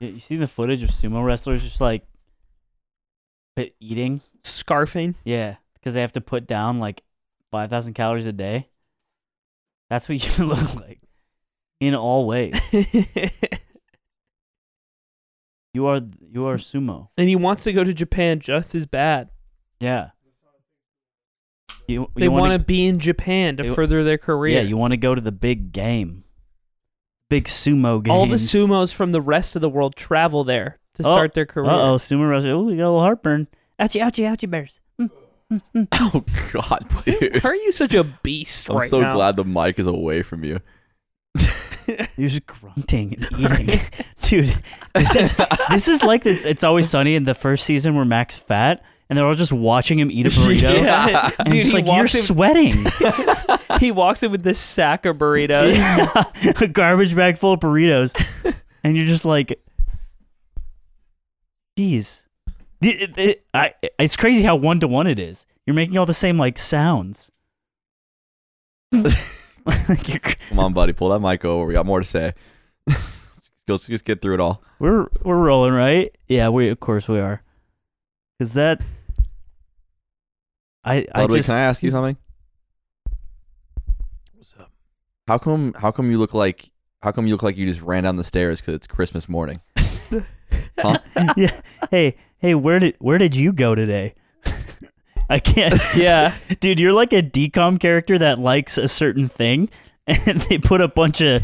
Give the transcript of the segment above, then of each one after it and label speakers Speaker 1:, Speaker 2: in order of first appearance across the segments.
Speaker 1: Yeah, you see the footage of sumo wrestlers just like quit eating.
Speaker 2: Scarfing.
Speaker 1: Yeah, because they have to put down like five thousand calories a day. That's what you look like in all ways. You are you are sumo.
Speaker 2: and he wants to go to Japan just as bad.
Speaker 1: Yeah. You,
Speaker 2: They
Speaker 1: you
Speaker 2: want
Speaker 1: wanna-
Speaker 2: to be in Japan to
Speaker 1: They-
Speaker 2: further their career.
Speaker 1: Yeah, you want to go to the big game, big sumo game.
Speaker 2: All the sumos from the rest of the world travel there to
Speaker 1: Oh,
Speaker 2: start their career.
Speaker 1: Uh oh, sumo wrestling. Oh, we got a little heartburn. Ouchie, ouchie, ouchie, bears. Mm, mm, mm.
Speaker 3: Oh God, dude!
Speaker 2: Why are you such a beast
Speaker 3: I'm
Speaker 2: right
Speaker 3: so
Speaker 2: now?
Speaker 3: glad the mic is away from you.
Speaker 1: You're just grunting and eating, dude. This is this is like it's, it's always sunny in the first season where Mac's fat, and they're all just watching him eat a burrito.
Speaker 2: Yeah.
Speaker 1: And
Speaker 2: Dude,
Speaker 1: it's
Speaker 2: he,
Speaker 1: like you're
Speaker 2: walks in,
Speaker 1: sweating.
Speaker 2: he walks in with this sack of burritos.
Speaker 1: a garbage bag full of burritos, and you're just like, "Geez, It- it- it- I, it's crazy how one to one it is. You're making all the same like sounds. like you're, cr-
Speaker 3: Come on, buddy, pull that mic over. We got more to say. Let's just get through it all.
Speaker 1: we're we're rolling, right? Yeah, we of course we are. Cause that, I I
Speaker 3: Ludwig,
Speaker 1: just
Speaker 3: can I ask you something? How come? How come you look like? How come you look like you just ran down the stairs because it's Christmas morning? Huh?
Speaker 1: yeah. Hey hey, where did where did you go today? I can't.
Speaker 2: yeah.
Speaker 1: Dude, you're like a decom character that likes a certain thing, and they put a bunch of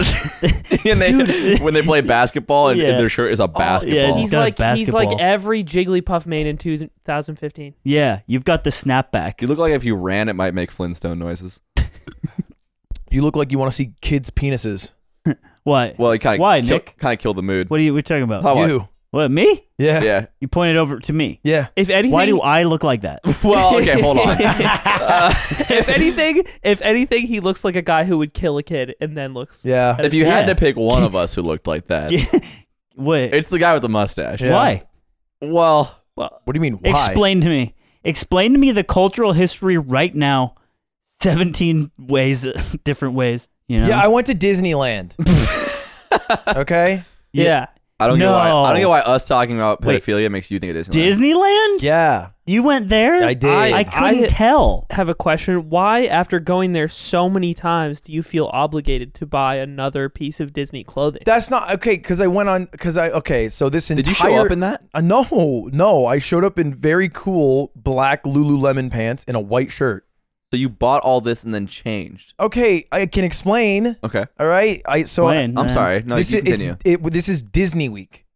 Speaker 3: and they,
Speaker 1: Dude.
Speaker 3: when they play basketball and, and
Speaker 1: Yeah.
Speaker 3: their shirt is a basketball.
Speaker 1: he's
Speaker 2: He's
Speaker 1: got a
Speaker 2: like he's like
Speaker 1: basketball.
Speaker 2: every Jigglypuff main in 2015.
Speaker 1: yeah. You've got the
Speaker 3: you
Speaker 1: snapback.
Speaker 3: look like if you ran, it might make Flintstone noises.
Speaker 4: You look like you want to see kids' penises.
Speaker 1: What?
Speaker 3: Well, it kind of
Speaker 1: Why, Nick?
Speaker 3: Kind of killed the mood.
Speaker 1: What are you? What are you talking about?
Speaker 3: How- Oh, what?
Speaker 4: you.
Speaker 1: What me?
Speaker 4: Yeah.
Speaker 3: Yeah.
Speaker 1: You pointed over to me.
Speaker 4: Yeah.
Speaker 2: If anything,
Speaker 1: Why do I look like that?
Speaker 3: Well, okay, hold on.
Speaker 2: if anything, if anything, he looks like a guy who would kill a kid and then looks.
Speaker 4: Yeah.
Speaker 3: if you had
Speaker 1: Yeah.
Speaker 3: to pick one of us who looked like that,
Speaker 1: Yeah. What?
Speaker 3: it's the guy with the mustache.
Speaker 4: Yeah.
Speaker 1: Why?
Speaker 3: Well,
Speaker 4: What do you mean? Why?
Speaker 1: Explain to me. Explain to me the cultural history right now. Seventeen ways, different ways. You know.
Speaker 4: Yeah, I went to Disneyland. okay.
Speaker 1: Yeah.
Speaker 2: Yeah.
Speaker 3: I don't know why. I don't
Speaker 1: No.
Speaker 3: know why us talking about
Speaker 1: Wait.
Speaker 3: pedophilia makes you think it is
Speaker 1: Disneyland?
Speaker 4: Yeah,
Speaker 1: You went there?
Speaker 4: I did.
Speaker 1: I couldn't
Speaker 2: I-
Speaker 1: tell.
Speaker 2: Have a question. Why, after going there so many times, do you feel obligated to buy another piece of Disney clothing?
Speaker 4: That's not okay because I went on because I okay. So this
Speaker 3: Did you
Speaker 4: entire
Speaker 3: show up in that?
Speaker 4: Uh, no, no. I showed up in very cool black Lululemon pants and a white shirt.
Speaker 3: So you bought all this and then changed.
Speaker 4: Okay, I can explain.
Speaker 3: Okay.
Speaker 4: All right. I so I-
Speaker 1: When?
Speaker 3: I'm sorry. No,
Speaker 4: this
Speaker 3: you
Speaker 4: is it's,
Speaker 3: continue.
Speaker 4: it, this is Disney week.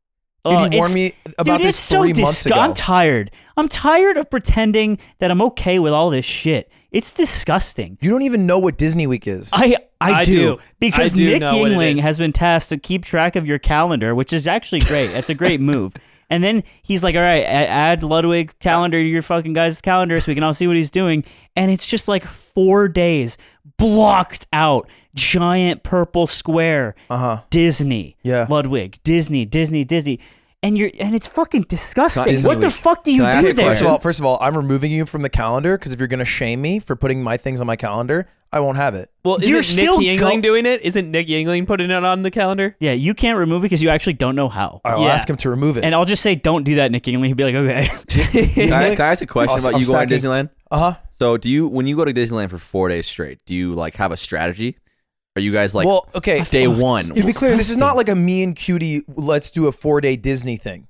Speaker 4: Dude,
Speaker 1: Oh,
Speaker 4: he warned
Speaker 1: it's-
Speaker 4: me about
Speaker 1: Dude,
Speaker 4: this
Speaker 1: it's
Speaker 4: three
Speaker 1: so
Speaker 4: months
Speaker 1: disgu-
Speaker 4: ago.
Speaker 1: I'm tired. I'm tired of pretending that I'm okay with all this shit. It's disgusting.
Speaker 4: you don't even know what Disney week is.
Speaker 1: I, I,
Speaker 2: I
Speaker 1: do.
Speaker 2: do.
Speaker 1: Because
Speaker 2: I do
Speaker 1: Nick
Speaker 2: know what it
Speaker 1: Yingling
Speaker 2: is.
Speaker 1: has been tasked to keep track of your calendar, which is actually great. That's a great move. And then he's like, all right, a- add Ludwig's calendar to your fucking guy's calendar so we can all see what he's doing. And it's just like four days blocked out, giant purple square.
Speaker 4: Uh huh.
Speaker 1: Disney.
Speaker 4: Yeah.
Speaker 1: Ludwig. Disney, Disney, Disney. And you're and it's fucking disgusting.
Speaker 3: Disney
Speaker 1: what the
Speaker 3: Week.
Speaker 1: fuck do you
Speaker 3: Can I ask
Speaker 1: do
Speaker 3: a
Speaker 1: there?
Speaker 4: First of
Speaker 3: question?
Speaker 4: all, first of all, I'm removing you from the calendar because if you're gonna shame me for putting my things on my calendar, I won't have it.
Speaker 2: Well, isn't
Speaker 1: You're
Speaker 2: Nick
Speaker 1: still
Speaker 2: Yingling
Speaker 1: go-
Speaker 2: doing it? Isn't Nick Yingling putting it on the calendar?
Speaker 1: Yeah, you can't remove it because you actually don't know how.
Speaker 4: I'll
Speaker 2: Yeah.
Speaker 4: ask him to remove it.
Speaker 1: And I'll just say, don't do that, Nicky. And he'd be like, okay.
Speaker 3: Can I,
Speaker 4: Yingling-
Speaker 3: can I ask a question
Speaker 4: I'll-
Speaker 3: about
Speaker 4: I'm
Speaker 3: you going to
Speaker 4: stacking-
Speaker 3: Disneyland?
Speaker 4: uh huh.
Speaker 3: So do you when you go to Disneyland for four days straight, do you like have a strategy? Are you guys like
Speaker 4: well, okay.
Speaker 3: day one?
Speaker 4: To be clear, this is not like a me and cutie. Let's do a four day Disney thing.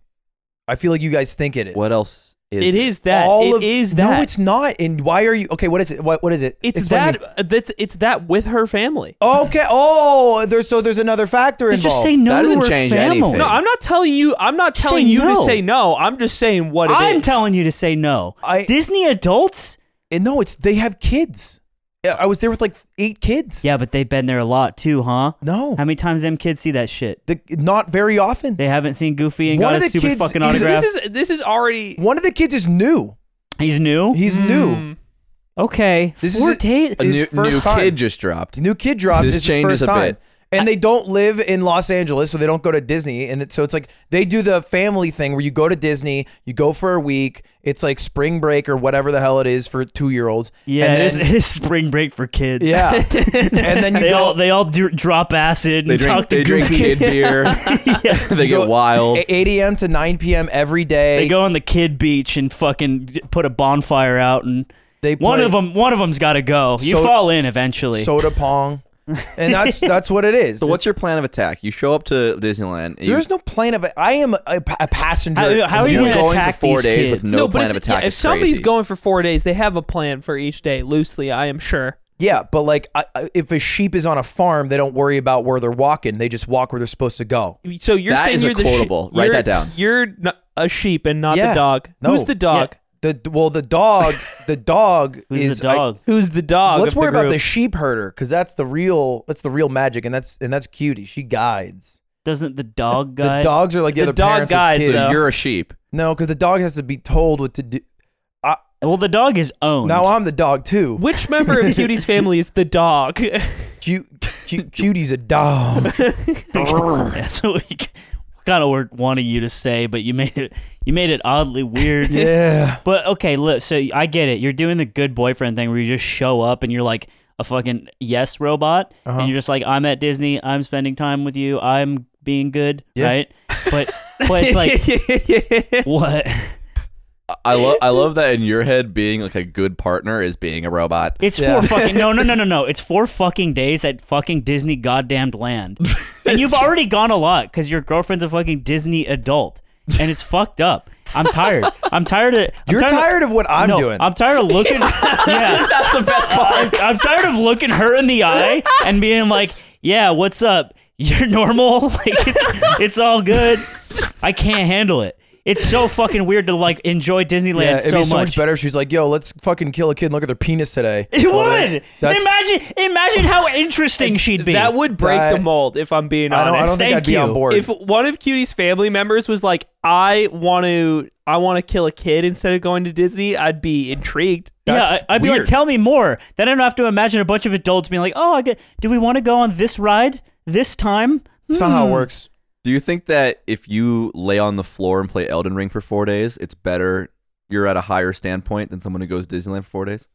Speaker 4: I feel like you guys think it is.
Speaker 3: What else is
Speaker 2: It is that.
Speaker 4: All
Speaker 2: It
Speaker 4: of-
Speaker 2: is
Speaker 4: No,
Speaker 2: that.
Speaker 4: it's not. And why are you? Okay, what is it? What what is it?
Speaker 2: It's
Speaker 4: Explain to
Speaker 2: that.
Speaker 4: me.
Speaker 2: uh, That's it's that with her family.
Speaker 4: Okay. Oh, there's so there's another factor
Speaker 1: They
Speaker 4: involved.
Speaker 1: just say no
Speaker 3: That doesn't
Speaker 1: to her
Speaker 3: change
Speaker 1: family.
Speaker 3: anything.
Speaker 2: No, I'm not telling you. I'm not
Speaker 1: Say
Speaker 2: telling you
Speaker 1: no.
Speaker 2: to say no. I'm just saying what it is.
Speaker 1: I'm telling you to say no.
Speaker 4: I-
Speaker 1: Disney adults?
Speaker 4: And no, it's they have kids. Yeah, I was there with like eight kids.
Speaker 1: Yeah, but they've been there a lot too, huh?
Speaker 4: No.
Speaker 1: How many times them kids see that shit?
Speaker 4: The, not very often.
Speaker 1: They haven't seen Goofy and
Speaker 4: One
Speaker 1: got
Speaker 4: of
Speaker 1: a
Speaker 4: the
Speaker 1: stupid
Speaker 4: kids
Speaker 1: fucking
Speaker 4: is-
Speaker 2: This-
Speaker 1: autograph.
Speaker 2: This is this is already.
Speaker 4: One of the kids is new.
Speaker 1: He's new.
Speaker 4: He's new.
Speaker 2: Mm.
Speaker 1: okay.
Speaker 4: This is
Speaker 1: Four
Speaker 4: a-
Speaker 1: days.
Speaker 3: a
Speaker 4: his
Speaker 3: new,
Speaker 4: first
Speaker 3: new
Speaker 4: time.
Speaker 3: kid just dropped.
Speaker 4: New kid dropped.
Speaker 3: This
Speaker 4: This, is his
Speaker 3: changes
Speaker 4: first
Speaker 3: a
Speaker 4: time.
Speaker 3: bit.
Speaker 4: And they don't live in Los Angeles, so they don't go to Disney. And it, so it's like they do the family thing where you go to Disney, you go for a week. It's like spring break or whatever the hell it is for two year olds.
Speaker 1: Yeah, it is, it is spring break for kids.
Speaker 4: Yeah. and then you
Speaker 1: They
Speaker 4: go.
Speaker 1: all they all do, drop acid and
Speaker 3: They
Speaker 1: talk
Speaker 3: drink,
Speaker 1: to
Speaker 3: they drink
Speaker 1: Goofy.
Speaker 3: kid beer. they
Speaker 4: go-
Speaker 3: get wild.
Speaker 4: 8 a.m. to 9 p.m. every day.
Speaker 1: They go on the kid beach and fucking put a bonfire out, and
Speaker 4: They
Speaker 1: one
Speaker 4: play
Speaker 1: of them one of them's got to go. You
Speaker 4: So-
Speaker 1: fall in eventually.
Speaker 4: soda pong, and that's that's what it is.
Speaker 3: So what's your plan of attack? You show up to Disneyland. and you-
Speaker 4: There's no plan of it. I am a, a passenger.
Speaker 1: How- how
Speaker 4: in
Speaker 1: are you
Speaker 4: the-
Speaker 1: gonna
Speaker 3: you're going for
Speaker 1: attack
Speaker 3: four
Speaker 1: these
Speaker 3: days with
Speaker 1: kids?
Speaker 3: no, plan
Speaker 2: it's-
Speaker 3: of attack.
Speaker 2: yeah, if
Speaker 3: is
Speaker 2: somebody's
Speaker 3: crazy.
Speaker 2: going for four days, they have a plan for each day, loosely, I am sure.
Speaker 4: Yeah, but like I, I- if a sheep is on a farm, they don't worry about where they're walking. They just walk where they're supposed to go.
Speaker 2: So you're
Speaker 3: That
Speaker 2: saying
Speaker 3: is a
Speaker 2: you're the
Speaker 3: quotable.
Speaker 2: sheep.
Speaker 3: Write
Speaker 2: you're,
Speaker 3: that down.
Speaker 2: You're n- a sheep and not
Speaker 4: Yeah.
Speaker 2: the dog.
Speaker 4: No.
Speaker 2: Who's the dog?
Speaker 4: The well, the dog, the dog
Speaker 1: Who's
Speaker 4: is
Speaker 1: the
Speaker 4: I-
Speaker 1: dog?
Speaker 2: Who's the dog?
Speaker 4: let's
Speaker 2: of
Speaker 4: worry
Speaker 2: the
Speaker 4: about the
Speaker 2: group?
Speaker 4: sheep herder because that's the real that's the real magic, and that's and that's cutie. She guides.
Speaker 1: Doesn't the dog guy?
Speaker 4: The dogs are like the,
Speaker 2: The
Speaker 4: other
Speaker 2: dog
Speaker 4: parents with
Speaker 2: guides,
Speaker 4: kids.
Speaker 2: though.
Speaker 3: So you're a sheep.
Speaker 4: No, because the dog has to be told what to do.
Speaker 1: well, the dog is owned.
Speaker 4: Now I'm the dog too.
Speaker 2: Which member of Cutie's family is the dog?
Speaker 4: Cu- cu- cutie's a dog.
Speaker 1: That's what we kind of word wanted you to say, but you made it you made it oddly weird.
Speaker 4: Yeah.
Speaker 1: But okay, look, so I get it. You're doing the good boyfriend thing where you just show up and you're like a fucking yes robot
Speaker 4: Uh-huh.
Speaker 1: and you're just like I'm at Disney, I'm spending time with you, I'm being good,
Speaker 4: Yeah.
Speaker 1: right? But but it's like what?
Speaker 3: I love I love that in your head being like a good partner is being a robot.
Speaker 1: It's
Speaker 4: Yeah.
Speaker 1: four fucking no no no no no. It's four fucking days at fucking Disney goddamned land, and you've already gone a lot because your girlfriend's a fucking Disney adult, and it's fucked up. I'm tired. I'm tired of. I'm
Speaker 4: You're
Speaker 1: of-
Speaker 4: tired of what I'm
Speaker 1: no,
Speaker 4: doing.
Speaker 1: I'm tired of looking. yeah, that's the best part. I'm, I'm tired of looking her in the eye and being like, "Yeah, what's up? You're normal. Like it's it's all good. I can't handle it. It's so fucking weird to like enjoy Disneyland
Speaker 4: Yeah, it'd
Speaker 1: so,
Speaker 4: be so much.
Speaker 1: much
Speaker 4: better if she's like, "Yo, let's fucking kill a kid and look at their penis today."
Speaker 1: It
Speaker 4: Well,
Speaker 1: would.
Speaker 4: That's,
Speaker 1: imagine, imagine how interesting she'd be.
Speaker 2: that would break
Speaker 4: That-
Speaker 2: the mold, if I'm being
Speaker 4: I
Speaker 2: honest.
Speaker 4: don't. I don't think
Speaker 1: Thank
Speaker 4: I'd be on
Speaker 1: you.
Speaker 4: board.
Speaker 2: if one of Cutie's family members was like, "I want to, I want to kill a kid instead of going to Disney," I'd be intrigued.
Speaker 1: yeah,
Speaker 4: that's
Speaker 1: I, would be like,
Speaker 4: weird.
Speaker 1: tell me more. Then I don't have to imagine a bunch of adults being like, "Oh, I get, do we want to go on this ride this time?" Hmm.
Speaker 4: That's not how it works.
Speaker 3: Do you think that if you lay on the floor and play Elden Ring for four days, it's better? You're at a higher standpoint than someone who goes to Disneyland for four days.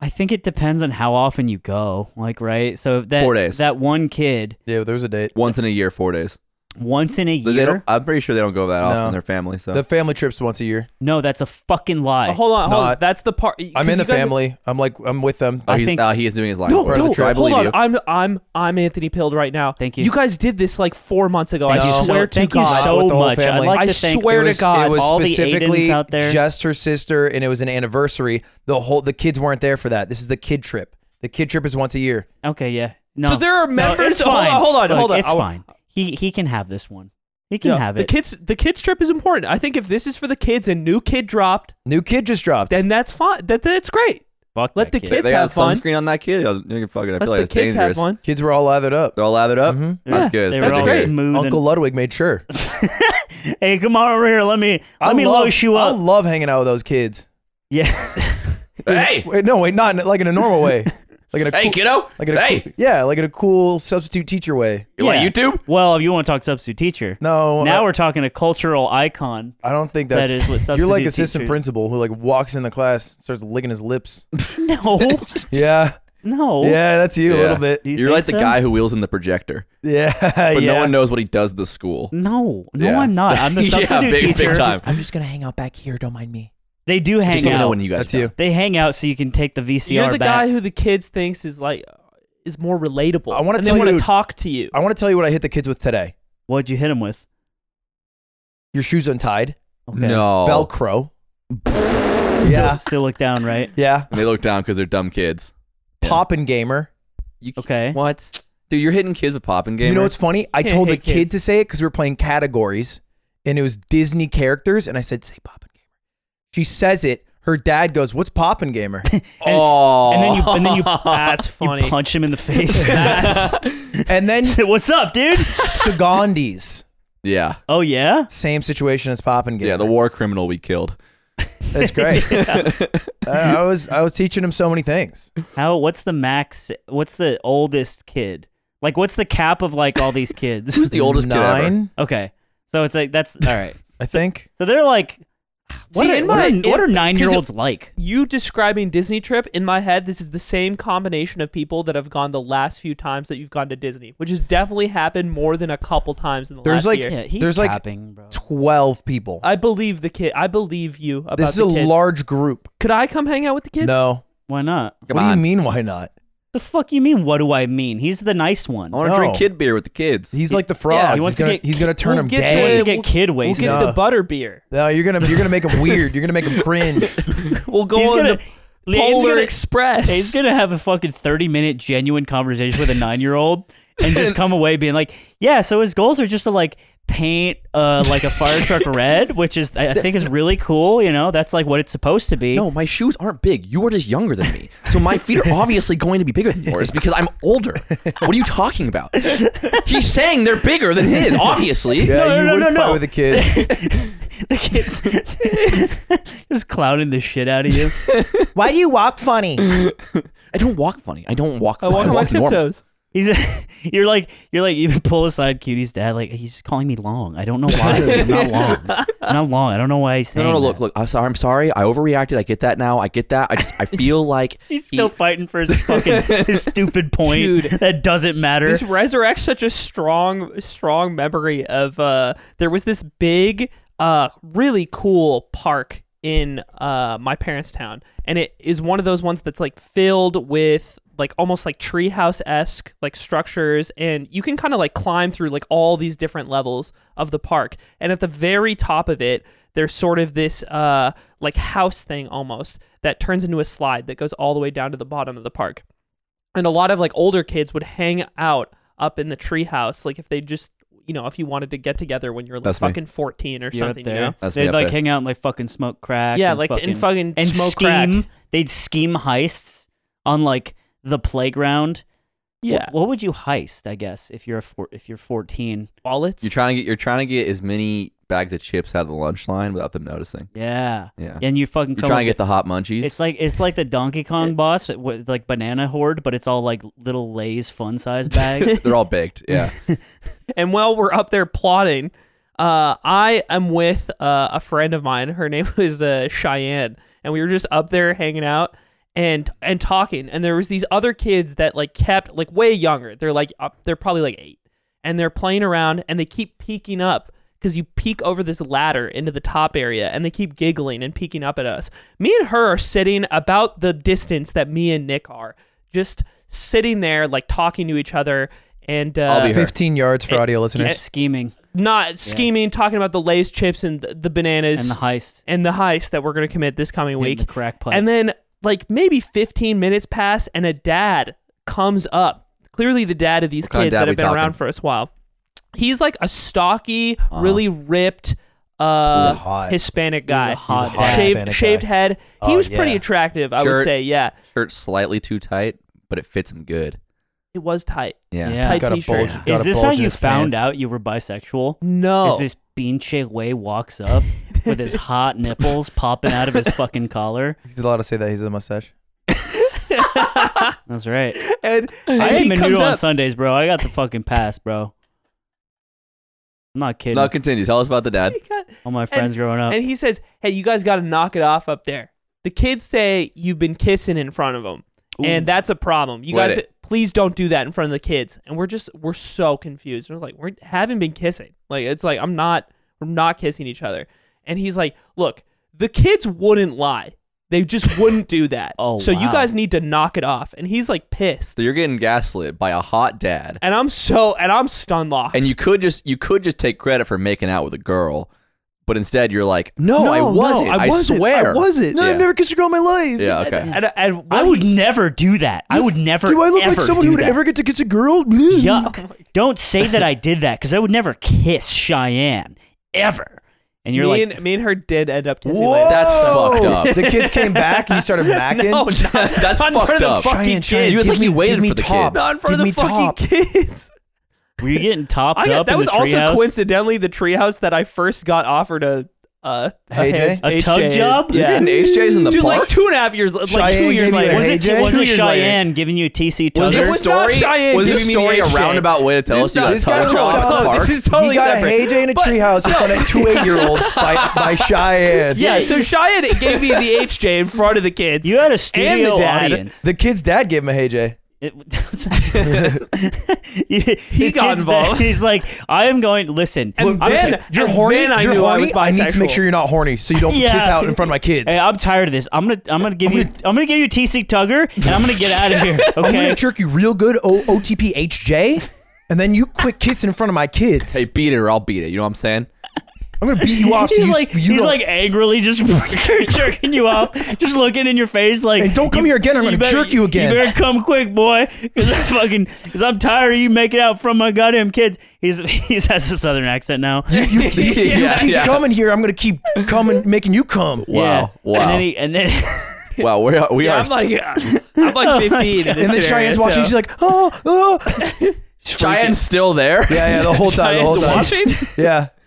Speaker 1: I think it depends on how often you go. Like, right? So that
Speaker 3: Four days.
Speaker 1: that one kid
Speaker 4: Yeah, there was a date.
Speaker 3: Once in a year, four days.
Speaker 1: once in a
Speaker 3: They don't,
Speaker 1: year.
Speaker 3: I'm pretty sure they don't go that often
Speaker 4: No.
Speaker 3: in their family. So
Speaker 4: The family trips once a year.
Speaker 1: No, that's a fucking lie.
Speaker 2: Oh, hold on,
Speaker 4: It's
Speaker 2: hold on.
Speaker 4: not.
Speaker 2: That's the part. 'cause
Speaker 4: I'm in the
Speaker 2: you guys are-
Speaker 4: family. I'm like, I'm with them.
Speaker 3: oh,
Speaker 1: I
Speaker 3: he's,
Speaker 1: think-
Speaker 3: uh, he is doing his line.
Speaker 2: No,
Speaker 3: for us.
Speaker 2: no,
Speaker 3: Sure, I
Speaker 2: hold
Speaker 3: believe
Speaker 2: on.
Speaker 3: you.
Speaker 2: I'm, I'm, I'm Anthony Pilled right now.
Speaker 1: Thank you.
Speaker 2: You guys did this like four months ago.
Speaker 1: Thank
Speaker 2: I
Speaker 1: you so-
Speaker 2: swear to
Speaker 1: thank you
Speaker 2: God.
Speaker 4: Not with
Speaker 1: so
Speaker 4: the whole
Speaker 1: much. I'd
Speaker 4: family.
Speaker 1: like
Speaker 2: I
Speaker 1: to thank
Speaker 2: swear
Speaker 4: it was,
Speaker 2: to God,
Speaker 4: it was
Speaker 1: all the
Speaker 4: specifically
Speaker 1: Aidens out there.
Speaker 4: just her sister, and it was an anniversary. The whole the kids weren't there for that. This is the kid trip. The kid trip is once a year.
Speaker 1: Okay, yeah. No.
Speaker 2: So there are
Speaker 1: No,
Speaker 2: members-
Speaker 1: it's
Speaker 2: hold on,
Speaker 1: fine.
Speaker 2: hold on,
Speaker 1: Look,
Speaker 2: hold on.
Speaker 1: It's
Speaker 2: I'll-
Speaker 1: fine. He he can have this one. He can
Speaker 2: Yeah,
Speaker 1: have
Speaker 2: the
Speaker 1: it.
Speaker 2: kids. The kids trip is important. I think if this is for the kids and new kid dropped,
Speaker 4: New kid just dropped.
Speaker 2: then that's fine. That that's great.
Speaker 1: Fuck that
Speaker 2: let the
Speaker 1: kid.
Speaker 3: They,
Speaker 2: kids
Speaker 3: they
Speaker 2: have
Speaker 3: got
Speaker 2: fun.
Speaker 3: sunscreen on that kid. You're fucking. I
Speaker 2: Let
Speaker 3: feel like
Speaker 2: the
Speaker 3: it's
Speaker 2: kids have
Speaker 3: dangerous.
Speaker 2: fun. Mm-hmm.
Speaker 4: kids were all lathered up.
Speaker 3: They're all lathered up.
Speaker 4: Mhm.
Speaker 3: That's
Speaker 2: Yeah,
Speaker 3: good.
Speaker 1: They
Speaker 3: That's
Speaker 1: were all
Speaker 3: great.
Speaker 1: smooth. and-
Speaker 4: Uncle Ludwig made sure. Let
Speaker 1: hey, come on over here. Let me let me load you
Speaker 4: I
Speaker 1: up.
Speaker 4: love hanging out with those kids.
Speaker 1: Yeah.
Speaker 3: Hey,
Speaker 4: Wait, no, wait, not in, like in a normal way. Like in a
Speaker 3: hey,
Speaker 4: cool,
Speaker 3: kiddo.
Speaker 4: like in a
Speaker 3: hey,
Speaker 4: cool, yeah, like in a cool substitute teacher way.
Speaker 3: you want
Speaker 1: Yeah.
Speaker 3: YouTube?
Speaker 1: Well, if you want to talk substitute teacher.
Speaker 4: No,
Speaker 1: now
Speaker 4: I,
Speaker 1: we're talking a cultural icon.
Speaker 4: I don't think
Speaker 1: That
Speaker 4: that's.
Speaker 1: is what
Speaker 4: you're like
Speaker 1: substitute
Speaker 4: assistant
Speaker 1: teacher-
Speaker 4: principal who like walks in the class, starts licking his lips.
Speaker 1: No.
Speaker 4: yeah,
Speaker 1: no.
Speaker 4: yeah, that's you a
Speaker 3: Yeah.
Speaker 4: little bit.
Speaker 1: Do you
Speaker 3: You're
Speaker 1: think
Speaker 3: like the
Speaker 1: so?
Speaker 3: guy who wheels in the projector,
Speaker 4: Yeah,
Speaker 3: but
Speaker 4: yeah.
Speaker 3: no one knows what he does at the school.
Speaker 1: No, no,
Speaker 3: Yeah.
Speaker 1: I'm not. I'm the
Speaker 3: Yeah,
Speaker 1: substitute
Speaker 3: big- big
Speaker 1: teacher.
Speaker 3: time.
Speaker 4: I'm just gonna hang out back here. Don't mind me.
Speaker 1: They do
Speaker 3: Just
Speaker 1: hang
Speaker 3: let me know
Speaker 1: out.
Speaker 3: when you guys.
Speaker 4: That's
Speaker 3: go.
Speaker 4: you.
Speaker 1: they hang out so you can take the VCR
Speaker 2: You're the
Speaker 1: back.
Speaker 2: guy who the kids thinks is like is more relatable.
Speaker 4: I wanna
Speaker 2: and they
Speaker 4: tell
Speaker 2: wanna
Speaker 4: you-
Speaker 2: talk to you.
Speaker 4: I want to tell you what I hit the kids with today.
Speaker 1: What'd you hit him with?
Speaker 4: Your shoes untied,
Speaker 1: Okay.
Speaker 3: No.
Speaker 4: Velcro. yeah,
Speaker 1: Still look down, right?
Speaker 4: yeah.
Speaker 3: And they look down because they're dumb kids. Yeah.
Speaker 4: Poppin' gamer.
Speaker 3: You c-
Speaker 1: Okay.
Speaker 3: What? Dude, you're hitting kids with popping games.
Speaker 4: You know what's funny? I
Speaker 2: Can't
Speaker 4: told the
Speaker 2: hate
Speaker 4: kid
Speaker 2: kids.
Speaker 4: to say it because we were playing categories, and it was Disney characters, and I said, "Say Poppin' Gamer." She says it. Her dad goes, "What's Poppin' Gamer?"
Speaker 3: oh.
Speaker 1: And then you and then you,
Speaker 2: That's
Speaker 1: you
Speaker 2: funny.
Speaker 1: punch him in the face. That's,
Speaker 4: and then
Speaker 1: what's up, dude?
Speaker 4: Sagandis,
Speaker 3: yeah.
Speaker 1: Oh yeah.
Speaker 4: same situation as Poppin' Gamer.
Speaker 3: Yeah, the war criminal we killed.
Speaker 4: That's great. I, I was I was teaching him so many things.
Speaker 1: How? What's the max? What's the oldest kid? Like, what's the cap of like all these kids?
Speaker 3: Who's the oldest kid ever?
Speaker 4: nine,
Speaker 1: okay, so it's like that's all right.
Speaker 4: I think.
Speaker 1: So they're like, what
Speaker 2: See,
Speaker 1: are,
Speaker 2: in
Speaker 1: what
Speaker 2: my-
Speaker 1: are-
Speaker 2: in-
Speaker 1: what are
Speaker 2: 'cause it-
Speaker 1: nine year olds like?
Speaker 2: You describing Disney trip in my head, this is the same combination of people that have gone the last few times that you've gone to Disney, which has definitely happened more than a couple times in the last
Speaker 4: There's like-
Speaker 2: year.
Speaker 1: Yeah, he's
Speaker 4: There's, like,
Speaker 1: capping, bro.
Speaker 4: Twelve people.
Speaker 2: I believe the kid. I believe you Uh, about
Speaker 4: this is
Speaker 2: the
Speaker 4: a
Speaker 2: kids.
Speaker 4: large group.
Speaker 2: Could I come hang out with the kids?
Speaker 4: No.
Speaker 1: Why not?
Speaker 3: Come
Speaker 4: what
Speaker 3: on.
Speaker 4: do you mean? Why not?
Speaker 1: The fuck you mean? What do I mean? He's the nice one.
Speaker 3: I
Speaker 2: Oh,
Speaker 3: want to drink
Speaker 4: No.
Speaker 3: kid beer with the kids.
Speaker 4: He's like the frog.
Speaker 2: he
Speaker 4: he's
Speaker 1: wants to
Speaker 4: gonna
Speaker 1: get-
Speaker 4: he's gonna turn
Speaker 2: we'll
Speaker 4: him
Speaker 2: get
Speaker 1: He wants
Speaker 4: gay.
Speaker 1: to get kid
Speaker 2: We'll
Speaker 1: wasted.
Speaker 2: get
Speaker 4: No.
Speaker 2: the butter beer.
Speaker 4: No, you're gonna you're gonna make him weird. You're gonna make him cringe.
Speaker 2: We'll go
Speaker 1: He's
Speaker 2: on
Speaker 1: gonna-
Speaker 2: the
Speaker 1: Yeah, he's
Speaker 2: Polar
Speaker 1: gonna-
Speaker 2: Express.
Speaker 1: Yeah, He's gonna have a fucking thirty minute genuine conversation with a nine year old and just come away being like, yeah. So his goals are just to like paint uh like a fire truck red, which is I, I think is really cool. You know, that's like what it's supposed to be.
Speaker 3: no, my shoes aren't big. You are just younger than me. So my feet are obviously going to be bigger than yours because I'm older. What are you talking about? He's saying they're bigger than his, obviously.
Speaker 4: Yeah,
Speaker 1: no,
Speaker 4: you
Speaker 1: no,
Speaker 4: would
Speaker 1: no,
Speaker 4: fight
Speaker 1: no.
Speaker 4: with a kid.
Speaker 1: the kids just clowning the shit out of you.
Speaker 4: Why do you walk funny?
Speaker 3: I don't walk funny. I don't walk
Speaker 2: I
Speaker 3: funny.
Speaker 2: walk on my tiptoes.
Speaker 1: He's you're like you're like even pull aside cutie's dad like he's just calling me long. I don't know why. I'm not long. I'm not long. I don't know why he's
Speaker 3: No,
Speaker 1: saying.
Speaker 3: no, no,
Speaker 1: that.
Speaker 3: look, look. I'm sorry. I'm sorry. I overreacted. I get that now. I get that. I just, I feel like e
Speaker 1: He's still
Speaker 3: he-
Speaker 1: fighting for his fucking his stupid point
Speaker 2: Dude.
Speaker 1: that doesn't matter.
Speaker 2: This resurrects such a strong, strong memory of uh, there was this big, uh, really cool park in uh, my parents' town, and it is one of those ones that's like filled with like almost like treehouse esque like structures, and you can kind of like climb through like all these different levels of the park, and at the very top of it, there's sort of this uh, like house thing almost that turns into a slide that goes all the way down to the bottom of the park and a lot of like older kids would hang out up in the treehouse, like if they just you know if you wanted to get together when you were like
Speaker 3: That's me.
Speaker 2: fucking fourteen or
Speaker 1: You're up
Speaker 2: something, you
Speaker 1: there.
Speaker 2: know.
Speaker 3: That's me
Speaker 1: They'd
Speaker 3: up
Speaker 1: like
Speaker 3: there.
Speaker 1: hang out and like fucking smoke crack.
Speaker 2: Yeah,
Speaker 1: and
Speaker 2: like
Speaker 1: fucking,
Speaker 2: and fucking
Speaker 1: and
Speaker 2: smoke
Speaker 1: scheme.
Speaker 2: crack.
Speaker 1: They'd scheme heists on like the playground. Wh-
Speaker 2: Yeah,
Speaker 1: What, would you heist? I guess if you're a four, if you're 14.
Speaker 2: wallets.
Speaker 3: You're trying to get. You're trying to get as many bags of chips out of the lunch line without them noticing.
Speaker 1: Yeah.
Speaker 3: Yeah.
Speaker 1: And you fucking
Speaker 3: You're
Speaker 1: come
Speaker 3: trying to
Speaker 1: up
Speaker 3: get the hot munchies.
Speaker 1: with- It's like it's like the Donkey Kong boss with like banana horde, but it's all like little Lay's fun size bags.
Speaker 3: They're all baked. Yeah.
Speaker 2: and while we're up there plotting, uh, I am with uh, a friend of mine. Her name was uh, Cheyenne, and we were just up there hanging out and and talking. And there was these other kids that like kept like way younger. They're like up, they're probably like eight, and they're playing around, and they keep peeking up because you peek over this ladder into the top area, and they keep giggling and peeking up at us. Me and her are sitting about the distance that me and Nick are, just sitting there like talking to each other. And uh,
Speaker 3: I'll be her.
Speaker 4: Fifteen yards for audio listeners.
Speaker 1: scheming
Speaker 2: not scheming, talking about the Lay's chips and the, the bananas
Speaker 1: and the heist.
Speaker 2: and the heist that we're going to commit this coming
Speaker 1: And
Speaker 2: week.
Speaker 1: the crack pipe.
Speaker 2: And then, like, maybe 15 minutes pass, and a dad comes up. Clearly, the dad of these
Speaker 3: kind of
Speaker 2: kids
Speaker 3: dad
Speaker 2: that
Speaker 3: we
Speaker 2: have been
Speaker 3: talking?
Speaker 2: around for a while. He's like a stocky,
Speaker 1: Uh-huh.
Speaker 2: really ripped
Speaker 4: Ooh,
Speaker 2: uh,
Speaker 4: hot.
Speaker 2: Hispanic guy.
Speaker 1: hot
Speaker 4: He's a hot
Speaker 2: shaved,
Speaker 4: Hispanic
Speaker 2: shaved
Speaker 4: guy.
Speaker 2: head. He
Speaker 4: Oh,
Speaker 2: was pretty
Speaker 4: yeah.
Speaker 2: attractive, I would
Speaker 3: Shirt.
Speaker 2: say. Yeah,
Speaker 3: Shirt slightly too tight, but it fits him good.
Speaker 2: it was tight.
Speaker 3: Yeah.
Speaker 1: Yeah.
Speaker 2: Tight
Speaker 4: Got a
Speaker 2: t-shirt.
Speaker 4: bulge.
Speaker 1: Is
Speaker 4: Got a
Speaker 1: this
Speaker 4: bulge
Speaker 1: how
Speaker 4: in
Speaker 1: you
Speaker 4: his
Speaker 1: found
Speaker 4: pants.
Speaker 1: out you were bisexual?
Speaker 2: No,
Speaker 1: Is this Beanche Way walks up with his hot nipples popping out of his fucking collar?
Speaker 4: He's allowed to say that. He's a mustache.
Speaker 1: That's right.
Speaker 2: and,
Speaker 1: I
Speaker 2: and
Speaker 1: ain't
Speaker 2: he
Speaker 1: been
Speaker 2: comes
Speaker 1: on
Speaker 2: up.
Speaker 1: Sundays, bro. I got the fucking pass, bro. I'm not kidding.
Speaker 3: No, continue. Tell us about the dad.
Speaker 2: He got-
Speaker 1: All my friends growing up.
Speaker 2: and he says, "Hey, you guys got to knock it off up there." The kids say you've been kissing in front of them, and that's a problem. You
Speaker 3: Wait
Speaker 2: guys,
Speaker 3: it.
Speaker 2: please don't do that in front of the kids. And we're just we're so confused. We're like, we haven't been kissing. Like it's like I'm not we're not kissing each other. And he's like, "Look, the kids wouldn't lie. They just wouldn't do that.
Speaker 1: Oh,
Speaker 2: so you
Speaker 1: wow.
Speaker 2: guys need to knock it off." And he's like pissed,
Speaker 3: So you're getting gaslit by a hot dad,
Speaker 2: and I'm so and I'm stun locked.
Speaker 3: and you could just you could just take credit for making out with a girl, but instead you're like, no, I wasn't. I,
Speaker 4: wasn't.
Speaker 3: swear,
Speaker 4: I wasn't. No,
Speaker 3: yeah.
Speaker 4: I've never kissed a girl in my life.
Speaker 3: Yeah. Okay.
Speaker 2: and, and what
Speaker 1: I
Speaker 2: he-
Speaker 1: would never do that. I would never.
Speaker 4: Do I look like
Speaker 1: ever
Speaker 4: someone
Speaker 1: do
Speaker 4: who would
Speaker 1: that.
Speaker 4: ever get to kiss a girl? Mm. Oh
Speaker 1: Yuck! Don't say that I did that because I would never kiss Cheyenne ever. And you're
Speaker 2: me
Speaker 1: like,
Speaker 2: and me and her did end up kissing
Speaker 4: Whoa.
Speaker 2: later.
Speaker 3: That's fucked up.
Speaker 4: The kids came back and you started macking.
Speaker 2: No, not,
Speaker 3: That's
Speaker 2: not in front
Speaker 3: fucked
Speaker 2: of the
Speaker 3: up.
Speaker 2: fucking
Speaker 4: Cheyenne, Cheyenne,
Speaker 2: kids.
Speaker 3: You was
Speaker 4: give
Speaker 3: like you
Speaker 4: me-
Speaker 3: waited
Speaker 4: give me
Speaker 3: for the kids.
Speaker 4: top.
Speaker 2: not in front of the
Speaker 4: Give me
Speaker 2: fucking
Speaker 4: top.
Speaker 2: kids.
Speaker 1: were you getting topped
Speaker 2: I got,
Speaker 1: up?
Speaker 2: that
Speaker 1: in
Speaker 2: was
Speaker 1: the
Speaker 2: also
Speaker 1: treehouse?
Speaker 2: coincidentally the treehouse that I first got offered a uh,
Speaker 4: Hey, Jay?
Speaker 1: A tug job?
Speaker 3: Yeah.
Speaker 2: Yeah.
Speaker 3: And HJ's in the
Speaker 2: Dude,
Speaker 3: park.
Speaker 2: like two and a half years, like
Speaker 4: Cheyenne
Speaker 2: two years later.
Speaker 4: gave you a
Speaker 1: Was
Speaker 4: Hey,
Speaker 1: it,
Speaker 4: Jay?
Speaker 1: was
Speaker 2: Two
Speaker 1: it
Speaker 2: years
Speaker 1: Cheyenne giving you a TC Tugger?
Speaker 2: Was it-
Speaker 3: this
Speaker 2: was not
Speaker 3: story
Speaker 2: Cheyenne
Speaker 3: was this
Speaker 2: giving me
Speaker 3: story
Speaker 2: the
Speaker 3: a
Speaker 2: handshake.
Speaker 3: roundabout way to tell
Speaker 2: This
Speaker 3: us you got
Speaker 2: is
Speaker 4: This guy was
Speaker 2: totally
Speaker 3: touched on
Speaker 4: telling
Speaker 3: the
Speaker 4: us
Speaker 3: park?
Speaker 2: This is totally
Speaker 4: he got
Speaker 2: different.
Speaker 4: a heyday in a
Speaker 2: But-
Speaker 4: treehouse in front of two eight-year-olds by, by Cheyenne.
Speaker 2: Yeah, so Cheyenne gave me the HJ in front of the kids.
Speaker 1: You had a
Speaker 2: and
Speaker 1: studio
Speaker 2: the dad.
Speaker 1: audience.
Speaker 4: The kid's dad gave him a heyday.
Speaker 1: It- he
Speaker 2: got involved.
Speaker 1: he's like, I am going. Listen,
Speaker 2: And
Speaker 1: I'm,
Speaker 2: then-
Speaker 1: s-
Speaker 4: you're
Speaker 2: and
Speaker 4: horny.
Speaker 2: then I
Speaker 4: you're
Speaker 2: knew I
Speaker 4: horny.
Speaker 2: was
Speaker 4: need to make
Speaker 2: bisexual.
Speaker 4: sure you're not horny, so you don't
Speaker 1: Yeah.
Speaker 4: kiss out in front of my kids.
Speaker 1: hey, I'm tired of this. I'm gonna, I'm gonna give you, I'm gonna give you TC Tugger, and I'm gonna get out of here.
Speaker 4: I'm gonna
Speaker 1: Okay.
Speaker 4: jerk you real good, o- OTP HJ, and then you quit kissing in front of my kids.
Speaker 3: Hey, beat it or I'll beat it. You know what I'm saying?
Speaker 4: I'm gonna beat you off. so
Speaker 1: He's
Speaker 4: you,
Speaker 1: like,
Speaker 4: you
Speaker 1: he's
Speaker 4: don't-
Speaker 1: like angrily just jerking you off, just looking in your face like,
Speaker 4: And don't come
Speaker 1: "You-
Speaker 4: here again, or I'm gonna
Speaker 1: better-
Speaker 4: jerk you again."
Speaker 1: You better come quick, boy, because I'm fucking, because I'm tired of you making out from my goddamn kids. He's he has a southern accent now.
Speaker 4: you, you, you
Speaker 3: Yeah,
Speaker 4: keep
Speaker 3: yeah.
Speaker 4: coming here. I'm gonna keep coming, making you come.
Speaker 1: Yeah.
Speaker 3: Wow. Wow.
Speaker 1: And then he, and then.
Speaker 3: wow. We are. We
Speaker 2: Yeah,
Speaker 3: are
Speaker 2: I'm like, I'm like 15. in this
Speaker 4: And then
Speaker 2: scenario,
Speaker 4: Cheyenne's watching.
Speaker 2: so-
Speaker 4: She's like, oh, oh.
Speaker 3: Cheyenne still there.
Speaker 4: Yeah, yeah, the whole time, the whole
Speaker 2: Cheyenne's
Speaker 4: time.
Speaker 2: watching.
Speaker 4: Yeah.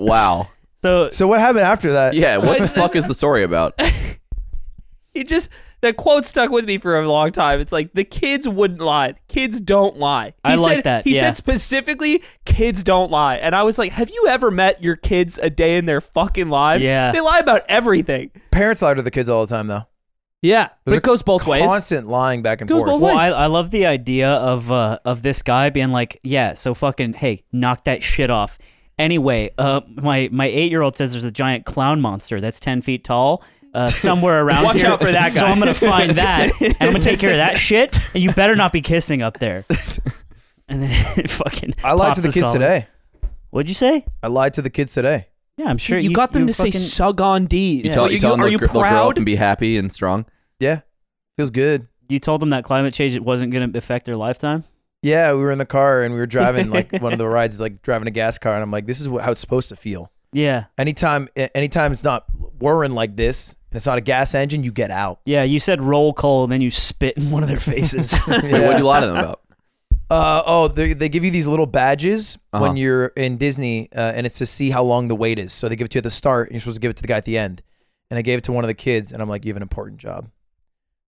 Speaker 3: Wow.
Speaker 1: So,
Speaker 4: So what happened after that?
Speaker 3: Yeah. What the fuck is the story about?
Speaker 2: It just that quote stuck with me for a long time. It's like the kids wouldn't lie. Kids don't lie. He
Speaker 1: I like
Speaker 2: said-
Speaker 1: that,
Speaker 2: He
Speaker 1: yeah.
Speaker 2: said specifically, kids don't lie. And I was like, have you ever met your kids a day in their fucking lives?
Speaker 1: Yeah.
Speaker 2: They lie about everything.
Speaker 4: Parents lie to the kids all the time, though.
Speaker 2: Yeah. But
Speaker 4: There's
Speaker 2: it goes both ways.
Speaker 4: Constant lying back and
Speaker 2: Goes
Speaker 4: forth.
Speaker 2: both
Speaker 1: well,
Speaker 2: ways.
Speaker 1: I, I love the idea of uh, of this guy being like, yeah, so fucking, hey, knock that shit off. Anyway, uh, my my eight year old says there's a giant clown monster that's ten feet tall. Uh, somewhere around
Speaker 2: Watch
Speaker 1: here.
Speaker 2: out for that
Speaker 1: So
Speaker 2: guy.
Speaker 1: I'm gonna find that, and I'm gonna take care of that shit. And you better not be kissing up there. And then it fucking.
Speaker 4: I lied
Speaker 1: pops
Speaker 4: to the
Speaker 1: his
Speaker 4: kids
Speaker 1: collar.
Speaker 4: today.
Speaker 1: What'd you say?
Speaker 4: I lied to the kids today.
Speaker 1: Yeah, I'm sure
Speaker 2: you, got them to
Speaker 1: fucking,
Speaker 2: say "sug on D."
Speaker 3: You tell, you tell them
Speaker 2: are
Speaker 3: they'll
Speaker 2: you
Speaker 3: gr- they'll grow up
Speaker 2: proud?
Speaker 3: and be happy and strong.
Speaker 4: Yeah, feels good.
Speaker 1: You told them that climate change it wasn't gonna affect their lifetime.
Speaker 4: Yeah, we were in the car and we were driving. Like one of the rides is like driving a gas car, and I'm like, this is what, how it's supposed to feel.
Speaker 1: Yeah,
Speaker 4: Anytime, a- anytime it's not whirring like this, and it's not a gas engine, you get out.
Speaker 1: yeah. You said roll call, and then you spit in one of their faces.
Speaker 3: Wait, what
Speaker 4: Yeah.
Speaker 3: do you lie to them about?
Speaker 4: Uh, oh, they, they give you these little badges
Speaker 3: Uh-huh.
Speaker 4: when you're in Disney, uh, and it's to see how long the wait is. So they give it to you at the start, and you're supposed to give it to the guy at the end. And I gave it to one of the kids, and I'm like, "You have an important job.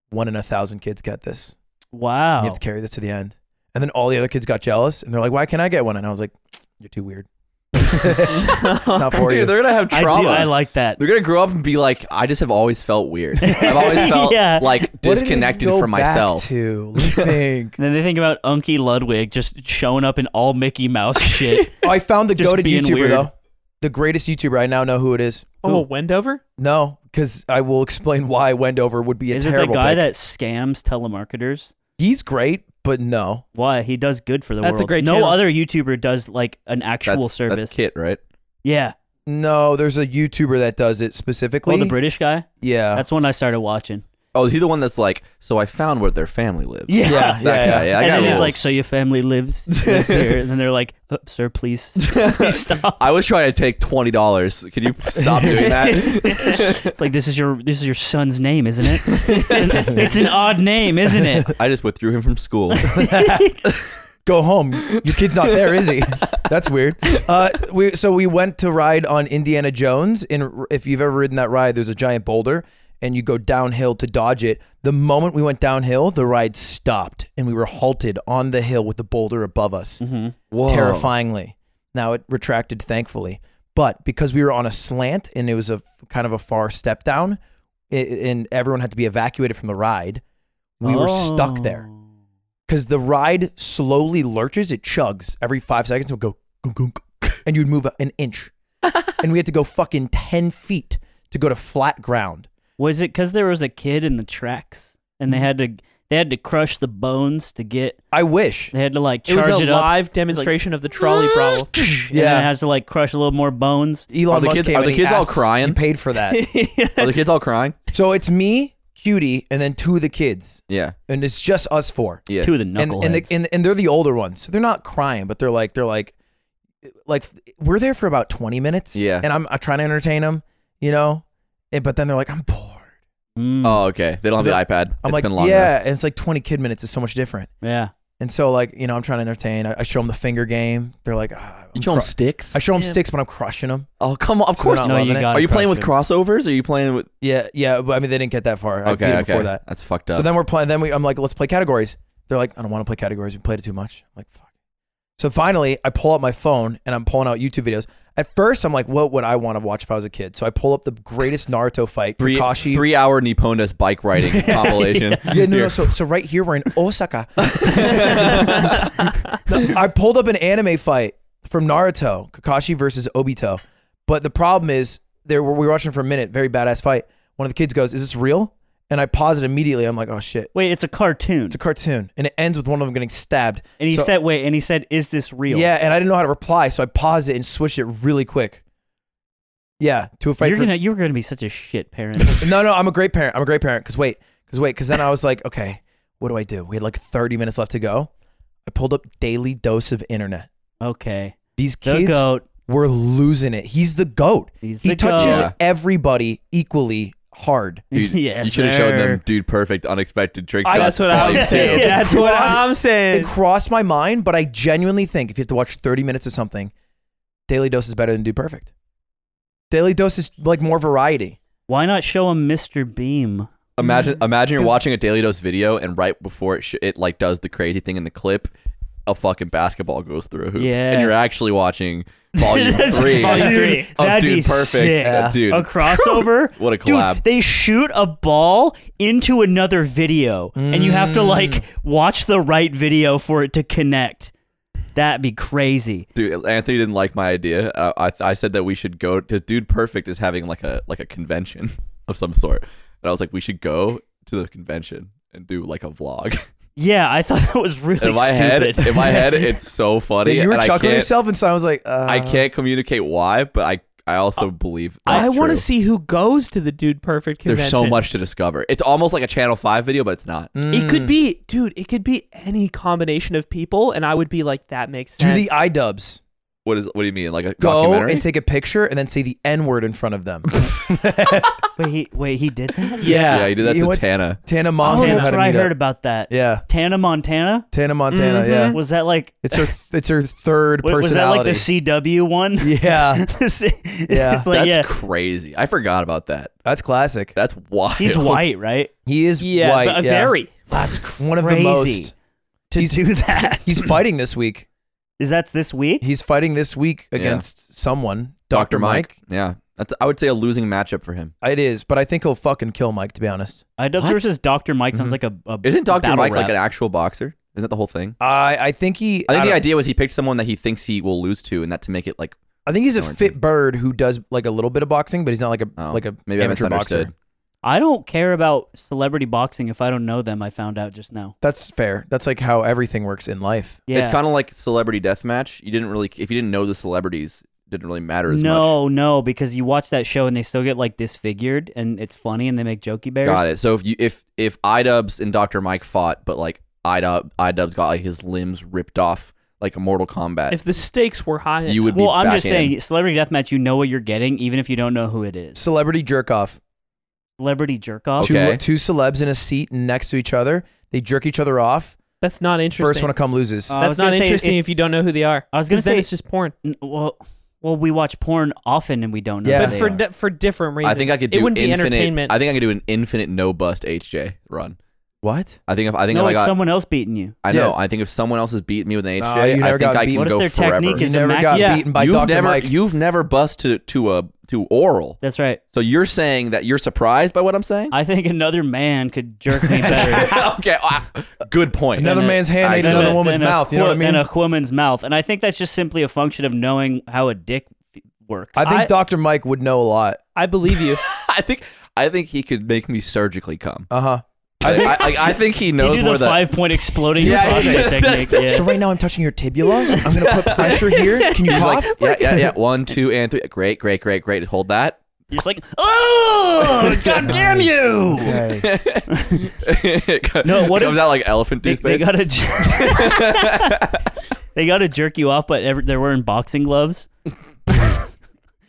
Speaker 4: One in a thousand kids get this.
Speaker 1: wow.
Speaker 4: You
Speaker 3: Oh.
Speaker 4: have to carry this to the end." And then all the other kids got jealous, and they're like, "Why can't I get one?" And I was like, "You're too weird. Not for you."
Speaker 3: Dude, they're gonna have
Speaker 1: I do.
Speaker 3: trauma.
Speaker 1: I like that.
Speaker 3: They're gonna grow up and be like, I just have always felt weird. I've always felt
Speaker 1: Yeah.
Speaker 3: like
Speaker 4: What did it
Speaker 3: disconnected
Speaker 4: go
Speaker 3: from
Speaker 4: back
Speaker 3: myself.
Speaker 4: To Let me think.
Speaker 1: And then they think about Unky Ludwig just showing up in all Mickey Mouse shit.
Speaker 4: Oh, I found the
Speaker 1: Just
Speaker 4: goaded
Speaker 1: being
Speaker 4: YouTuber
Speaker 1: weird.
Speaker 4: though. The greatest YouTuber. I now know who it is.
Speaker 2: oh, Wendover.
Speaker 4: No, because I will explain why Wendover would be a
Speaker 1: Is it the
Speaker 4: terrible.
Speaker 1: guy
Speaker 4: pick.
Speaker 1: that scams telemarketers?
Speaker 4: he's great, but no.
Speaker 1: Why he does good for the
Speaker 2: That's a
Speaker 1: world.
Speaker 2: great
Speaker 1: no
Speaker 2: channel.
Speaker 1: other YouTuber does like an actual
Speaker 3: that's,
Speaker 1: service.
Speaker 3: That's Kit, right?
Speaker 1: Yeah,
Speaker 4: No, there's a YouTuber that does it specifically.
Speaker 1: well, Oh, the British guy.
Speaker 4: yeah.
Speaker 1: That's when I started watching.
Speaker 3: Oh, is he the one that's like, so I found where their family lives.
Speaker 1: Yeah.
Speaker 4: yeah,
Speaker 3: That
Speaker 4: yeah,
Speaker 3: guy,
Speaker 4: yeah.
Speaker 3: yeah, I
Speaker 1: and
Speaker 3: got
Speaker 1: then he's
Speaker 3: rules.
Speaker 1: like, "So your family lives, lives here?" And then they're like, "Uh, "Sir, please, please stop."
Speaker 3: I was trying to take twenty dollars. Can you stop doing that?
Speaker 1: It's like this is your this is your son's name, isn't it? it's, an, it's an odd name, isn't it?
Speaker 3: I just withdrew him from school.
Speaker 4: Go home. Your kid's not there, is he? That's weird. Uh, we so we went to ride on Indiana Jones, and if you've ever ridden that ride, there's a giant boulder, and you go downhill to dodge it. The moment we went downhill, the ride stopped, and we were halted on the hill with the boulder above us.
Speaker 3: Whoa.
Speaker 4: terrifyingly. Now it retracted, thankfully, but because we were on a slant and it was a f- kind of a far step down, i and everyone had to be evacuated from the ride, we were stuck there
Speaker 1: Oh.
Speaker 4: because the ride slowly lurches. It chugs every five seconds. It would go, gunk, gunk, and you'd move an inch, and we had to go fucking ten feet to go to flat ground.
Speaker 1: Was it because there was a kid in the tracks and
Speaker 4: Mm-hmm.
Speaker 1: they had to they had to crush the bones to get
Speaker 4: I wish.
Speaker 1: they had to like
Speaker 2: It was
Speaker 1: charge
Speaker 2: a
Speaker 1: it, up
Speaker 2: live demonstration of the trolley problem.
Speaker 1: and then it
Speaker 4: Yeah.
Speaker 1: has to like crush a little more bones.
Speaker 4: Elon
Speaker 3: Are the
Speaker 4: Musk
Speaker 3: kids-
Speaker 4: came
Speaker 3: are
Speaker 4: and
Speaker 3: the
Speaker 4: he
Speaker 3: kids all
Speaker 4: asked-
Speaker 3: crying?
Speaker 4: He paid for that.
Speaker 3: Are the kids all crying?
Speaker 4: so it's me, cutie, and then two of the kids,
Speaker 3: Yeah.
Speaker 4: and it's just us four.
Speaker 3: Yeah.
Speaker 1: Two of the
Speaker 4: and
Speaker 1: knuckleheads.
Speaker 4: and, the, and and they're the older ones. So they're not crying, but they're like they're like like we're there for about 20 minutes
Speaker 3: Yeah.
Speaker 4: and I'm, I'm trying to entertain them, you know. And, but then they're like I'm bored.
Speaker 1: Mm,
Speaker 3: Oh, okay. They don't have the iPad.
Speaker 4: I'm
Speaker 3: It's
Speaker 4: like
Speaker 3: been long
Speaker 4: yeah,
Speaker 3: enough.
Speaker 4: and it's like 20 kid minutes is so much different.
Speaker 1: yeah.
Speaker 4: And so like you know I'm trying to entertain. I, I show them the finger game. They're like, ah, I'm
Speaker 3: You show them
Speaker 4: cru-
Speaker 3: sticks.
Speaker 4: I show them
Speaker 2: Yeah.
Speaker 4: sticks, but I'm crushing them.
Speaker 3: oh come on! Of
Speaker 4: So
Speaker 3: course.
Speaker 4: they're
Speaker 3: not.
Speaker 1: no,
Speaker 4: loving
Speaker 1: you
Speaker 4: it.
Speaker 1: got.
Speaker 3: Are you playing with crossovers? Are you playing with?
Speaker 4: Yeah, yeah. But I mean they didn't get that far. I
Speaker 3: Okay,
Speaker 4: beat 'em
Speaker 3: okay.
Speaker 4: before that.
Speaker 3: That's fucked up.
Speaker 4: So then we're playing. Then we, I'm like, let's play categories. They're like, I don't want to play categories. We played it too much. I'm like, fuck. So finally, I pull out my phone and I'm pulling out YouTube videos. At first, I'm like, what would I want to watch if I was a kid? So I pull up the greatest Naruto fight,
Speaker 3: three
Speaker 4: Kakashi.
Speaker 3: three hour Nipponess bike riding compilation.
Speaker 4: Yeah, no, no.
Speaker 3: Here.
Speaker 4: So, so right here we're in Osaka. No, I pulled up an anime fight from Naruto, Kakashi versus Obito. But the problem is, there were, we were watching for a minute, very badass fight. One of the kids goes, "Is this real?" And I pause it immediately. I'm like, "Oh shit,
Speaker 1: Wait, it's a cartoon.
Speaker 4: it's a cartoon," and it ends with one of them getting stabbed.
Speaker 1: and he
Speaker 4: So-
Speaker 1: said, "Wait," and he said, "Is this real?"
Speaker 4: Yeah, and I didn't know how to reply, so I paused it and switched it really quick. Yeah, to a fight.
Speaker 1: You're
Speaker 4: for-
Speaker 1: gonna, you're gonna be such a shit parent.
Speaker 4: no, no, I'm a great parent. I'm a great parent. Cause wait, cause wait, cause then I was like, okay, what do I do? We had like 30 minutes left to go. I pulled up daily dose of internet.
Speaker 1: okay,
Speaker 4: These
Speaker 1: the
Speaker 4: kids
Speaker 1: goat.
Speaker 4: were losing it. He's the goat.
Speaker 1: He's
Speaker 4: he
Speaker 1: the
Speaker 4: touches
Speaker 1: goat.
Speaker 3: Yeah.
Speaker 4: everybody equally hard.
Speaker 3: Dude,
Speaker 1: Yes,
Speaker 3: you should have shown them,
Speaker 1: sir.
Speaker 3: dude. Perfect, unexpected trick
Speaker 4: I-
Speaker 3: shots.
Speaker 2: That's what
Speaker 3: volume
Speaker 2: I'm
Speaker 3: two.
Speaker 2: saying.
Speaker 1: Yeah.
Speaker 2: That's what
Speaker 4: Cross-
Speaker 2: I'm
Speaker 4: It
Speaker 2: saying.
Speaker 4: crossed my mind, but I genuinely think if you have to watch 30 minutes of something, daily dose is better than do perfect. Daily dose is like more variety.
Speaker 1: Why not show him Mr. Beam?
Speaker 3: Imagine, imagine you're
Speaker 4: This-
Speaker 3: watching a Daily Dose video, and right before it, sh- it like does the crazy thing in the clip, a fucking basketball goes through a hoop,
Speaker 1: Yeah.
Speaker 3: and you're actually watching volume
Speaker 1: That's-
Speaker 3: three.
Speaker 2: Volume
Speaker 1: Dude,
Speaker 2: three.
Speaker 3: of
Speaker 1: That'd
Speaker 3: dude,
Speaker 1: be
Speaker 3: perfect.
Speaker 1: sick.
Speaker 3: Uh, dude,
Speaker 1: A crossover.
Speaker 3: What a collab.
Speaker 1: Dude, they shoot a ball into another video, and you
Speaker 3: Mm.
Speaker 1: have to like watch the right video for it to connect. That'd be crazy.
Speaker 3: Dude, Anthony didn't like my idea. Uh, I I said that we should go because Dude Perfect is having like a like a convention of some sort, and I was like, we should go to the convention and do like a vlog.
Speaker 1: Yeah, I thought that was really
Speaker 3: in my
Speaker 1: stupid.
Speaker 3: head, in my head, it's so funny.
Speaker 4: you were
Speaker 3: and
Speaker 4: chuckling
Speaker 3: I can't,
Speaker 4: yourself, and so I was like, uh,
Speaker 3: I can't communicate why, but I I also believe that's
Speaker 2: Uh, I want
Speaker 3: true.
Speaker 2: to see who goes to the Dude Perfect convention.
Speaker 3: There's so much to discover. It's almost like a Channel Five video, but it's not.
Speaker 4: mm.
Speaker 2: It could be, dude. It could be any combination of people, and I would be like, that makes
Speaker 4: Do
Speaker 2: sense.
Speaker 4: the iDubs.
Speaker 3: What is? What do you mean? Like a
Speaker 4: go
Speaker 3: documentary?
Speaker 4: and take a picture and then say the N word in front of them.
Speaker 1: wait, he, wait, he did that?
Speaker 3: yeah, you did that
Speaker 4: You know
Speaker 3: to
Speaker 4: what?
Speaker 3: Tana.
Speaker 4: Tana
Speaker 1: Oh,
Speaker 4: Montana.
Speaker 1: that's
Speaker 4: had a
Speaker 1: what I
Speaker 4: meetup.
Speaker 1: heard about that.
Speaker 4: Yeah,
Speaker 1: Tana Montana
Speaker 4: Tana Montana. Yeah,
Speaker 1: was that like
Speaker 4: it's her. It's her third
Speaker 1: wa- was that like the
Speaker 4: personality.
Speaker 1: CW one?
Speaker 4: yeah,
Speaker 1: it's
Speaker 4: Yeah.
Speaker 1: like
Speaker 3: That's
Speaker 1: yeah,
Speaker 3: crazy. I forgot about that.
Speaker 4: that's classic.
Speaker 3: That's wild.
Speaker 1: he's white, right?
Speaker 4: He is
Speaker 2: yeah,
Speaker 4: white.
Speaker 2: but-
Speaker 4: yeah.
Speaker 2: very.
Speaker 1: That's crazy.
Speaker 4: one of the most.
Speaker 1: to
Speaker 4: He's-
Speaker 1: do that.
Speaker 4: He's fighting this week.
Speaker 1: Is that this week?
Speaker 4: He's fighting this week
Speaker 3: Yeah.
Speaker 4: against someone,
Speaker 3: Dr.
Speaker 4: Doctor Uh,
Speaker 3: Mike. Yeah, that's. I would say a losing matchup for him.
Speaker 4: It is, but I think he'll fucking kill Mike. To be honest,
Speaker 1: IW
Speaker 3: What? Mm-hmm.
Speaker 1: versus Dr. Mike sounds
Speaker 4: Mhm.
Speaker 1: like a, a
Speaker 3: Isn't Dr.
Speaker 1: battle
Speaker 3: Mike like an
Speaker 1: rap.
Speaker 3: actual boxer? Isn't that the whole thing?
Speaker 4: I I think he.
Speaker 3: I think the
Speaker 4: don't-
Speaker 3: idea was he picked someone that he thinks he will lose to, and that to make it like
Speaker 4: I think he's a
Speaker 3: Orange.
Speaker 4: fit bird who does like a little bit of boxing, but he's not like a
Speaker 3: oh,
Speaker 4: like a
Speaker 3: maybe I
Speaker 4: amateur
Speaker 3: misunderstood.
Speaker 4: boxer.
Speaker 1: I don't care about celebrity boxing if I don't know them. I found out just now.
Speaker 4: That's fair. That's like how everything works in life.
Speaker 1: Yeah.
Speaker 3: It's kind of like celebrity deathmatch. You didn't really if you didn't know the celebrities, it didn't really matter as much.
Speaker 1: no, no, because you watch that show and they still get like disfigured and it's funny and they make jokey bears.
Speaker 3: Got it. So if you if if Idubs and Dr. Mike fought, but like Idub Idubs got like his limbs ripped off like a Mortal Kombat,
Speaker 2: If the stakes were high,
Speaker 3: you would be
Speaker 1: Well, I'm
Speaker 3: back
Speaker 1: just
Speaker 3: in.
Speaker 1: saying, celebrity deathmatch, you know what you're getting, even if you don't know who it is.
Speaker 4: Celebrity jerk off.
Speaker 1: Celebrity jerk off.
Speaker 3: Okay.
Speaker 4: Two, two celebs in a seat next to each other. They jerk each other off.
Speaker 2: that's not interesting.
Speaker 4: First one to come loses.
Speaker 1: Uh, I was
Speaker 2: that's not
Speaker 1: gonna say
Speaker 2: interesting
Speaker 1: it-
Speaker 2: if you don't know who they are.
Speaker 1: I was gonna
Speaker 2: 'Cause then
Speaker 1: say-
Speaker 2: it's just porn,
Speaker 1: N- Well, well, we watch porn often and we don't know.
Speaker 4: Yeah.
Speaker 1: who
Speaker 2: but
Speaker 1: they
Speaker 2: for
Speaker 1: are.
Speaker 2: di- for different reasons.
Speaker 3: I think I could do
Speaker 2: it wouldn't
Speaker 3: infinite,
Speaker 2: be entertainment.
Speaker 3: I think I could do an infinite no bust HJ run.
Speaker 4: what?
Speaker 3: I think if I think
Speaker 1: no,
Speaker 3: if I
Speaker 1: it's
Speaker 3: got
Speaker 1: someone else beating you.
Speaker 3: I know.
Speaker 4: Yes.
Speaker 3: I think if someone else has beat me with an HJ,
Speaker 4: Nah, you
Speaker 3: I
Speaker 4: never
Speaker 3: think
Speaker 4: got
Speaker 3: I can
Speaker 4: beat.
Speaker 1: What if
Speaker 3: go
Speaker 1: their
Speaker 3: forever.
Speaker 1: technique
Speaker 4: You
Speaker 1: is
Speaker 4: never got
Speaker 2: Yeah.
Speaker 4: beaten by
Speaker 3: you've
Speaker 4: Dr.
Speaker 3: never
Speaker 4: Mike.
Speaker 3: you've never bust to to a to oral.
Speaker 1: That's right.
Speaker 3: So you're saying that you're surprised by what I'm saying?
Speaker 1: I think another man could jerk me better.
Speaker 3: okay, ah, good point.
Speaker 4: another
Speaker 1: a-
Speaker 4: man's hand
Speaker 3: I
Speaker 4: ate
Speaker 3: know
Speaker 4: another
Speaker 3: that-
Speaker 4: woman's
Speaker 1: than a
Speaker 4: mouth. You know what I
Speaker 1: who-
Speaker 4: mean?
Speaker 1: Than a woman's mouth, and I think that's just simply a function of knowing how a dick f- works.
Speaker 4: I think
Speaker 2: I-
Speaker 4: Dr. Mike would know a lot.
Speaker 2: I believe you.
Speaker 3: I think I think he could make me surgically come.
Speaker 4: Uh huh.
Speaker 3: I think, I, I- I think he
Speaker 1: you
Speaker 3: knows
Speaker 1: do
Speaker 3: where
Speaker 1: the
Speaker 3: the
Speaker 1: five point exploding
Speaker 3: Yeah,
Speaker 1: massage
Speaker 3: yeah, that-
Speaker 1: technique. yeah.
Speaker 4: So right now I'm touching your tibula. I'm gonna put pressure here. Can you
Speaker 3: He's
Speaker 4: cough?
Speaker 3: like, yeah, yeah, yeah. One, two, and three. Great, great, great, great. Hold that.
Speaker 1: You're just like, oh, god damn you!
Speaker 4: Okay.
Speaker 1: No, what
Speaker 3: it
Speaker 1: if-
Speaker 3: comes out like elephant
Speaker 1: They, they
Speaker 3: toothpaste?
Speaker 1: gotta, j- they gotta jerk you off, but every, they're wearing boxing gloves. you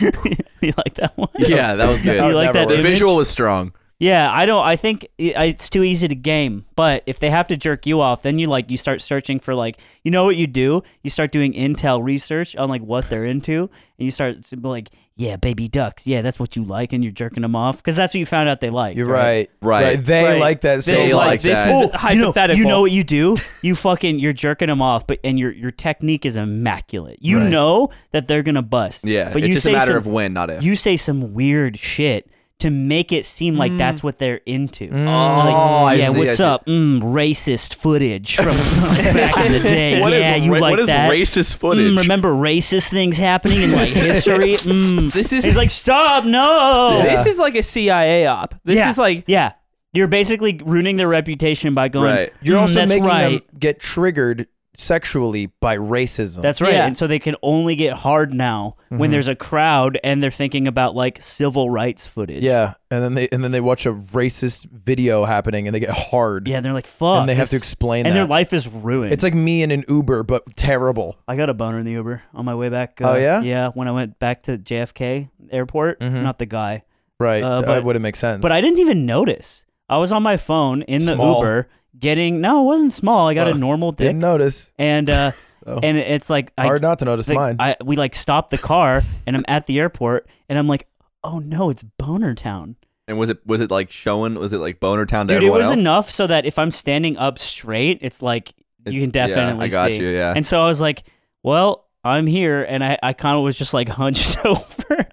Speaker 1: like that one?
Speaker 3: yeah, that was good.
Speaker 1: You
Speaker 4: would
Speaker 1: like
Speaker 4: never
Speaker 1: that
Speaker 4: work.
Speaker 3: the
Speaker 1: image?
Speaker 3: visual was strong.
Speaker 1: Yeah, I don't. I think it, it's too easy to game. But if they have to jerk you off, then you like you start searching for like you know what you do. You start doing intel research on like what they're into, and you start to be like, yeah, baby ducks. Yeah, that's what you like, and you're jerking them off because that's what you found out they like.
Speaker 4: You're right.
Speaker 3: Right.
Speaker 4: They
Speaker 2: Right.
Speaker 4: like that so
Speaker 3: They
Speaker 4: much.
Speaker 3: like
Speaker 2: this
Speaker 3: that.
Speaker 2: is
Speaker 3: Oh,
Speaker 2: hypothetical.
Speaker 1: You know, you know what you do? You fucking you're jerking them off, but and your your technique is immaculate. You
Speaker 4: Right.
Speaker 1: know that they're gonna bust.
Speaker 3: Yeah,
Speaker 1: but
Speaker 3: it's
Speaker 1: you
Speaker 3: just
Speaker 1: say
Speaker 3: a matter
Speaker 1: some,
Speaker 3: of when, not if.
Speaker 1: you say some weird shit to make it seem like that's what they're into.
Speaker 3: oh,
Speaker 1: Like,
Speaker 3: I
Speaker 1: yeah,
Speaker 3: see, I
Speaker 1: what's
Speaker 3: see.
Speaker 1: up? Mm, racist footage from back in the day.
Speaker 3: What is
Speaker 1: yeah, you
Speaker 3: ra-
Speaker 1: like
Speaker 3: what is
Speaker 1: that?
Speaker 3: racist footage?
Speaker 1: Mm, remember racist things happening in my history? Mm.
Speaker 2: This is-
Speaker 1: He's like, stop, no.
Speaker 4: Yeah.
Speaker 2: This is like a CIA op. This
Speaker 1: Yeah,
Speaker 2: is like
Speaker 1: yeah. You're basically ruining their reputation by going.
Speaker 3: Right.
Speaker 4: You're
Speaker 1: "Mm,
Speaker 4: also
Speaker 1: that's
Speaker 4: making
Speaker 1: right.
Speaker 4: them get triggered sexually by racism.
Speaker 1: That's right.
Speaker 2: Yeah.
Speaker 1: And so they can only get hard now
Speaker 4: Mm-hmm.
Speaker 1: when there's a crowd and they're thinking about like civil rights footage.
Speaker 4: yeah, and then they and then they watch a racist video happening and they get hard.
Speaker 1: Yeah, they're like, fuck.
Speaker 4: and they have to
Speaker 1: this-
Speaker 4: explain
Speaker 1: And
Speaker 4: that.
Speaker 1: their life is ruined.
Speaker 4: it's like me in an Uber, but terrible.
Speaker 1: I got a boner in the Uber on my way back. uh,
Speaker 4: Oh, yeah?
Speaker 1: Yeah, when I went back to JFK airport.
Speaker 4: Mhm.
Speaker 1: Not the guy.
Speaker 4: Right,
Speaker 1: Uh,
Speaker 4: that
Speaker 1: but-
Speaker 4: wouldn't make sense.
Speaker 1: But I didn't even notice. I was on my phone in the
Speaker 4: Small. Oh.
Speaker 1: Uber getting, no, it wasn't small. I got a normal dick.
Speaker 4: didn't notice.
Speaker 1: And, uh,
Speaker 4: Oh.
Speaker 1: and it's like, I,
Speaker 4: Hard not to notice
Speaker 1: It's like,
Speaker 4: mine.
Speaker 1: I, we like stopped the car and I'm at the airport and I'm like, oh no, it's Boner Town.
Speaker 3: And was it was it like showing? Was it like Boner Town to
Speaker 1: Dude, it
Speaker 3: everyone
Speaker 1: was
Speaker 3: else?
Speaker 1: enough so that if I'm standing up straight, it's like
Speaker 3: It-
Speaker 1: you can
Speaker 3: yeah,
Speaker 1: definitely
Speaker 3: I got
Speaker 1: see.
Speaker 3: you. Yeah.
Speaker 1: And so I was like, well, I'm here and I, I kind of was just like hunched over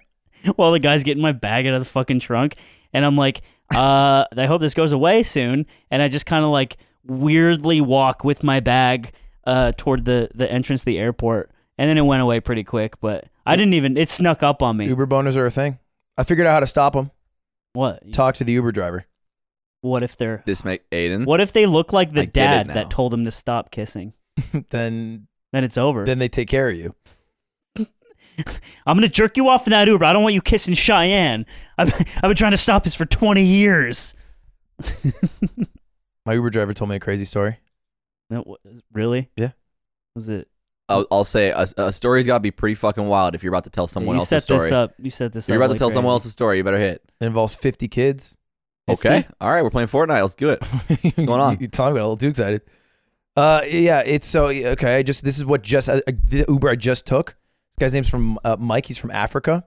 Speaker 1: while the guy's getting my bag out of the fucking trunk and I'm like, uh, I hope this goes away soon and I just kind of like weirdly walk with my bag uh toward the the entrance to the airport and then it went away pretty quick, but I didn't even it snuck up on me.
Speaker 4: Uber boners are a thing. I figured out how to stop them.
Speaker 1: What?
Speaker 4: Talk to the Uber driver.
Speaker 1: What if they're
Speaker 3: this make Aiden.
Speaker 1: What if they look like the
Speaker 3: Hmm? I get it
Speaker 1: dad
Speaker 3: now.
Speaker 1: that told them to stop kissing?
Speaker 4: then
Speaker 1: Then it's over.
Speaker 4: then they take care of you.
Speaker 1: I'm gonna jerk you off in that Uber. I don't want you kissing Cheyenne. I've, I've been trying to stop this for 20 years.
Speaker 4: My Uber driver told me a crazy story.
Speaker 1: That wa- really?
Speaker 4: Yeah.
Speaker 1: Was it?
Speaker 3: I'll, I'll say a, a story's got to be pretty fucking wild if you're about to tell someone
Speaker 1: you
Speaker 3: else's
Speaker 1: set
Speaker 3: story.
Speaker 1: this up. You set this
Speaker 3: If you're
Speaker 1: up.
Speaker 3: about to
Speaker 1: like
Speaker 3: tell someone
Speaker 1: crazy.
Speaker 3: else's story. You better hit.
Speaker 4: It involves 50 kids.
Speaker 3: Okay.
Speaker 1: 50?
Speaker 3: All right. We're playing Fortnite. Let's do it.
Speaker 4: Going
Speaker 3: on?
Speaker 4: you talking about a little too excited. Uh, yeah, it's so okay. I just this is what just uh, the Uber I just took. This guy's name's from uh, Mike. He's from Africa.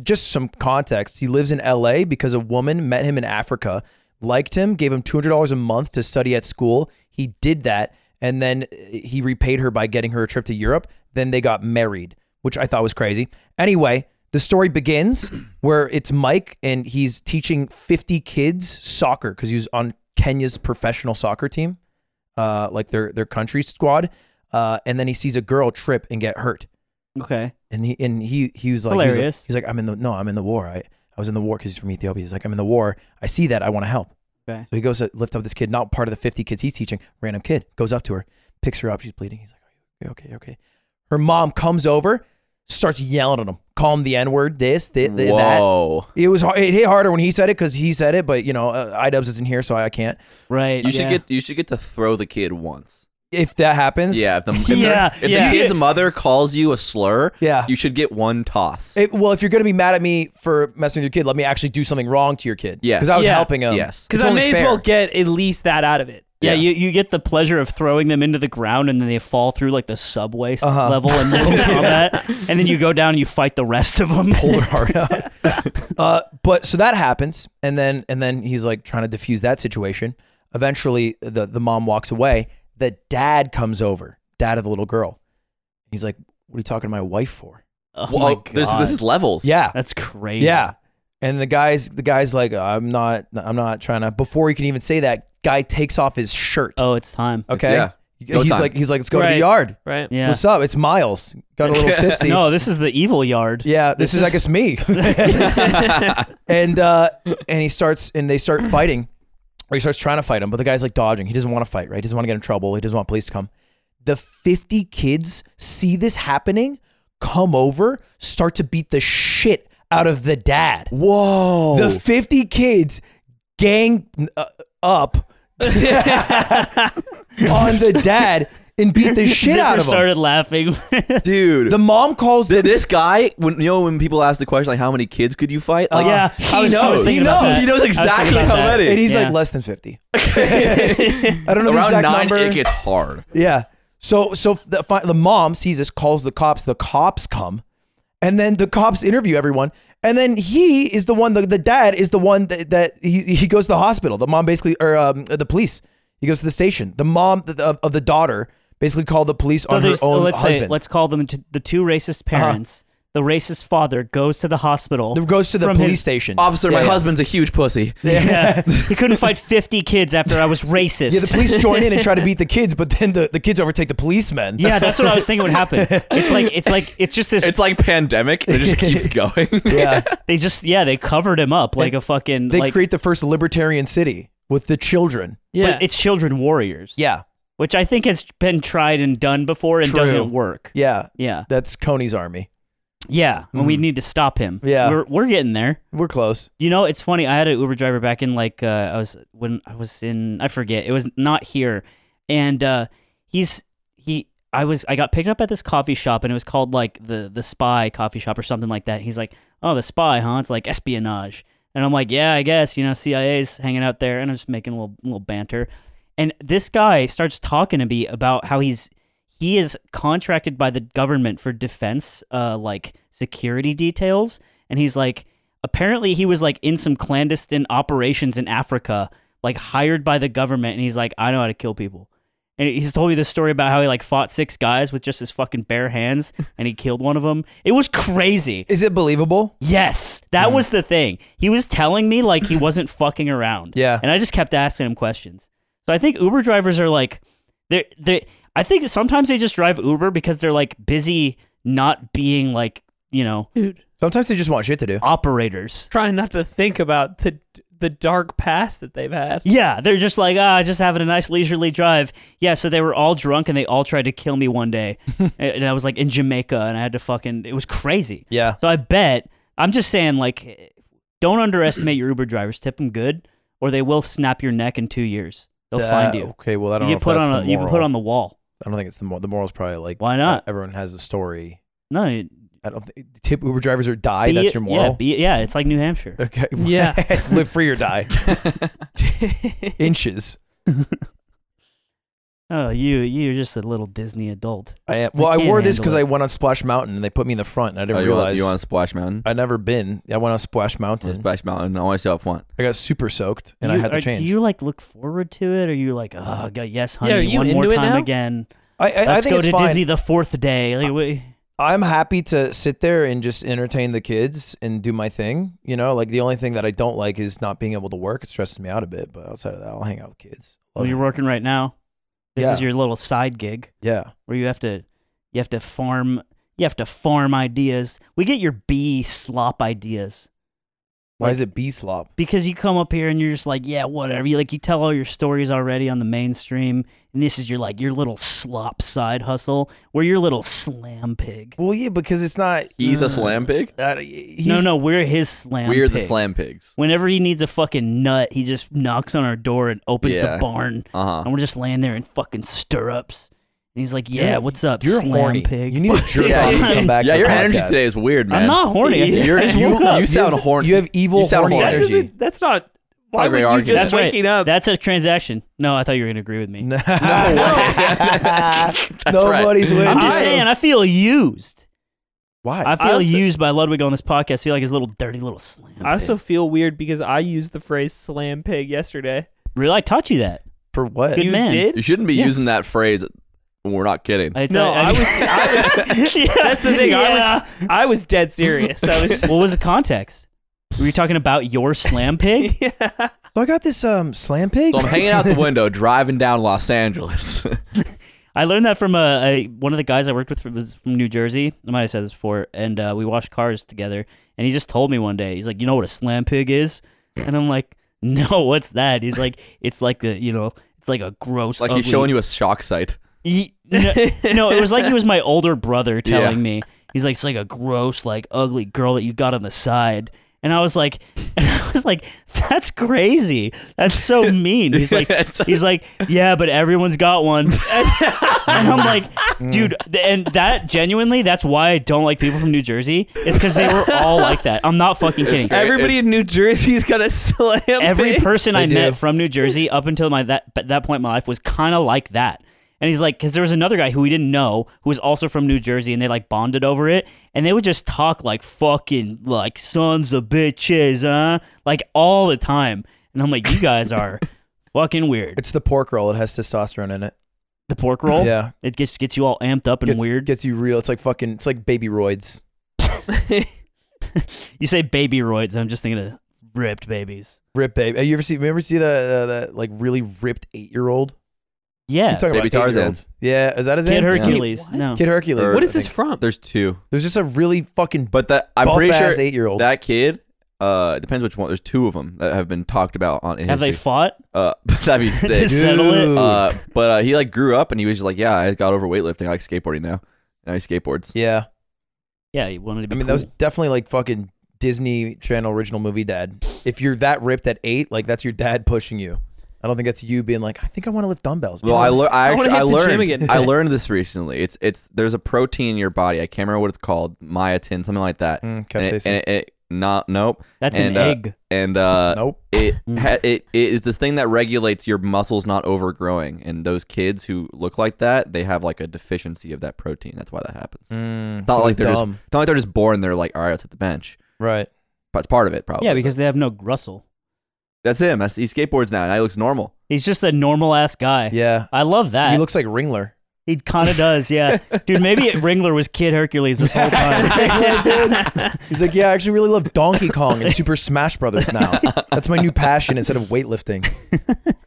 Speaker 4: Just some context. He lives in L.A. because a woman met him in Africa, liked him, gave him two hundred dollars a month to study at school. He did that, and then uh, he repaid her by getting her a trip to Europe. Then they got married, which I thought was crazy. Anyway, the story begins where it's Mike and he's teaching 50 kids soccer because he was on Kenya's professional soccer team, uh, like their their country squad. Uh, and then he sees a girl trip and get hurt,
Speaker 1: Okay.
Speaker 4: and he and he he was like, he was like-
Speaker 1: Hilarious.
Speaker 4: he's like, I'm in the no, I'm in the war. I I was in the war because he's from Ethiopia. He's like, I'm in the war. I see that. I want to help.
Speaker 1: Okay.
Speaker 4: So he goes to lift up this kid, not part of the 50 kids he's teaching, random kid, goes up to her, picks her up. She's bleeding. He's like, "Are you okay, okay, okay. Her mom comes over, starts yelling at him, call him the N word, this, thi- thi- that.
Speaker 3: Whoa.
Speaker 4: It was hard, it hit harder when he said it because he said it, but you know, uh, IDubs isn't here, so I can't.
Speaker 1: Right.
Speaker 3: You should
Speaker 1: yeah.
Speaker 3: get you should get to throw the kid once.
Speaker 4: If that happens,
Speaker 3: Yeah. If the, if the-
Speaker 1: Yeah,
Speaker 3: if the,
Speaker 1: yeah.
Speaker 3: kid's mother calls you a slur,
Speaker 4: Yeah.
Speaker 3: you should get one toss.
Speaker 4: It- well, if you're gonna be mad at me for messing with your kid, let me actually do something wrong to your kid.
Speaker 3: Yes.
Speaker 4: because I was
Speaker 2: Yeah.
Speaker 4: helping him.
Speaker 3: Yes.
Speaker 2: because
Speaker 4: It's
Speaker 2: I
Speaker 4: only
Speaker 2: may as
Speaker 4: fair.
Speaker 2: well get at least that out of it.
Speaker 1: Yeah,
Speaker 3: Yeah.
Speaker 1: You, you get the pleasure of throwing them into the ground and then they fall through like the subway s-
Speaker 4: Uh-huh.
Speaker 1: level in Mortal Kombat. And then you go down and you fight the rest of them.
Speaker 4: pull her heart out. uh, but so that happens, and then and then he's like trying to defuse that situation. Eventually, the the mom walks away. The dad comes over, dad of the little girl. He's like, "What are you talking to my wife for?"
Speaker 1: Oh
Speaker 3: Whoa,
Speaker 1: my God.
Speaker 3: this, this is levels.
Speaker 4: Yeah,
Speaker 1: That's crazy.
Speaker 4: yeah. And the guys, the guys like, "I'm not, I'm not trying to." Before he can even say that, guy takes off his shirt.
Speaker 1: Oh, it's time.
Speaker 4: Okay,
Speaker 3: Yeah. No
Speaker 4: he's
Speaker 3: time.
Speaker 4: like, he's like, "Let's go to
Speaker 2: Right.
Speaker 4: the yard."
Speaker 2: Right.
Speaker 1: Yeah.
Speaker 4: What's up? It's Miles. Got a little
Speaker 3: Yeah.
Speaker 4: tipsy.
Speaker 1: No, this is the evil yard.
Speaker 4: Yeah, this,
Speaker 1: This
Speaker 4: is, I
Speaker 1: is-
Speaker 4: guess me. and uh, and he starts and they start fighting, or he starts trying to fight him, but the guy's like dodging. He doesn't want to fight, right? He doesn't want to get in trouble. He doesn't want police to come. The fifty kids see this happening, come over, start to beat the shit out of the dad.
Speaker 3: Whoa.
Speaker 4: The fifty kids gang uh, up on the dad. and beat the shit
Speaker 1: Zipper
Speaker 4: out of him.
Speaker 1: started laughing.
Speaker 3: dude.
Speaker 4: The mom calls the,
Speaker 3: Th- this guy, when you know, when people ask the question like, "How many kids could you fight?" Like,
Speaker 1: yeah, I was- I was
Speaker 3: knows.
Speaker 1: thinking
Speaker 3: He
Speaker 1: about
Speaker 3: knows.
Speaker 1: that.
Speaker 3: He knows
Speaker 1: I was thinking
Speaker 3: exactly
Speaker 1: about
Speaker 3: how
Speaker 1: that.
Speaker 3: many.
Speaker 4: and he's
Speaker 1: Yeah.
Speaker 4: like less than fifty. I don't know the
Speaker 3: around
Speaker 4: exact
Speaker 3: nine,
Speaker 4: number.
Speaker 3: it gets hard.
Speaker 4: Yeah. So so f- the, fi- the mom sees this, calls the cops. The cops come, and then the cops interview everyone. And then he is the one. The, the dad is the one that, that he, he goes to the hospital. The mom basically, or um, the police. He goes to the station. The mom th- of, of the daughter basically called the police
Speaker 1: So
Speaker 4: on her
Speaker 1: there's-
Speaker 4: own
Speaker 1: let's
Speaker 4: husband.
Speaker 1: say let's call them t- the two racist parents. The racist father goes to the hospital.
Speaker 4: There goes to Uh-huh. the
Speaker 1: from
Speaker 4: police
Speaker 1: his-
Speaker 4: station.
Speaker 3: Officer,
Speaker 4: Yeah,
Speaker 3: my
Speaker 4: yeah.
Speaker 3: husband's a huge pussy.
Speaker 1: Yeah, he couldn't fight 50 kids after I was racist.
Speaker 4: Yeah, the police join in and try to beat the kids, but then the, the kids overtake the policemen.
Speaker 1: Yeah, that's what I was thinking would happen. It's like it's like it's just this.
Speaker 3: It's like pandemic. It just keeps going.
Speaker 4: yeah.
Speaker 1: they just yeah they covered him up like a fucking
Speaker 4: They
Speaker 1: like.
Speaker 4: create the first libertarian city with the children.
Speaker 2: Yeah.
Speaker 1: But it's children warriors,
Speaker 4: Yeah.
Speaker 1: which I think has been tried and done before and
Speaker 4: True.
Speaker 1: doesn't work.
Speaker 4: Yeah.
Speaker 1: Yeah,
Speaker 4: That's Coney's army.
Speaker 1: yeah. And we need to stop him.
Speaker 4: Mm. Yeah.
Speaker 1: we're we're getting there.
Speaker 4: We're close.
Speaker 1: You know, it's funny. I had an Uber driver back in like uh, I was when I was in I forget. It was not here, and uh, he's he. I was I got picked up at this coffee shop, and it was called like the the Spy Coffee Shop or something like that. He's like, "Oh, the Spy, huh? It's like espionage." And I'm like, "Yeah, I guess you know CIA's hanging out there," and I'm just making a little little banter. And this guy starts talking to me about how he's he is contracted by the government for defense, uh, like security details. And he's like, apparently he was like in some clandestine operations in Africa, like hired by the government. And he's like, I know how to kill people. And he's told me this story about how he like fought six guys with just his fucking bare hands and he killed one of them. It was crazy.
Speaker 4: Is it believable?
Speaker 1: Yes, that was the thing. He was telling me like he wasn't fucking around.
Speaker 4: Yeah.
Speaker 1: and I just kept asking him questions. So I think Uber drivers are like, they're they. I think sometimes they just drive Uber because they're like busy not being like you know
Speaker 2: dude.
Speaker 4: Sometimes they just want shit to do.
Speaker 1: operators.
Speaker 2: Trying not to think about the the dark past that they've had.
Speaker 1: Yeah, they're just like ah, just having a nice leisurely drive. Yeah, so they were all drunk and they all tried to kill me one day, and and I was like in Jamaica and I had to fucking. It was crazy.
Speaker 4: Yeah.
Speaker 1: So I bet I'm just saying, like, don't underestimate your Uber drivers. Tip them good, or they will snap your neck in two years. They'll find you.
Speaker 4: Okay, well, I don't
Speaker 1: you
Speaker 4: know.
Speaker 1: get put on a, you get put on the wall.
Speaker 4: I don't think it's the moral. The moral's probably like.
Speaker 1: Why not?
Speaker 4: Everyone has a story.
Speaker 1: No, you-
Speaker 4: I don't think. Tip Uber drivers or die.
Speaker 1: be-
Speaker 4: that's your
Speaker 1: Yeah,
Speaker 4: moral.
Speaker 1: be- yeah, it's like New Hampshire.
Speaker 4: okay.
Speaker 2: Yeah.
Speaker 4: it's live free or die. Inches.
Speaker 1: Oh, you you're just a little Disney adult.
Speaker 4: I am. Well, I,
Speaker 1: can't
Speaker 4: wore this
Speaker 1: handle
Speaker 4: because
Speaker 1: it.
Speaker 4: I went on Splash Mountain and they put me in the front and I didn't
Speaker 3: Oh, you, want,
Speaker 4: realize.
Speaker 3: you want Splash Mountain?
Speaker 4: I never been. I went on Splash Mountain.
Speaker 3: Splash Mountain. I only saw up one.
Speaker 4: I got super soaked and
Speaker 1: Do
Speaker 4: I
Speaker 1: you-
Speaker 4: had
Speaker 1: are-
Speaker 4: to change.
Speaker 1: Do you like look forward to it, or you like, oh, God, yes, honey,
Speaker 2: are you
Speaker 1: one more
Speaker 2: into it
Speaker 1: time
Speaker 2: now?
Speaker 1: again?
Speaker 4: I, I, I
Speaker 1: Let's
Speaker 4: think
Speaker 1: go
Speaker 4: it's
Speaker 1: to
Speaker 4: fine. Uh,
Speaker 1: Disney the fourth day. Like, we,
Speaker 4: I'm happy to sit there and just entertain the kids and do my thing. You know, like the only thing that I don't like is not being able to work. It stresses me out a bit, but outside of that, I'll hang out with kids.
Speaker 1: well,
Speaker 4: Love
Speaker 1: you're
Speaker 4: it.
Speaker 1: working right now. This
Speaker 4: Yeah.
Speaker 1: is your little side gig.
Speaker 4: yeah.
Speaker 1: where you have to you have to farm you have to farm ideas. We get your B slop ideas
Speaker 4: Why
Speaker 1: Like-
Speaker 4: is it B slop?
Speaker 1: because you come up here and you're just like, yeah, whatever. You like you tell all your stories already on the mainstream, and this is your like your little slop side hustle. We're your little slam pig.
Speaker 4: Well, yeah, because it's not.
Speaker 3: He's a slam pig.
Speaker 4: Uh, he's,
Speaker 1: no, no, we're his slam.
Speaker 3: We're the
Speaker 1: pig.
Speaker 3: slam pigs.
Speaker 1: Whenever he needs a fucking nut, he just knocks on our door and opens
Speaker 3: Yeah.
Speaker 1: the barn,
Speaker 3: Uh huh.
Speaker 1: and we're just laying there in fucking stirrups. And he's like, "Yeah, what's up,
Speaker 4: You're
Speaker 1: slam
Speaker 4: horny.
Speaker 1: pig?
Speaker 4: You need to jerk
Speaker 3: Yeah.
Speaker 4: off and come back.
Speaker 3: Yeah,
Speaker 4: to
Speaker 3: your
Speaker 4: the
Speaker 3: energy
Speaker 4: podcast.
Speaker 3: today is weird, man.
Speaker 1: I'm not horny. I just
Speaker 3: You're,
Speaker 1: woke up.
Speaker 3: you, you sound horny.
Speaker 4: You have evil,
Speaker 3: You sound
Speaker 4: horny
Speaker 3: horny.
Speaker 2: That
Speaker 4: energy.
Speaker 2: doesn't- that's not. Why would
Speaker 3: Primary
Speaker 2: you
Speaker 3: argument.
Speaker 2: just
Speaker 1: That's right.
Speaker 2: waking up?
Speaker 1: That's a transaction. No, I thought you were going to agree with me.
Speaker 4: no
Speaker 3: That's
Speaker 4: Nobody's
Speaker 3: right.
Speaker 4: winning.
Speaker 1: I'm just saying, I feel used.
Speaker 4: Why?
Speaker 1: I feel
Speaker 2: also-
Speaker 1: used by Ludwig on this podcast. I feel like his little dirty little slam.
Speaker 2: I also
Speaker 1: pig.
Speaker 2: feel weird because I used the phrase "slam pig" yesterday.
Speaker 1: really I taught you that.
Speaker 4: For what?
Speaker 1: Good
Speaker 2: you
Speaker 1: man.
Speaker 2: did?
Speaker 3: You shouldn't be
Speaker 1: Yeah.
Speaker 3: using that phrase. when We're not kidding.
Speaker 1: I,
Speaker 2: No, I was. I was
Speaker 1: Yeah,
Speaker 2: that's the thing.
Speaker 1: yeah.
Speaker 2: I was. I was dead serious. I was.
Speaker 1: What was the context? Were you talking about your slam pig?
Speaker 2: yeah.
Speaker 4: So I got this um slam pig.
Speaker 3: So I'm hanging out the window, driving down Los Angeles.
Speaker 1: I learned that from a, a one of the guys I worked with was from New Jersey. I might have said this before, and uh, we washed cars together. And he just told me one day, he's like, "You know what a slam pig is?" And I'm like, "No, what's that?" He's like, "It's like the you know, it's like a gross,
Speaker 3: like
Speaker 1: ugly,
Speaker 3: he's showing you a shock site.
Speaker 1: Ye- no, no, it was like he was my older brother telling
Speaker 3: Yeah.
Speaker 1: me. He's like, it's like a gross, like ugly girl that you got on the side. And I was like, and I was like, that's crazy. That's so mean. He's like, he's like, yeah, but everyone's got one. And, and I'm like, dude, th- and that genuinely, that's why I don't like people from New Jersey. It's because they were all like that. I'm not fucking kidding.
Speaker 3: great.
Speaker 2: Everybody in New Jersey's got a slam.
Speaker 1: Every
Speaker 2: big.
Speaker 1: person
Speaker 4: They
Speaker 1: I
Speaker 4: do.
Speaker 1: met from New Jersey up until my that at that point in my life was kind of like that. And he's like, because there was another guy who we didn't know who was also from New Jersey, and they like bonded over it, and they would just talk like fucking like sons of bitches, huh? Like all the time. And I'm like, you guys are fucking weird.
Speaker 4: It's the pork roll. It has testosterone in it.
Speaker 1: The pork roll,
Speaker 4: Yeah.
Speaker 1: it gets gets you all amped up and
Speaker 4: Gets,
Speaker 1: weird.
Speaker 4: Gets you real. It's like fucking. It's like baby roids.
Speaker 1: You say baby roids, I'm just thinking of ripped babies.
Speaker 4: Rip baby. Have you ever see? Remember see the uh, that like really ripped eight year old?
Speaker 1: Yeah,
Speaker 4: talking
Speaker 3: Baby
Speaker 4: about
Speaker 3: Tarzan.
Speaker 4: eight-year-olds. Yeah. Is that his
Speaker 1: Kid
Speaker 4: name?
Speaker 3: Yeah.
Speaker 1: Hercules.
Speaker 2: Wait, what?
Speaker 1: No,
Speaker 4: Kid Hercules.
Speaker 3: Or-
Speaker 2: What
Speaker 4: I
Speaker 2: is this
Speaker 4: think.
Speaker 2: from?
Speaker 3: There's two,
Speaker 4: There's just a really fucking
Speaker 3: but that I'm
Speaker 4: buff
Speaker 3: pretty
Speaker 4: ass
Speaker 3: sure
Speaker 4: eight year old.
Speaker 3: that kid. Uh, it depends which one. There's two of them that have been talked about on. in
Speaker 1: have they
Speaker 3: history.
Speaker 1: fought?
Speaker 3: uh, that'd be sick.
Speaker 1: Just settle it.
Speaker 3: Uh, but uh, he like grew up and he was just like, yeah, I got over weightlifting. I like skateboarding now. Now he skateboards.
Speaker 4: yeah.
Speaker 1: Yeah, you wanted to be.
Speaker 4: I mean, that
Speaker 1: cool.
Speaker 4: was definitely like fucking Disney Channel original movie dad. If you're that ripped at eight, like that's your dad pushing you. I don't think that's you being like, I think I want to lift dumbbells.
Speaker 3: Well, I, lear- I,
Speaker 2: I wanna
Speaker 3: actually, I,
Speaker 2: hit the gym
Speaker 3: learned
Speaker 2: again.
Speaker 3: I learned this recently. It's it's there's a protein in your body. I can't remember what it's called, myotin, something like that.
Speaker 4: Mm,
Speaker 3: And it,
Speaker 4: capsaicin.
Speaker 3: and it, it- not nope.
Speaker 1: That's
Speaker 3: and,
Speaker 1: an
Speaker 3: uh,
Speaker 1: egg.
Speaker 3: And uh,
Speaker 4: nope.
Speaker 3: it,
Speaker 1: Mm.
Speaker 3: ha- it it is this thing that regulates your muscles not overgrowing. And those kids who look like that, they have like a deficiency of that protein. That's why that happens.
Speaker 4: Mm,
Speaker 3: Not like they're just
Speaker 4: dumb.
Speaker 3: not like they're just born. They're like, all right, let's hit the bench.
Speaker 4: right.
Speaker 3: But it's part of it, probably.
Speaker 1: Yeah, because they have no Russell.
Speaker 3: That's him. That's, he skateboards now, and he looks normal.
Speaker 1: He's just a normal ass guy.
Speaker 4: Yeah.
Speaker 1: I love that.
Speaker 4: He
Speaker 1: He,
Speaker 4: looks like Ringler.
Speaker 1: kind of does, yeah. Dude, maybe it, Ringler was Kid Hercules this whole time.
Speaker 4: He's like, yeah, I actually really love Donkey Kong and Super Smash Brothers now. That's my new passion instead of weightlifting.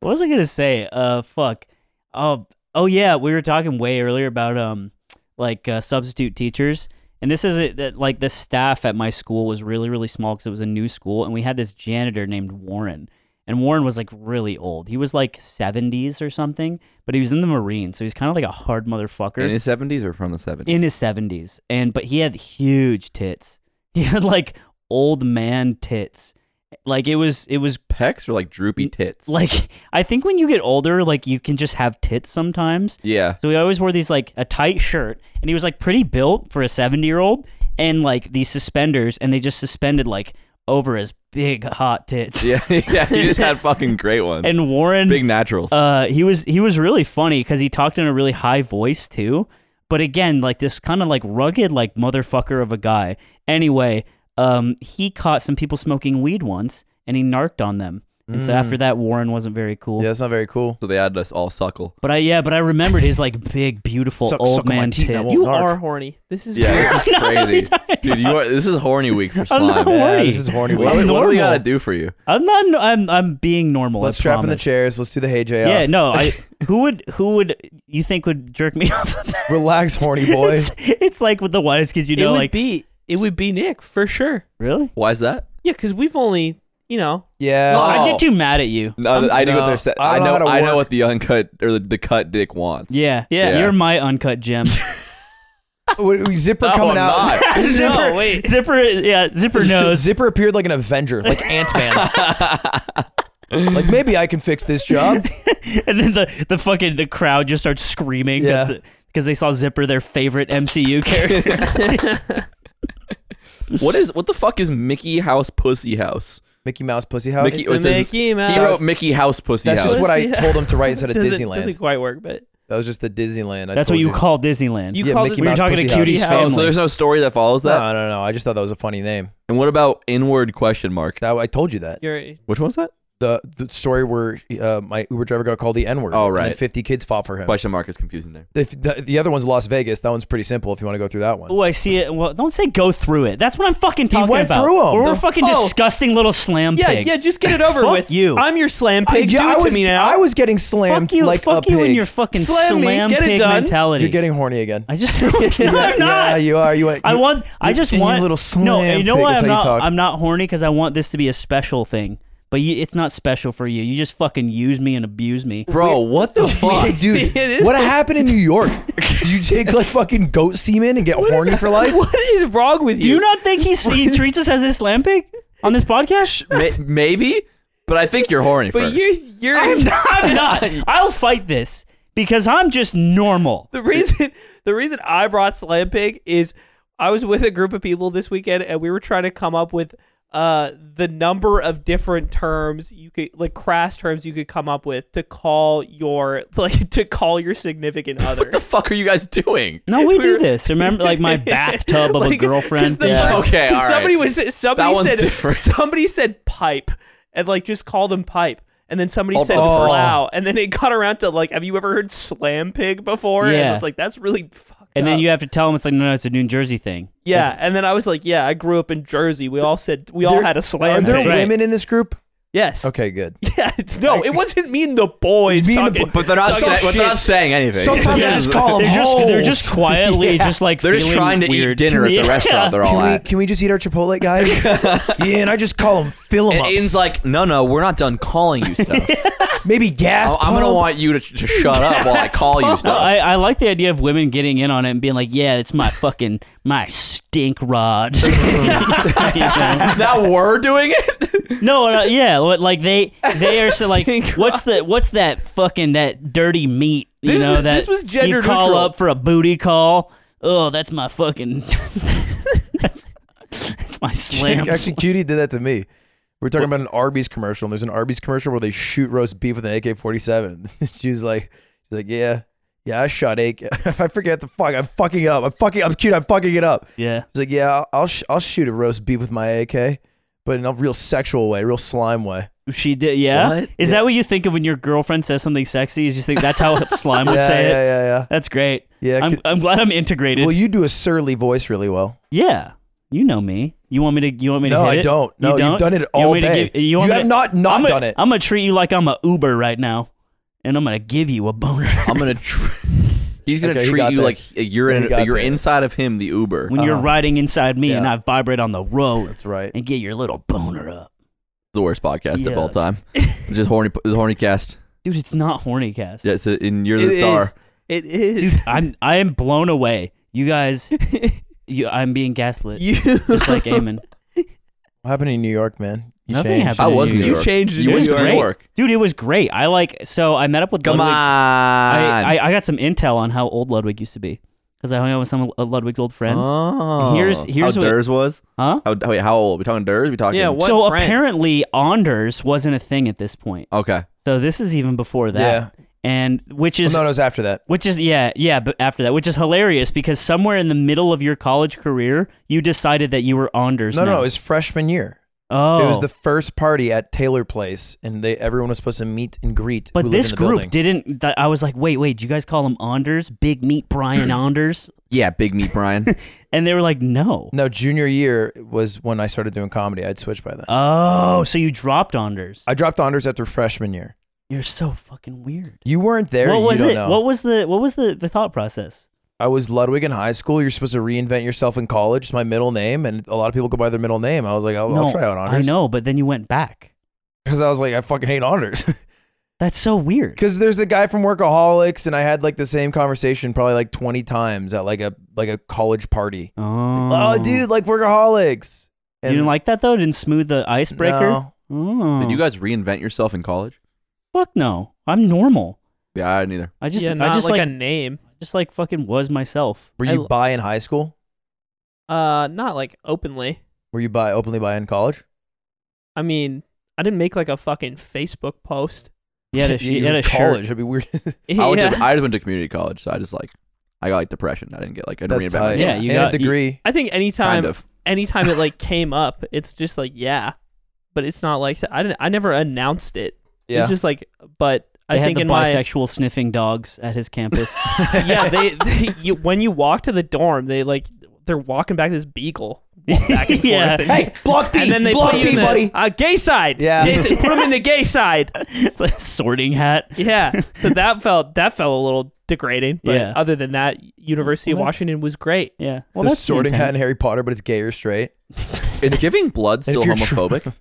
Speaker 1: what was I gonna say? Uh, fuck. Oh, oh yeah, we were talking way earlier about um, like uh, substitute teachers, and this is it. That like the staff at my school was really really small because it was a new school, and we had this janitor named Warren, and Warren was like really old. He was like seventies or something, but he was in the Marines, so he's kind of like a hard motherfucker.
Speaker 3: In his seventies or from the seventies?
Speaker 1: in his 70s and but he had huge tits he had like old man tits like it was it was
Speaker 3: Pecs or like droopy tits?
Speaker 1: like i think when you get older like you can just have tits sometimes
Speaker 3: yeah.
Speaker 1: so he always wore these like a tight shirt and he was like pretty built for a 70 year old and like these suspenders and they just suspended like over his big hot tits
Speaker 3: Yeah, yeah, he just had fucking great ones.
Speaker 1: and warren
Speaker 3: Big naturals.
Speaker 1: uh, he was he was really funny because he talked in a really high voice too. But again, like this kind of like rugged like motherfucker of a guy. Anyway, um, he caught some people smoking weed once, and he narked on them. And so after that, Warren wasn't very cool.
Speaker 4: Mm. Yeah, that's not very cool.
Speaker 3: so they had us all suckle.
Speaker 1: But I yeah, but I remembered his like big beautiful
Speaker 4: Suck-
Speaker 1: old
Speaker 4: suck on my
Speaker 1: man
Speaker 4: teeth, I
Speaker 1: tits.
Speaker 4: won't
Speaker 2: You
Speaker 4: Narc.
Speaker 2: are horny. This is
Speaker 3: Yeah,
Speaker 2: weird.
Speaker 3: this is crazy, dude. You are this is horny week for
Speaker 1: I'm not
Speaker 3: slime.
Speaker 1: horny.
Speaker 4: Yeah, this is horny
Speaker 3: What,
Speaker 4: week.
Speaker 3: do we- what do we
Speaker 1: Normal.
Speaker 3: gotta do for you?
Speaker 1: I'm not. I'm I'm being normal. I
Speaker 4: Let's strap in the
Speaker 1: promise.
Speaker 4: chairs. Let's do the hey J.
Speaker 1: Yeah,
Speaker 4: off.
Speaker 1: no. I who would who would you think would jerk me off?
Speaker 4: Relax, horny boy.
Speaker 1: it's, it's like with the whitest kids you
Speaker 2: it
Speaker 1: know.
Speaker 2: would
Speaker 1: Like
Speaker 2: be it would be Nick for sure.
Speaker 1: really?
Speaker 3: Why is that?
Speaker 2: Yeah, because we've only you know
Speaker 4: yeah.
Speaker 3: Oh.
Speaker 1: I get too mad at you.
Speaker 3: No,
Speaker 4: I'm-
Speaker 3: I do what
Speaker 4: no,
Speaker 3: they're saying.
Speaker 4: I
Speaker 3: I
Speaker 4: don't know
Speaker 3: know.
Speaker 4: how to
Speaker 3: I
Speaker 4: work.
Speaker 3: know what the uncut or the, the cut dick wants.
Speaker 1: Yeah,
Speaker 2: Yeah.
Speaker 1: You're my uncut gem.
Speaker 4: Wait, wait, Zipper
Speaker 3: No, I'm
Speaker 4: coming out.
Speaker 3: not.
Speaker 1: zipper,
Speaker 2: No, wait.
Speaker 1: zipper, yeah, zipper knows.
Speaker 4: Zipper appeared like an Avenger, like Ant Man. like maybe I can fix this job.
Speaker 1: and then the the fucking the crowd just starts screaming
Speaker 4: Yeah.
Speaker 1: because they saw Zipper, their favorite MCU character.
Speaker 3: What is what the fuck is Mickey House Pussy House?
Speaker 4: Mickey Mouse Pussy House.
Speaker 3: Mickey-
Speaker 2: it's the
Speaker 3: it says-
Speaker 2: Mickey Mouse.
Speaker 3: He wrote Mickey House Pussy
Speaker 4: That's
Speaker 3: House.
Speaker 4: just what I
Speaker 2: Pussy
Speaker 4: told him to write instead of
Speaker 2: doesn't,
Speaker 4: Disneyland.
Speaker 2: doesn't quite work, but
Speaker 4: that was just the Disneyland. I
Speaker 1: That's
Speaker 4: told
Speaker 1: what you,
Speaker 4: you
Speaker 1: call Disneyland.
Speaker 2: you
Speaker 4: Yeah,
Speaker 2: called
Speaker 4: Mickey
Speaker 2: it
Speaker 1: we were
Speaker 4: Mouse
Speaker 1: talking to
Speaker 4: Pussy House.
Speaker 1: Cutie's
Speaker 2: Yeah.
Speaker 3: oh,
Speaker 1: family.
Speaker 3: so there's no story that follows that.
Speaker 4: No, no, no. I just thought that was a funny name.
Speaker 3: And what about inward question mark?
Speaker 4: That I told you that.
Speaker 2: You're,
Speaker 3: Which one's that?
Speaker 4: The, the story where uh, my Uber driver got called the N word.
Speaker 3: Oh,
Speaker 4: And then
Speaker 3: right.
Speaker 4: 50 kids fought for him.
Speaker 3: Question mark is confusing there.
Speaker 4: if the, the other one's Las Vegas. That one's pretty simple if you want to go through that one.
Speaker 1: Oh, I see it. Well, don't say go through it. That's what I'm fucking talking
Speaker 4: went
Speaker 1: about.
Speaker 4: through 'em.
Speaker 1: We're, we're
Speaker 4: The-
Speaker 1: fucking
Speaker 2: Oh.
Speaker 1: disgusting little slam
Speaker 2: yeah,
Speaker 1: pig.
Speaker 2: yeah. Just get it over
Speaker 1: Fuck
Speaker 2: with.
Speaker 1: you.
Speaker 2: I'm your slam
Speaker 4: I-
Speaker 2: pig. Do it
Speaker 4: yeah, I
Speaker 2: to
Speaker 4: was,
Speaker 2: me now.
Speaker 4: I was getting slammed
Speaker 1: fuck you,
Speaker 4: like
Speaker 1: fuck
Speaker 4: a pig.
Speaker 1: you and your fucking
Speaker 2: Slam me, get it
Speaker 1: pig
Speaker 2: done.
Speaker 1: mentality.
Speaker 4: You're getting horny again.
Speaker 1: I just no, I'm
Speaker 4: Yeah,
Speaker 1: not.
Speaker 4: you are. You are.
Speaker 1: I
Speaker 4: you-
Speaker 1: want. I
Speaker 4: you're
Speaker 1: just
Speaker 4: saying you
Speaker 1: want
Speaker 4: little
Speaker 1: No,
Speaker 4: slam
Speaker 1: you know
Speaker 4: pig
Speaker 1: why
Speaker 4: is
Speaker 1: I'm
Speaker 4: how you
Speaker 1: not.
Speaker 4: talk.
Speaker 1: I'm not horny because I want this to be a special thing. but you, it's not special for you. You just fucking use me and abuse me.
Speaker 3: Bro, what the fuck?
Speaker 2: It
Speaker 4: dude,
Speaker 2: is-
Speaker 4: what happened in New York? Did you take like fucking goat semen and get horny for life?
Speaker 2: What is wrong with
Speaker 1: Do
Speaker 2: you?
Speaker 1: you not think he's, he treats us as Islamic on this podcast?
Speaker 3: May- maybe, but I think you're horny
Speaker 2: but
Speaker 3: first.
Speaker 2: you, you're
Speaker 1: I'm not. I'm not. I'll fight this because I'm just normal.
Speaker 2: the reason the reason I brought Slam Pig is I was with a group of people this weekend and we were trying to come up with uh the number of different terms you could like crass terms you could come up with to call your like to call your significant other.
Speaker 3: what the fuck are you guys doing?
Speaker 1: No, we do
Speaker 2: We're-
Speaker 1: this. Remember, like my bathtub of a
Speaker 2: Like, 'cause
Speaker 1: girlfriend.
Speaker 2: the-
Speaker 3: Yeah. Okay,
Speaker 2: 'cause
Speaker 3: all right.
Speaker 2: somebody was somebody
Speaker 3: That one's
Speaker 2: said
Speaker 3: different.
Speaker 2: somebody said pipe and like just call them pipe. And then somebody
Speaker 3: Hold
Speaker 2: said
Speaker 1: Oh.
Speaker 4: on.
Speaker 2: plow, and then it got around to like, have you ever heard slam pig before? And
Speaker 1: Yeah.
Speaker 2: it's like that's really fucked
Speaker 1: and
Speaker 2: up.
Speaker 1: then you have to tell him it's like no, no, it's a New Jersey thing.
Speaker 2: Yeah, and then I was like, yeah, I grew up in Jersey. We all said we all
Speaker 4: There-
Speaker 2: had a
Speaker 4: Are
Speaker 2: slam.
Speaker 4: there
Speaker 2: pig.
Speaker 1: Right.
Speaker 4: women in this group?
Speaker 2: Yes.
Speaker 4: Okay, good.
Speaker 2: Yeah. it's- No, it wasn't mean the boys
Speaker 4: Mean the
Speaker 2: talking.
Speaker 4: bo-
Speaker 3: But they're not,
Speaker 2: Talking
Speaker 3: saying, but they're not
Speaker 2: shit.
Speaker 3: saying anything.
Speaker 4: Sometimes I just call
Speaker 1: They're
Speaker 4: them
Speaker 1: just they're
Speaker 4: hoes.
Speaker 1: just quietly just like
Speaker 3: They're just
Speaker 1: feeling
Speaker 3: trying to
Speaker 1: weird.
Speaker 3: eat dinner at the
Speaker 1: Yeah.
Speaker 3: restaurant they're all
Speaker 4: Can we,
Speaker 3: at.
Speaker 4: can we just eat our Chipotle, guys? yeah, and I just call them fill 'em
Speaker 3: And Aiden's
Speaker 4: ups.
Speaker 3: like, no, no, we're not done calling you stuff.
Speaker 4: Maybe gas.
Speaker 3: I- I'm going to
Speaker 4: pump.
Speaker 3: want you to, to shut up while I call you
Speaker 1: Well,
Speaker 3: stuff.
Speaker 1: I, I like the idea of women getting in on it and being like, "Yeah, it's my fucking my stink rod." You know?
Speaker 3: now we're doing it?
Speaker 1: No, uh, yeah, what- like they they are so like, what's the what's that fucking that dirty meat? You
Speaker 2: This
Speaker 1: know
Speaker 2: is-
Speaker 1: that
Speaker 2: this was gender
Speaker 1: you call
Speaker 2: neutral.
Speaker 1: up for a booty call. Oh, that's my fucking. that's, that's my slam.
Speaker 4: Actually, Cutie did that to me. We are talking about an Arby's commercial, and there's an Arby's commercial where they shoot roast beef with an AK-47. she was like, she's like, yeah, yeah, I shot AK. I forget the fuck. I'm fucking it up. I'm fucking. I'm cute. I'm fucking it up.
Speaker 1: yeah.
Speaker 4: She's like, yeah, I'll I'll, sh- I'll shoot a roast beef with my AK, but in a real sexual way, real slime way.
Speaker 1: She did, yeah.
Speaker 3: What?
Speaker 1: Is that what you think of when your girlfriend says something sexy? Is you think that's how slime would
Speaker 4: yeah,
Speaker 1: say
Speaker 4: yeah,
Speaker 1: it?
Speaker 4: yeah, yeah,
Speaker 1: That's great.
Speaker 4: yeah.
Speaker 1: I'm,
Speaker 4: 'cause-
Speaker 1: I'm glad I'm integrated.
Speaker 4: well, you do a surly voice really well.
Speaker 1: yeah, you know me. You want me to? You want me to?
Speaker 4: No,
Speaker 1: hit
Speaker 4: I
Speaker 1: it?
Speaker 4: don't.
Speaker 1: You
Speaker 4: No, you've done it
Speaker 1: You
Speaker 4: all
Speaker 1: want me to
Speaker 4: day.
Speaker 1: give-
Speaker 4: you
Speaker 1: want me
Speaker 4: have
Speaker 1: to-
Speaker 4: not not
Speaker 1: I'm gonna,
Speaker 4: done it.
Speaker 1: I'm gonna treat you like I'm a Uber right now, and I'm gonna give you a boner
Speaker 3: I'm going to. Tr- He's going to
Speaker 4: Okay, he
Speaker 3: treat
Speaker 4: got
Speaker 3: you
Speaker 4: there.
Speaker 3: like you're,
Speaker 4: Yeah, he got
Speaker 3: in, you're
Speaker 4: there.
Speaker 3: inside of him, the Uber.
Speaker 1: when you're
Speaker 4: Uh-huh.
Speaker 1: riding inside me and
Speaker 4: Yeah.
Speaker 1: I vibrate on the road
Speaker 4: That's right.
Speaker 1: and get your little boner up,
Speaker 3: the worst podcast of
Speaker 1: Yeah.
Speaker 3: all time. It's just horny, the horny cast.
Speaker 1: dude. It's not horny, cast.
Speaker 3: Yeah, it's a, and you're
Speaker 2: It
Speaker 3: the
Speaker 2: is.
Speaker 3: star.
Speaker 2: It is.
Speaker 1: I'm I am blown away. You guys, you, I'm being gaslit.
Speaker 2: You.
Speaker 1: just like Eamon.
Speaker 4: What happened in New York, man? You
Speaker 1: Nothing
Speaker 4: changed.
Speaker 1: happened.
Speaker 3: I was
Speaker 1: in
Speaker 3: New
Speaker 1: York.
Speaker 3: York.
Speaker 2: changed
Speaker 1: You
Speaker 3: You
Speaker 1: was
Speaker 3: were in New
Speaker 1: great.
Speaker 3: York.
Speaker 1: Dude, it was great. I like so I met up with
Speaker 3: Come on.
Speaker 1: Ludwig's- I, I I got some intel on how old Ludwig used to be because I hung out with some of Ludwig's old friends.
Speaker 4: Uh-huh.
Speaker 3: Oh.
Speaker 1: Here's- here's
Speaker 3: how
Speaker 1: what-
Speaker 3: Durs was.
Speaker 1: huh?
Speaker 3: How, wait, how old? We talking Durs? We talking?
Speaker 2: Yeah, what-
Speaker 1: So
Speaker 2: friends?
Speaker 1: apparently Anders wasn't a thing at this point.
Speaker 3: Okay.
Speaker 1: So this is even before that.
Speaker 4: Yeah.
Speaker 1: And which
Speaker 4: Well,
Speaker 1: is
Speaker 4: no, no, it was after that.
Speaker 1: which is yeah, yeah, but after that, which is hilarious because somewhere in the middle of your college career, you decided that you were Anders.
Speaker 4: No, no,
Speaker 1: now.
Speaker 4: no, it was freshman year.
Speaker 1: oh.
Speaker 4: It was the first party at Taylor Place, and they everyone was supposed to meet and greet. who
Speaker 1: but
Speaker 4: lived in
Speaker 1: this
Speaker 4: the
Speaker 1: group
Speaker 4: building.
Speaker 1: didn't. Th- I was like, wait, wait, do you guys call him Anders? Big Meat Brian Anders?
Speaker 3: Yeah, big meat Brian.
Speaker 1: And they were like, no.
Speaker 4: No, junior year was when I started doing comedy. I'd switched by then.
Speaker 1: Oh, so you dropped Anders?
Speaker 4: I dropped Anders after freshman year.
Speaker 1: You're so fucking weird.
Speaker 4: You weren't there.
Speaker 1: what was
Speaker 4: you don't
Speaker 1: it?
Speaker 4: Know.
Speaker 1: What was the what was the the thought process?
Speaker 4: I was Ludwig in high school. You're supposed to reinvent yourself in college. It's my middle name, and a lot of people go by their middle name. I was like, I'll,
Speaker 1: no,
Speaker 4: I'll try out Anders.
Speaker 1: I know, but then you went back.
Speaker 4: because I was like, I fucking hate Anders.
Speaker 1: That's so weird.
Speaker 4: Because there's a guy from Workaholics, and I had like the same conversation probably like 20 times at like a like a college party.
Speaker 1: Oh,
Speaker 4: Oh, dude, like Workaholics.
Speaker 1: you didn't like that though? Didn't smooth the icebreaker?
Speaker 4: No.
Speaker 1: Oh.
Speaker 3: Did you guys reinvent yourself in college?
Speaker 1: Fuck no. I'm normal.
Speaker 3: Yeah, I didn't either.
Speaker 1: I just
Speaker 2: yeah,
Speaker 1: I
Speaker 2: not
Speaker 1: just
Speaker 2: like,
Speaker 1: like,
Speaker 2: a name.
Speaker 1: just like fucking was myself.
Speaker 4: Were
Speaker 2: I
Speaker 4: you
Speaker 2: l-
Speaker 4: bi in high school?
Speaker 2: Uh, not like openly.
Speaker 4: Were you bi openly bi in college?
Speaker 2: I mean, I didn't make like a fucking Facebook post.
Speaker 1: You had a,
Speaker 4: You
Speaker 1: you had
Speaker 4: were
Speaker 1: a
Speaker 4: in college.
Speaker 1: shirt.
Speaker 4: That'd be weird.
Speaker 3: I, went
Speaker 2: Yeah.
Speaker 3: to, I just went to community college, so I just like I got like depression. I didn't get like I didn't
Speaker 4: That's
Speaker 3: reinvent
Speaker 4: tight.
Speaker 3: myself.
Speaker 1: Yeah, you
Speaker 4: and
Speaker 1: got-
Speaker 4: a
Speaker 1: you-
Speaker 4: degree.
Speaker 2: I think anytime,
Speaker 3: kind of.
Speaker 2: anytime it like came up, it's just like yeah, but it's not like I didn't. I never announced it.
Speaker 4: yeah.
Speaker 2: It's just like, but
Speaker 1: They
Speaker 2: I
Speaker 1: had
Speaker 2: think
Speaker 1: the
Speaker 2: in my
Speaker 1: bisexual sniffing dogs at his campus.
Speaker 2: yeah, they, they you, when you walk to the dorm, they like they're walking back this beagle back and
Speaker 1: Yeah.
Speaker 2: forth.
Speaker 4: hey, block B,
Speaker 2: and then they
Speaker 4: block
Speaker 2: put you
Speaker 4: B,
Speaker 2: in the
Speaker 4: buddy.
Speaker 2: Uh, gay side.
Speaker 4: Yeah.
Speaker 2: Gay si- put them in the gay side.
Speaker 1: it's like a sorting hat.
Speaker 2: Yeah, so that felt that felt a little degrading. But
Speaker 1: Yeah.
Speaker 2: other than that, University of
Speaker 1: Well, that-
Speaker 2: Washington was great.
Speaker 1: Yeah. Well,
Speaker 4: the
Speaker 1: that's the
Speaker 4: sorting hat in
Speaker 1: intent.
Speaker 4: Harry Potter, but it's gay or straight.
Speaker 3: Is giving blood
Speaker 4: And
Speaker 3: still
Speaker 4: if you're tr-
Speaker 3: homophobic?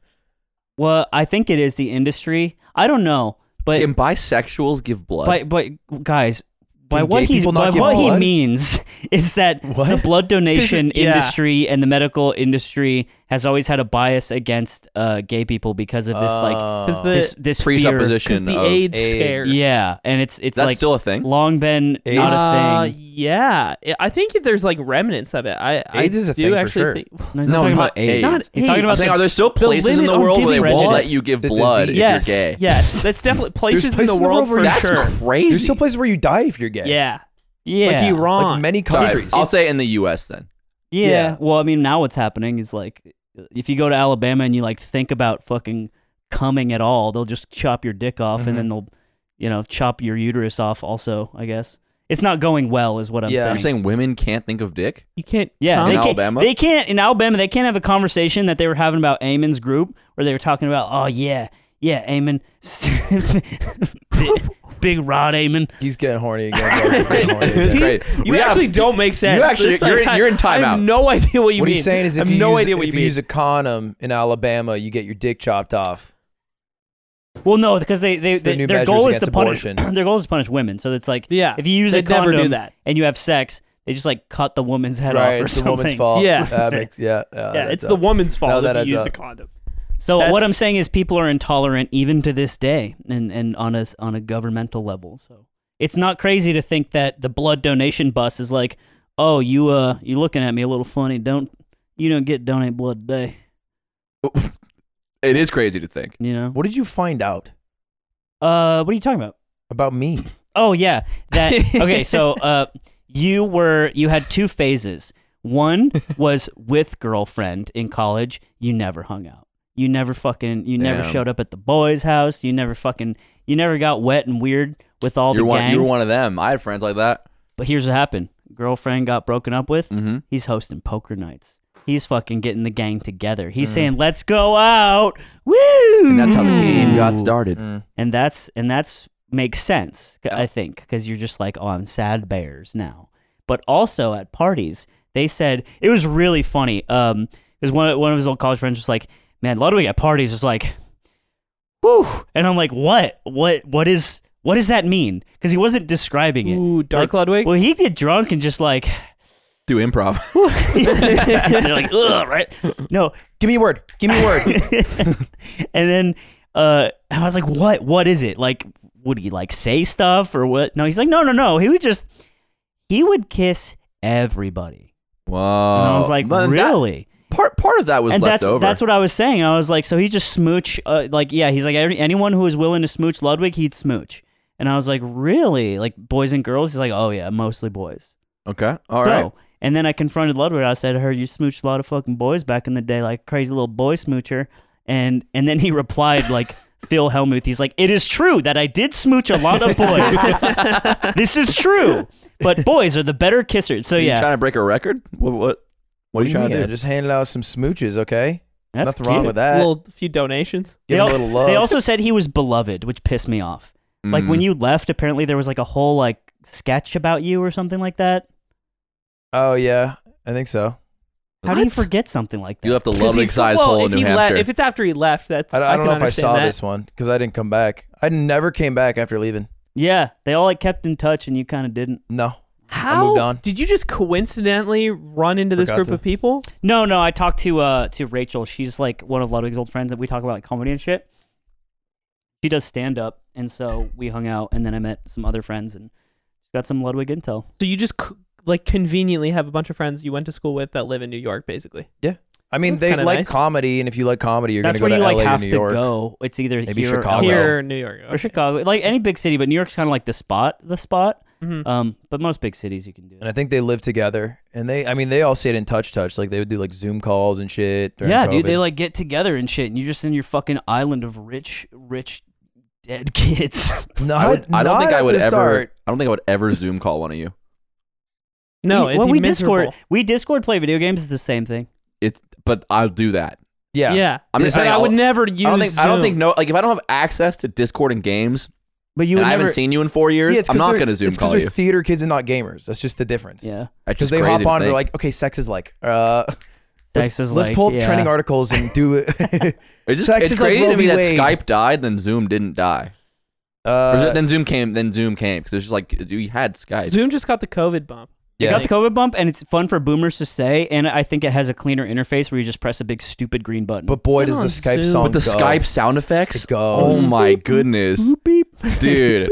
Speaker 1: Well, I think it is the industry. I don't know, but
Speaker 3: Can bisexuals give blood?
Speaker 1: but but guys, by
Speaker 4: Can
Speaker 1: what
Speaker 4: gay
Speaker 1: he's
Speaker 4: people not
Speaker 1: by
Speaker 4: give
Speaker 1: what he
Speaker 4: blood?
Speaker 1: means is that the
Speaker 4: What?
Speaker 1: blood donation
Speaker 2: 'Cause- yeah.
Speaker 1: industry and the medical industry has always had a bias against uh, gay people because of this
Speaker 4: Uh,
Speaker 1: like
Speaker 2: because the
Speaker 1: this this fear.
Speaker 3: presupposition
Speaker 2: the
Speaker 3: of
Speaker 2: AIDS
Speaker 4: AIDS.
Speaker 2: scare.
Speaker 1: Yeah, and it's it's
Speaker 3: that's
Speaker 1: like
Speaker 3: still a thing.
Speaker 1: long been
Speaker 4: AIDS?
Speaker 1: not
Speaker 2: Uh,
Speaker 1: a saying.
Speaker 2: yeah, I- I think there's like remnants of it. I
Speaker 4: AIDS
Speaker 2: I
Speaker 4: is a
Speaker 2: do
Speaker 4: thing for
Speaker 2: actually
Speaker 4: sure.
Speaker 2: think
Speaker 1: No, he's
Speaker 3: No,
Speaker 1: talking
Speaker 3: not
Speaker 1: about
Speaker 3: AIDS.
Speaker 2: Not
Speaker 1: He's talking
Speaker 2: AIDS.
Speaker 1: about
Speaker 3: I'm saying,
Speaker 1: the-
Speaker 3: are there still
Speaker 2: the
Speaker 3: places in
Speaker 2: limit
Speaker 3: the
Speaker 2: on
Speaker 3: world where they
Speaker 2: giving
Speaker 3: won't
Speaker 2: prejudice.
Speaker 3: let you give
Speaker 4: The
Speaker 3: blood
Speaker 4: disease.
Speaker 3: if
Speaker 2: yes,
Speaker 3: you're gay?
Speaker 2: yes, that's definitely places,
Speaker 4: places
Speaker 2: in
Speaker 4: in
Speaker 2: the
Speaker 4: the
Speaker 2: world
Speaker 4: world where
Speaker 2: for
Speaker 4: you-
Speaker 3: That's
Speaker 2: sure.
Speaker 3: crazy.
Speaker 4: There's still places where you die if you're gay.
Speaker 2: Yeah,
Speaker 1: yeah,
Speaker 2: like Iran,
Speaker 4: Like many
Speaker 3: Sorry,
Speaker 4: countries.
Speaker 3: I'll say in the U.S. then.
Speaker 1: yeah.
Speaker 4: yeah.
Speaker 1: Well, I mean, now what's happening is like if you go to Alabama and you like think about fucking coming at all, they'll just chop your dick off and
Speaker 4: Mhm.
Speaker 1: then they'll, you know, chop your uterus off. Also, I guess it's not going well, is what I'm
Speaker 4: Yeah.
Speaker 1: saying.
Speaker 3: You're saying women can't think of dick?
Speaker 2: you can't.
Speaker 1: Yeah,
Speaker 2: come.
Speaker 1: they
Speaker 3: In
Speaker 1: can't,
Speaker 3: Alabama?
Speaker 1: They can't in Alabama. They can't have a conversation that they were having about Eamon's group, where they were talking about, oh yeah, yeah, Eamon, big, big Rod Eamon.
Speaker 4: He's getting horny again. He's getting horny again.
Speaker 3: That's great.
Speaker 2: You
Speaker 3: We
Speaker 2: actually
Speaker 3: have-
Speaker 2: don't make sense.
Speaker 3: you actually-
Speaker 2: It's like,
Speaker 3: you're in- you're in
Speaker 2: I have
Speaker 3: timeout.
Speaker 2: no idea what you
Speaker 4: what
Speaker 2: mean.
Speaker 4: he's saying is
Speaker 2: I
Speaker 4: if
Speaker 2: have
Speaker 4: you,
Speaker 2: no
Speaker 4: use,
Speaker 2: idea what
Speaker 4: if
Speaker 2: you mean.
Speaker 4: use a condom in Alabama, you get your dick chopped off.
Speaker 1: Well, no, because they, they,
Speaker 4: It's the
Speaker 1: they-
Speaker 4: new
Speaker 1: their
Speaker 4: measures
Speaker 1: goal is
Speaker 4: against
Speaker 1: to punish
Speaker 4: abortion.
Speaker 1: their goal is to punish women. So it's like
Speaker 2: Yeah,
Speaker 1: if you use a
Speaker 2: they'd never
Speaker 1: condom
Speaker 2: do that.
Speaker 1: and you have sex, they just like cut the woman's head
Speaker 4: right,
Speaker 1: off or
Speaker 4: it's
Speaker 1: something.
Speaker 4: the woman's fault.
Speaker 2: Yeah.
Speaker 4: That makes- yeah, yeah,
Speaker 2: yeah,
Speaker 4: Oh, that's
Speaker 2: it's
Speaker 4: a-
Speaker 2: the woman's fault
Speaker 4: that
Speaker 2: if
Speaker 4: adds
Speaker 2: you use
Speaker 4: up.
Speaker 2: a condom.
Speaker 1: So
Speaker 2: That's-
Speaker 1: what I'm saying is people are intolerant even to this day, and and on a on a governmental level. So it's not crazy to think that the blood donation bus is like, oh, you uh, you looking at me a little funny? Don't you don't get donate blood today?
Speaker 3: It is crazy to think.
Speaker 1: You know?
Speaker 4: What did you find out
Speaker 1: Uh, what are you talking about?
Speaker 4: about me?
Speaker 1: Oh yeah, that okay. So uh, you were you had two phases. One was with girlfriend in college. You never hung out. You never fucking. You never
Speaker 3: Damn.
Speaker 1: showed up at the boys' house. You never fucking. You never got wet and weird with all
Speaker 3: You're
Speaker 1: the
Speaker 3: one,
Speaker 1: gang.
Speaker 3: you're one of them. I had friends like that.
Speaker 1: But here's what happened: girlfriend got broken up with.
Speaker 3: Mm-hmm.
Speaker 1: He's hosting poker nights. He's fucking getting the gang together. He's saying, "Let's go out, woo!"
Speaker 3: Mm. And that's how
Speaker 1: Mm.
Speaker 3: the game got
Speaker 1: Ooh
Speaker 3: started.
Speaker 4: Mm.
Speaker 1: and that's and that's makes sense c- i think because you're just like oh i'm sad bears now but also at parties they said it was really funny um because one, one of his old college friends was like man ludwig at parties is like whew and i'm like what what what is what does that mean because he wasn't describing it
Speaker 2: Ooh, Dark
Speaker 1: Like,
Speaker 2: Ludwig.
Speaker 1: well he'd get drunk and just like
Speaker 3: Do improv.
Speaker 1: they're like ugh right no
Speaker 4: Give me a word. Give me a word.
Speaker 1: and then uh, I was like, "What? What is it? Like, would he like say stuff or what?" No, he's like, "No, no, no." He would just he would kiss everybody,
Speaker 3: Wow.
Speaker 1: and I was like,
Speaker 3: Oh, Then that-
Speaker 1: "Really?"
Speaker 3: part part of that was
Speaker 1: and
Speaker 3: left
Speaker 1: that's
Speaker 3: over.
Speaker 1: that's what I was saying. I was like, "So he just smooch? Uh, like, yeah." He's like, "Any- "Anyone who is willing to smooch Ludwig, he'd smooch." And I was like, "Really? Like boys and girls?" He's like, "Oh yeah, mostly boys."
Speaker 3: okay. All
Speaker 1: So-
Speaker 3: right.
Speaker 1: And then I confronted Ludwig. I said, I heard you smooched a lot of fucking boys back in the day, like crazy little boy smoocher. And and then he replied, like, Phil Hellmuth, he's like, it is true that I did smooch a lot of boys. this is true. But boys are the better kissers. So
Speaker 3: Are you
Speaker 1: yeah,
Speaker 3: trying to break a record? What what, what are you trying
Speaker 4: yeah,
Speaker 3: to do?
Speaker 4: just handing out some smooches, okay?
Speaker 1: that's
Speaker 4: Nothing wrong
Speaker 1: cute.
Speaker 4: with
Speaker 2: a
Speaker 4: that.
Speaker 2: little few donations.
Speaker 1: They,
Speaker 4: Give him
Speaker 1: al-
Speaker 4: a little love. Mm.
Speaker 1: they also said he was beloved, which pissed me off. Like when you left, apparently there was like a whole like sketch about you or something like that.
Speaker 4: oh yeah, I think so.
Speaker 3: Mm.
Speaker 1: How do you
Speaker 2: What?
Speaker 1: forget something like that?
Speaker 3: you left a
Speaker 2: 'Cause
Speaker 3: Ludwig
Speaker 2: he's-
Speaker 3: size
Speaker 2: well,
Speaker 3: hole
Speaker 2: if
Speaker 3: in New
Speaker 2: he le-
Speaker 3: Hampshire.
Speaker 2: if it's after he left, that's
Speaker 4: I, I
Speaker 2: can
Speaker 4: don't know if I
Speaker 2: understand
Speaker 4: saw
Speaker 2: that.
Speaker 4: this one because I didn't come back. I never came back after leaving.
Speaker 1: yeah, they all like kept in touch, and you kind of didn't.
Speaker 4: No,
Speaker 2: How
Speaker 4: moved on.
Speaker 2: did you just coincidentally run into this
Speaker 4: Forgot
Speaker 2: group
Speaker 4: to-
Speaker 2: of people?
Speaker 1: No, no, I talked to uh to Rachel. She's like one of Ludwig's old friends that we talk about like comedy and shit. She does stand up, and so we hung out, and then I met some other friends and got some Ludwig intel.
Speaker 2: So you just c- like conveniently have a bunch of friends you went to school with that live in New York, basically.
Speaker 4: I mean
Speaker 2: That's
Speaker 4: they
Speaker 2: kinda
Speaker 4: like
Speaker 2: nice.
Speaker 4: comedy, and if you like comedy, you're
Speaker 1: That's
Speaker 4: gonna
Speaker 1: where
Speaker 4: go
Speaker 1: you like
Speaker 4: to LA or
Speaker 1: have
Speaker 4: New
Speaker 1: to
Speaker 4: York.
Speaker 1: go. It's either
Speaker 4: Maybe
Speaker 1: here
Speaker 4: Chicago.
Speaker 1: or, LA
Speaker 2: Here in New York.
Speaker 1: or Chicago, like any big city, but New York's kind of like the spot, the spot.
Speaker 2: hmm
Speaker 1: Um, but most big cities you can do.
Speaker 4: And
Speaker 1: It.
Speaker 4: I think they live together, and they I mean they all stayed in touch, touch. Like they would do like Zoom calls and shit. during
Speaker 1: Yeah, dude,
Speaker 4: COVID.
Speaker 1: they like get together and shit, and you're just in your fucking island of rich, rich, dead kids.
Speaker 4: Not,
Speaker 3: I, would, I don't think
Speaker 4: not
Speaker 3: I
Speaker 4: at
Speaker 3: would
Speaker 4: the
Speaker 3: ever.
Speaker 4: start.
Speaker 3: I don't think I would ever Zoom call one of you.
Speaker 2: No,
Speaker 1: we,
Speaker 2: it'd
Speaker 1: well,
Speaker 2: be
Speaker 1: we
Speaker 2: miserable.
Speaker 1: Discord, we Discord play video games. It's the same thing.
Speaker 3: It's but I'll do that.
Speaker 4: Yeah.
Speaker 2: Yeah,
Speaker 3: I'm just
Speaker 2: But
Speaker 3: saying,
Speaker 2: I would
Speaker 3: I'll-
Speaker 2: never use.
Speaker 3: I don't think. I don't think
Speaker 2: Zoom.
Speaker 3: no. Like if I don't have access to Discord and games,
Speaker 1: But you
Speaker 3: and
Speaker 1: would
Speaker 3: I
Speaker 1: never.
Speaker 3: haven't seen you in four years,
Speaker 4: Yeah, it's
Speaker 3: I'm
Speaker 4: 'cause
Speaker 3: not
Speaker 4: they're-
Speaker 3: going to Zoom
Speaker 4: it's 'cause
Speaker 3: call
Speaker 4: they're
Speaker 3: you.
Speaker 4: theater kids and not gamers. That's just the difference.
Speaker 1: yeah.
Speaker 3: That's
Speaker 4: Because
Speaker 3: just
Speaker 4: they
Speaker 3: crazy
Speaker 4: hop
Speaker 3: to
Speaker 4: on and they're
Speaker 3: think.
Speaker 4: like, okay, sex is like, uh,
Speaker 1: Sex is
Speaker 4: Let's
Speaker 1: like,
Speaker 4: pull up
Speaker 1: yeah.
Speaker 4: trending articles and do it. Uh,
Speaker 3: It's, just,
Speaker 4: Sex
Speaker 3: it's
Speaker 4: is like
Speaker 3: crazy
Speaker 4: Roe
Speaker 3: to me
Speaker 4: v.
Speaker 3: that
Speaker 4: Wade.
Speaker 3: Skype died, then Zoom didn't die. Or is it-
Speaker 4: Uh,
Speaker 3: then Zoom came, then Zoom came because it's just like we had Skype.
Speaker 2: Zoom just got the COVID bump.
Speaker 1: It
Speaker 4: yeah.
Speaker 1: got the COVID bump, and it's fun for boomers to say. And I think it has a cleaner interface where you just press a big stupid green button.
Speaker 4: but boy,
Speaker 2: Come
Speaker 4: does the
Speaker 2: on,
Speaker 4: Skype
Speaker 2: Zoom.
Speaker 4: song
Speaker 3: But the
Speaker 4: go.
Speaker 3: Skype sound effects.
Speaker 4: It goes.
Speaker 3: Oh my goodness,
Speaker 1: Boop, beep.
Speaker 3: dude!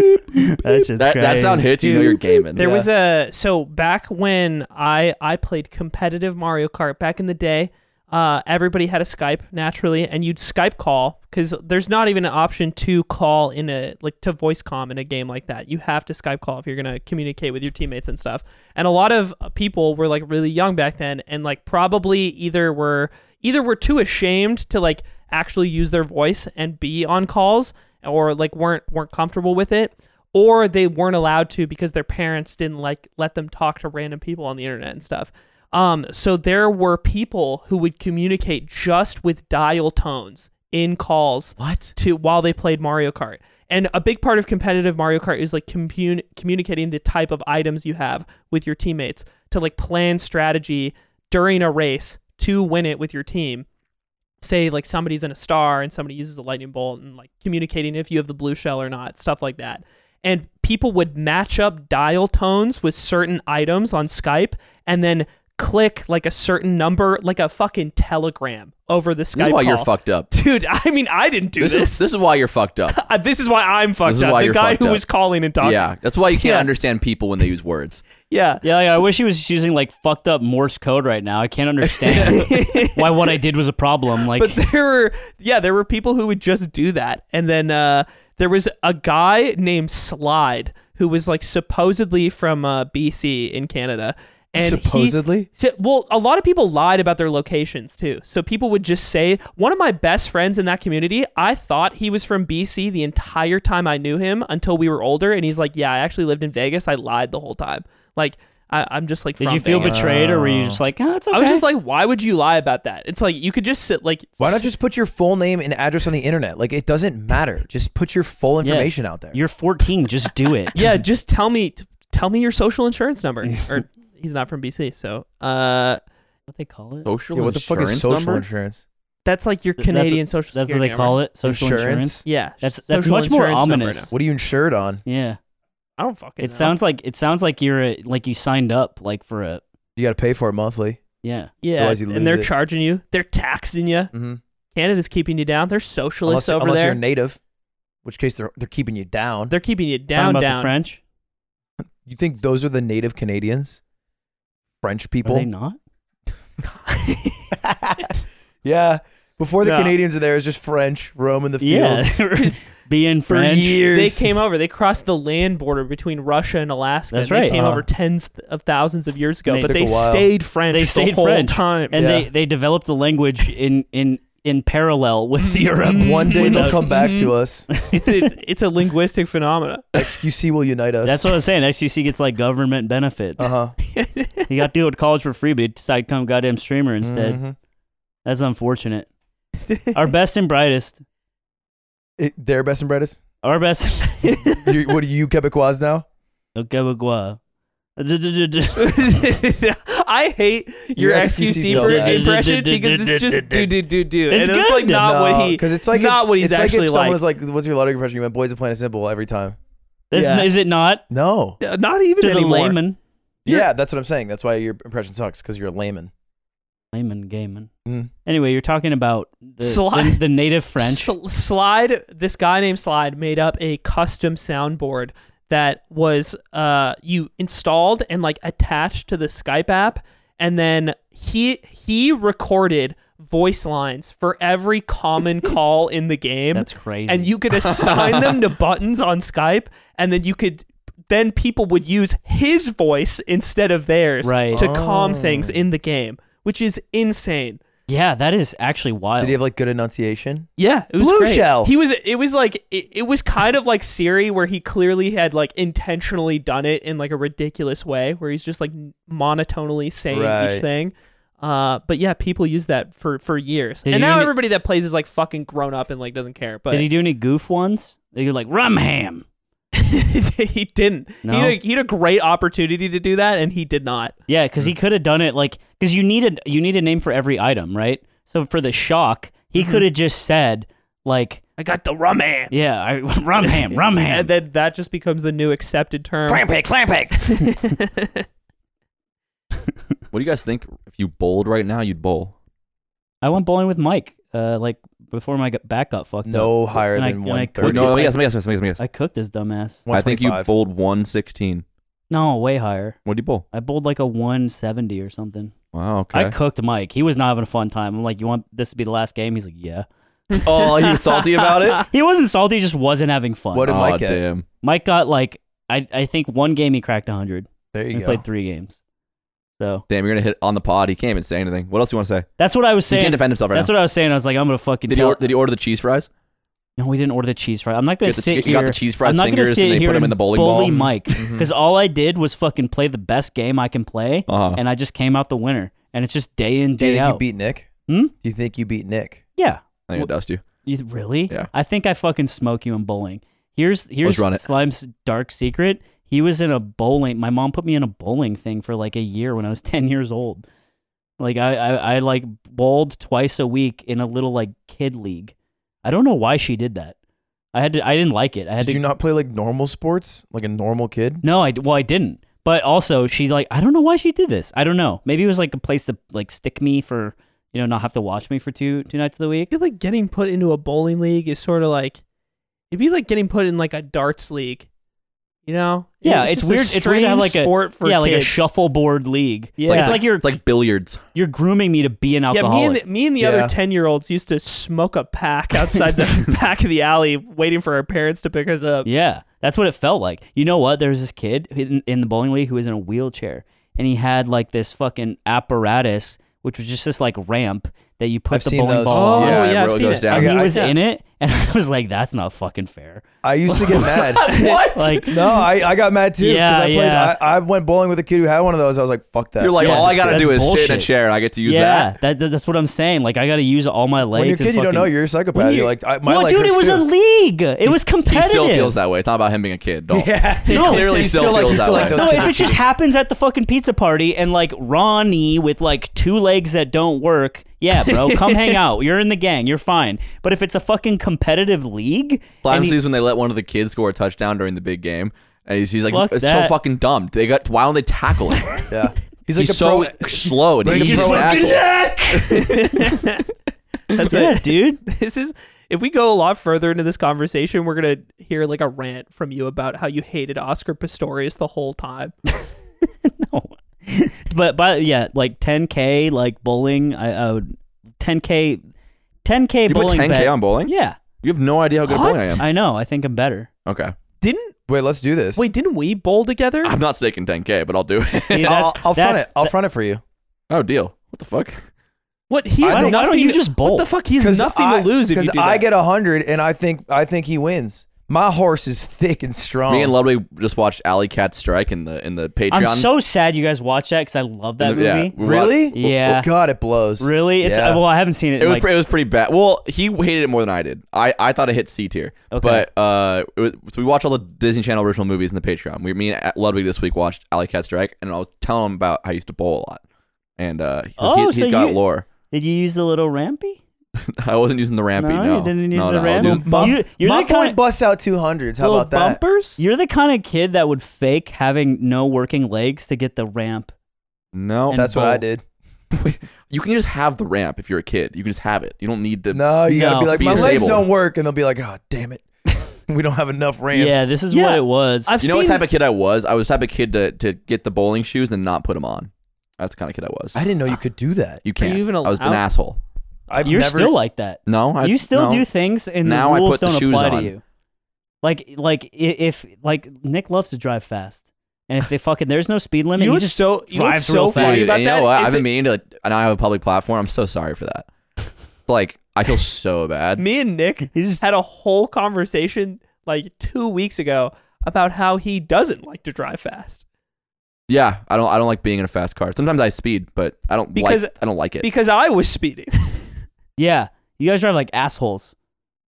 Speaker 1: That's just
Speaker 3: that that
Speaker 1: crazy.
Speaker 3: sound hits. You know
Speaker 2: Dude.
Speaker 3: you're gaming.
Speaker 2: There
Speaker 4: Yeah.
Speaker 2: was a so back when I I played competitive Mario Kart back in the day. Uh, everybody had a Skype naturally, and you'd Skype call because there's not even an option to call in a like to voice com in a game like that. You have to Skype call if you're gonna communicate with your teammates and stuff. And a lot of uh, people were like really young back then, and like probably either were either were too ashamed to like actually use their voice and be on calls, or like weren't weren't comfortable with it, or they weren't allowed to because their parents didn't like let them talk to random people on the internet and stuff. Um, so there were people who would communicate just with dial tones in calls. What? To while they played Mario Kart. And a big part of competitive Mario Kart is like commun- communicating the type of items you have with your teammates to like plan strategy during a race to win it with your team say like somebody's in a star and somebody uses a lightning bolt and like communicating if you have the blue shell or not, stuff like that. And people would match up dial tones with certain items on Skype and then click like a certain number, like a fucking telegram over the Skype.
Speaker 3: This is why you're
Speaker 2: call.
Speaker 3: fucked up.
Speaker 2: Dude, I mean, I didn't do
Speaker 3: This
Speaker 2: this.
Speaker 3: is this is why you're fucked up.
Speaker 2: Uh, this is why I'm fucked
Speaker 3: is
Speaker 2: up.
Speaker 3: why
Speaker 2: the
Speaker 3: you're
Speaker 2: guy
Speaker 3: fucked
Speaker 2: who
Speaker 3: up.
Speaker 2: was calling and talking.
Speaker 3: Yeah, that's why you can't
Speaker 2: Yeah.
Speaker 3: understand people when they use words.
Speaker 2: Yeah.
Speaker 1: Yeah, like, I wish he was using like fucked up Morse code right now. I can't understand why what I did was a problem. Like,
Speaker 2: but there were yeah there were people who would just do that and then uh there was a guy named slide who was like supposedly from uh bc in canada and he-
Speaker 4: Supposedly?
Speaker 2: so- well a lot of people lied about their locations too so people would just say one of my best friends in that community i thought he was from bc the entire time i knew him until we were older and he's like yeah i actually lived in vegas i lied the whole time like I, i'm just like
Speaker 1: did
Speaker 2: from
Speaker 1: you feel
Speaker 2: Vegas.
Speaker 1: betrayed, or were you just like, oh, it's okay?
Speaker 2: i was just like why would you lie about that it's like you could just sit like
Speaker 4: Why not just put your full name and address on the internet? Like it doesn't matter. Just put your full
Speaker 1: Yeah.
Speaker 4: information out there.
Speaker 1: You're 14. Just do it.
Speaker 2: yeah, just tell me t- tell me your social insurance number. Or he's not from BC, so uh
Speaker 1: what they call it?
Speaker 3: Social
Speaker 4: Yeah, what the fuck is
Speaker 3: insurance
Speaker 4: social
Speaker 3: number?
Speaker 4: insurance?
Speaker 2: that's like your
Speaker 1: Th- that's-
Speaker 2: Canadian social
Speaker 1: That's what
Speaker 2: security
Speaker 1: they call it. Social
Speaker 4: Insurance?
Speaker 1: insurance.
Speaker 2: Yeah.
Speaker 1: That's- that's
Speaker 2: social
Speaker 1: much more
Speaker 2: insurance number
Speaker 1: ominous.
Speaker 2: now.
Speaker 4: What are you insured on?
Speaker 1: Yeah,
Speaker 2: I don't fucking
Speaker 1: it
Speaker 2: know.
Speaker 1: sounds like it sounds like you're a, like you signed up like for a
Speaker 4: You got to pay for it monthly.
Speaker 1: yeah.
Speaker 2: yeah,
Speaker 4: otherwise you lose
Speaker 2: and they're
Speaker 4: it.
Speaker 2: charging you. They're taxing you.
Speaker 4: Mm-hmm.
Speaker 2: Canada's keeping you down. They're
Speaker 4: Unless,
Speaker 2: socialists over
Speaker 4: unless
Speaker 2: there.
Speaker 4: you're native, which case they're they're keeping you down.
Speaker 2: they're keeping you
Speaker 1: Talking
Speaker 2: down
Speaker 1: about
Speaker 2: down.
Speaker 1: the French.
Speaker 4: you think those are the native Canadians, French
Speaker 1: Are they
Speaker 4: people?
Speaker 1: not?
Speaker 4: yeah. Before the
Speaker 2: No.
Speaker 4: Canadians are there, it's just French roaming the
Speaker 1: Yeah,
Speaker 4: fields
Speaker 1: being
Speaker 4: for
Speaker 1: French.
Speaker 2: They
Speaker 4: years.
Speaker 2: came over. They crossed the land border between Russia and Alaska.
Speaker 1: That's
Speaker 2: and They
Speaker 1: right. uh-huh.
Speaker 2: came
Speaker 4: Uh.
Speaker 2: over tens of thousands of years ago,
Speaker 1: They
Speaker 2: but
Speaker 4: took
Speaker 2: they
Speaker 4: a while.
Speaker 2: stayed French.
Speaker 1: They
Speaker 2: the
Speaker 1: stayed
Speaker 2: whole
Speaker 1: French.
Speaker 2: time.
Speaker 1: and
Speaker 4: Yeah.
Speaker 1: they they developed the language in in in parallel with Europe.
Speaker 4: One day they'll
Speaker 1: Without-
Speaker 4: come back to us.
Speaker 2: it's a, it's a linguistic phenomena.
Speaker 4: XQC will unite us.
Speaker 1: That's what I was saying. XUC gets like government benefits.
Speaker 4: Uh huh.
Speaker 1: He got to go to college for free, but he decided to become a goddamn streamer instead.
Speaker 4: Mm-hmm.
Speaker 1: That's unfortunate. Our best and brightest.
Speaker 4: Their best and brightest.
Speaker 1: Our best.
Speaker 4: you, what are you Quebecois now?
Speaker 1: Au Québécois.
Speaker 2: I hate your,
Speaker 4: Your
Speaker 2: XQC,
Speaker 4: XQC
Speaker 2: per-
Speaker 4: so bad.
Speaker 2: impression because it's just do do do do, and
Speaker 1: It's
Speaker 2: it's like
Speaker 1: good.
Speaker 2: not what he.
Speaker 4: because it's like
Speaker 2: not
Speaker 4: if,
Speaker 2: what he's
Speaker 4: it's like
Speaker 2: actually
Speaker 4: if
Speaker 2: like.
Speaker 4: someone was like, "What's your Lotto impression?" You went, "Boys of Planet Simple" every time.
Speaker 1: That's-
Speaker 2: Yeah.
Speaker 1: Is it not?
Speaker 4: No.
Speaker 2: Uh, Not even
Speaker 1: To the
Speaker 2: anymore.
Speaker 1: layman.
Speaker 2: You're-
Speaker 4: yeah, that's what I'm saying. That's why your impression sucks because you're a layman.
Speaker 1: Layman, gayman.
Speaker 4: Mm.
Speaker 1: Anyway, you're talking about the,
Speaker 2: Sly-
Speaker 1: the, the native French.
Speaker 2: Sl- Slide, this guy named Slide made up a custom soundboard that was uh you installed and like attached to the Skype app and then he he recorded voice lines for every common call in the game.
Speaker 1: That's crazy.
Speaker 2: and you could assign them to buttons on Skype, and then you could then people would use his voice instead of theirs
Speaker 1: Right.
Speaker 2: to
Speaker 4: Oh.
Speaker 2: calm things in the game, which is insane.
Speaker 1: yeah, that is actually wild.
Speaker 4: Did he have like good enunciation?
Speaker 2: Yeah, it was
Speaker 4: Blue
Speaker 2: great.
Speaker 4: shell.
Speaker 2: He was. It was like it, it was kind of like Siri, where he clearly had like intentionally done it in like a ridiculous way, where he's just like monotonally saying
Speaker 4: Right.
Speaker 2: each thing. Uh, but yeah, people use that for for years,
Speaker 1: Did
Speaker 2: and
Speaker 1: he
Speaker 2: now
Speaker 1: even-
Speaker 2: everybody that plays is like fucking grown up and like doesn't care. But
Speaker 1: Did he do any goof ones? They were like rum ham.
Speaker 2: he didn't.
Speaker 1: No?
Speaker 2: He, had, he had a great opportunity to do that, and he did not.
Speaker 1: Yeah, because
Speaker 2: Hmm.
Speaker 1: he could have done it like because you needed you need a name for every item, right? So for the shock, he could have just said like,
Speaker 2: Mm-hmm. I got the rum man.
Speaker 1: "Yeah, I, rum ham, rum ham."
Speaker 2: And then that just becomes the new accepted term.
Speaker 4: Slam pig, slam pig.
Speaker 3: What do you guys think? If you bowled right now, you'd bowl.
Speaker 1: I went bowling with Mike, uh, like before my g- back got fucked up.
Speaker 4: No higher
Speaker 1: And I-
Speaker 4: than
Speaker 1: and I
Speaker 4: one
Speaker 3: Wait,
Speaker 4: thirty.
Speaker 1: couldn't-
Speaker 3: no, let me
Speaker 1: I-
Speaker 3: guess. Let me guess. Let me guess. Let me guess.
Speaker 1: I cooked this dumbass.
Speaker 3: I think you bowled one sixteen.
Speaker 1: No, way higher.
Speaker 3: What did you bowl?
Speaker 1: I bowled like a 170 or something.
Speaker 3: Wow. Okay.
Speaker 1: I cooked Mike. He was not having a fun time. I'm like, "You want this to be the last game?" He's like, "Yeah."
Speaker 3: oh, he was salty about it.
Speaker 1: He wasn't salty. He just wasn't having fun.
Speaker 4: What did
Speaker 3: oh,
Speaker 4: Mike get?
Speaker 3: damn.
Speaker 1: Mike got like I I think one game he cracked 100.
Speaker 4: There
Speaker 1: He
Speaker 4: you go.
Speaker 1: played three games. So
Speaker 3: Damn, you're gonna hit on the pod. He can't even say anything. What else you want to say?
Speaker 1: That's what I was
Speaker 3: he
Speaker 1: saying.
Speaker 3: can't defend himself right
Speaker 1: That's
Speaker 3: now.
Speaker 1: what I was saying. I was like, I'm gonna fucking.
Speaker 3: did, he
Speaker 1: tell-
Speaker 3: order, did he order the cheese fries?
Speaker 1: no, we didn't order the cheese fry. I'm not
Speaker 3: You
Speaker 1: gonna
Speaker 3: got the
Speaker 1: sit
Speaker 3: chi- you
Speaker 1: here.
Speaker 3: got the cheese fries
Speaker 1: I'm not gonna
Speaker 3: fingers
Speaker 1: sit
Speaker 3: and they
Speaker 1: here
Speaker 3: put them in the bowling
Speaker 1: bully
Speaker 3: ball.
Speaker 1: Mike because all I did was fucking play the best game I can play,
Speaker 3: Uh-huh.
Speaker 1: and I just came out the winner. And it's just day in
Speaker 4: Do
Speaker 1: day
Speaker 4: you think you
Speaker 1: out.
Speaker 4: beat Nick?
Speaker 1: Hmm?
Speaker 4: Do you think you beat Nick?
Speaker 1: yeah.
Speaker 3: I think I dust you.
Speaker 1: You, really?
Speaker 3: Yeah.
Speaker 1: I think I fucking smoke you in bowling. Here's here's
Speaker 3: run it.
Speaker 1: Slime's dark secret. He was in a bowling. My mom put me in a bowling thing for like a year when I was ten years old. Like I I, I like bowled twice a week in a little like kid league. I don't know why she did that. I had to. I didn't like it. I had
Speaker 4: Did
Speaker 1: to.
Speaker 4: you not play like normal sports, like a normal kid?
Speaker 1: no, I well I didn't. But also she like I don't know why she did this. I don't know. Maybe it was like a place to like stick me for you know not have to watch me for two two nights of the week.
Speaker 2: I feel like getting put into a bowling league is sort of like it'd be like getting put in like a darts league. You know?
Speaker 1: Yeah, it's
Speaker 2: just a
Speaker 1: weird- it's weird to have,
Speaker 2: strange
Speaker 1: like, a-
Speaker 2: sport for
Speaker 1: yeah, like a
Speaker 2: kids.
Speaker 1: shuffleboard league.
Speaker 2: Yeah.
Speaker 1: it's like you're
Speaker 3: It's like billiards.
Speaker 1: You're grooming me to be an
Speaker 2: Yeah,
Speaker 1: alcoholic.
Speaker 2: me and the, me and the
Speaker 4: Yeah.
Speaker 2: other ten year olds used to smoke a pack outside the back of the alley, waiting for our parents to pick us up.
Speaker 1: Yeah, that's what it felt like. You know what? There was this kid in, in the bowling league who was in a wheelchair, and he had like this fucking apparatus, which was just this like ramp that you put
Speaker 4: I've
Speaker 1: the
Speaker 4: seen
Speaker 1: bowling
Speaker 4: those.
Speaker 1: ball
Speaker 2: Oh,
Speaker 1: on.
Speaker 3: yeah,
Speaker 2: yeah,
Speaker 3: it
Speaker 2: I've
Speaker 3: ro-
Speaker 2: seen
Speaker 3: goes
Speaker 2: it.
Speaker 3: down.
Speaker 1: And
Speaker 4: I
Speaker 1: he
Speaker 4: got-
Speaker 1: was
Speaker 2: yeah.
Speaker 1: in it, and I was like, "That's not fucking fair."
Speaker 4: I used to get mad.
Speaker 2: What?
Speaker 1: Like,
Speaker 4: No, I, I got mad too because
Speaker 1: Yeah,
Speaker 4: I played.
Speaker 1: yeah.
Speaker 4: I, I went bowling with a kid who had one of those. I was like, fuck that.
Speaker 3: You're like,
Speaker 1: Yeah,
Speaker 3: all I
Speaker 1: that's
Speaker 3: gotta
Speaker 1: good.
Speaker 3: do is
Speaker 1: That's
Speaker 3: sit in a
Speaker 1: bullshit.
Speaker 3: chair and I get to use
Speaker 1: yeah,
Speaker 3: that.
Speaker 1: that, that's what I'm saying. Like, I got to use all my legs.
Speaker 4: when you're a
Speaker 1: and
Speaker 4: kid, you don't
Speaker 1: fucking-
Speaker 4: know you're a psychopath.
Speaker 1: When
Speaker 4: You're
Speaker 1: you-
Speaker 4: like, I, my
Speaker 1: Well,
Speaker 4: leg
Speaker 1: dude,
Speaker 4: hurts
Speaker 1: it was
Speaker 4: too.
Speaker 1: a league. It was
Speaker 3: He
Speaker 1: competitive.
Speaker 3: still feels that way. It's not about him being a kid. Don't.
Speaker 4: Yeah.
Speaker 3: He
Speaker 1: No.
Speaker 3: clearly
Speaker 4: He's
Speaker 3: still,
Speaker 4: still like-
Speaker 3: feels
Speaker 4: he's
Speaker 3: that
Speaker 4: still
Speaker 3: way.
Speaker 4: like those
Speaker 1: No,
Speaker 4: kids
Speaker 1: if
Speaker 4: are
Speaker 1: it just happens at the fucking pizza party and like Ronnie with like two legs that don't work, yeah, bro, come hang out. You're in the gang. You're fine. But if it's a fucking competitive league,
Speaker 3: Climb
Speaker 1: and you-
Speaker 3: sees when they let one of the kids score a touchdown during the big game, and he's, he's like,
Speaker 1: Fuck
Speaker 3: "It's
Speaker 1: that."
Speaker 3: so fucking dumb. They got why don't they tackle him?
Speaker 4: Yeah. He's like
Speaker 3: he's
Speaker 4: a
Speaker 3: so
Speaker 4: pro.
Speaker 3: slow and
Speaker 4: Like a
Speaker 3: easy
Speaker 4: pro
Speaker 3: to tackle.
Speaker 2: That's
Speaker 1: yeah,
Speaker 2: it.
Speaker 1: dude.
Speaker 2: This is if we go a lot further into this conversation, we're gonna hear like a rant from you about how you hated Oscar Pistorius the whole time.
Speaker 1: No. but but yeah, like 10k, like bowling. I, I would 10k, 10k
Speaker 3: You put
Speaker 1: bowling
Speaker 3: 10k
Speaker 1: bet.
Speaker 3: on bowling?
Speaker 1: Yeah,
Speaker 3: You have no idea how good at bowling I am.
Speaker 1: I know. I think I'm better.
Speaker 3: Okay,
Speaker 2: Didn't
Speaker 4: Wait, let's do this.
Speaker 2: wait? Didn't we bowl together?
Speaker 3: I'm not staking 10k, but I'll do it.
Speaker 1: See,
Speaker 4: I'll,
Speaker 1: that's-
Speaker 4: I'll front
Speaker 1: that's-
Speaker 4: it. I'll front it for you.
Speaker 3: oh, deal. What the fuck?
Speaker 2: What he
Speaker 4: I
Speaker 2: has
Speaker 4: think-
Speaker 1: why don't you
Speaker 2: nothing-
Speaker 1: just bowl?
Speaker 2: What the fuck? He has
Speaker 4: Because
Speaker 2: nothing
Speaker 4: I,
Speaker 2: to lose if you
Speaker 4: Because
Speaker 2: do
Speaker 4: I
Speaker 2: that.
Speaker 4: get hundred, and I think I think he wins. My horse is thick and strong.
Speaker 3: Me and Ludwig just watched Alley Cat Strike in the in the Patreon.
Speaker 1: Oh. I'm so sad you guys watch that because I love that
Speaker 3: in the- yeah,
Speaker 1: movie.
Speaker 3: we wa-
Speaker 4: really?
Speaker 1: Yeah.
Speaker 4: God, it blows.
Speaker 1: Really? It's
Speaker 4: Yeah.
Speaker 1: well, I haven't seen it.
Speaker 3: It
Speaker 1: in,
Speaker 3: was
Speaker 1: like,
Speaker 3: pre- it was pretty bad. Well, he hated it more than I did. I, I thought it hit C tier.
Speaker 1: Okay.
Speaker 3: But uh, it was, so we watched all the Disney Channel original movies in the Patreon. We me and Ludwig this week watched Alley Cat Strike, and I was telling him about how I used to bowl a lot, and uh, he,
Speaker 1: Oh,
Speaker 3: he,
Speaker 1: so
Speaker 3: has got
Speaker 1: you-
Speaker 3: lore.
Speaker 1: did you use the little rampy?
Speaker 3: I wasn't using the rampy.
Speaker 1: No,
Speaker 3: No,
Speaker 1: you didn't use
Speaker 3: no,
Speaker 1: the
Speaker 3: no, I was
Speaker 1: rampy?
Speaker 3: using-
Speaker 4: Bump,
Speaker 1: You- you're
Speaker 4: my
Speaker 1: the kind
Speaker 4: boy
Speaker 1: of-
Speaker 4: busts out two hundreds. How
Speaker 2: Little
Speaker 4: about that?
Speaker 2: bumpers?
Speaker 1: You're the kind of kid that would fake having no working legs to get the ramp.
Speaker 3: no,
Speaker 1: And-
Speaker 4: That's what I
Speaker 1: Bolt.
Speaker 4: did.
Speaker 3: you can just have the ramp if you're a kid. You can just have it. You don't need to.
Speaker 4: No, you gotta
Speaker 1: No.
Speaker 4: be like,
Speaker 3: Be
Speaker 4: my legs
Speaker 3: disabled.
Speaker 4: don't work, and they'll be like, oh, damn it, we don't have enough ramps.
Speaker 1: Yeah, this is
Speaker 2: Yeah.
Speaker 1: what it was.
Speaker 2: I've
Speaker 3: you know what
Speaker 2: seen-
Speaker 3: type of kid I was? I was the type of kid to, to get the bowling shoes and not put them on. That's the kind of kid I was.
Speaker 4: I didn't know you could do that.
Speaker 3: you can't.
Speaker 2: even
Speaker 3: I was an
Speaker 2: allowed?
Speaker 3: asshole.
Speaker 4: I've
Speaker 1: You're
Speaker 4: never,
Speaker 1: still like that.
Speaker 3: No, I,
Speaker 1: you still
Speaker 3: no.
Speaker 1: do things, and
Speaker 3: Now
Speaker 1: the
Speaker 3: I
Speaker 1: rules
Speaker 3: put the
Speaker 1: don't
Speaker 3: shoes
Speaker 1: apply
Speaker 3: on.
Speaker 1: to you. Like, like i- if like Nick loves to drive fast, and if they fucking there's no speed limit,
Speaker 2: You know
Speaker 1: he
Speaker 2: what's
Speaker 1: just
Speaker 2: so you know what's
Speaker 1: drives real
Speaker 2: so
Speaker 1: fast.
Speaker 2: funny
Speaker 3: Dude,
Speaker 2: about
Speaker 3: and you know
Speaker 2: that?
Speaker 3: what?
Speaker 2: is
Speaker 3: I've been
Speaker 2: it-
Speaker 3: meaning to. Like, and I have a public platform. I'm so sorry for that. Like I feel so bad.
Speaker 2: me and Nick had a whole conversation like two weeks ago about how he doesn't like to drive fast
Speaker 3: Yeah, I don't. I don't like being in a fast car. Sometimes I speed, but I don't
Speaker 2: Because-
Speaker 3: like. I don't like it.
Speaker 2: because I was speeding.
Speaker 1: yeah. You guys drive like assholes.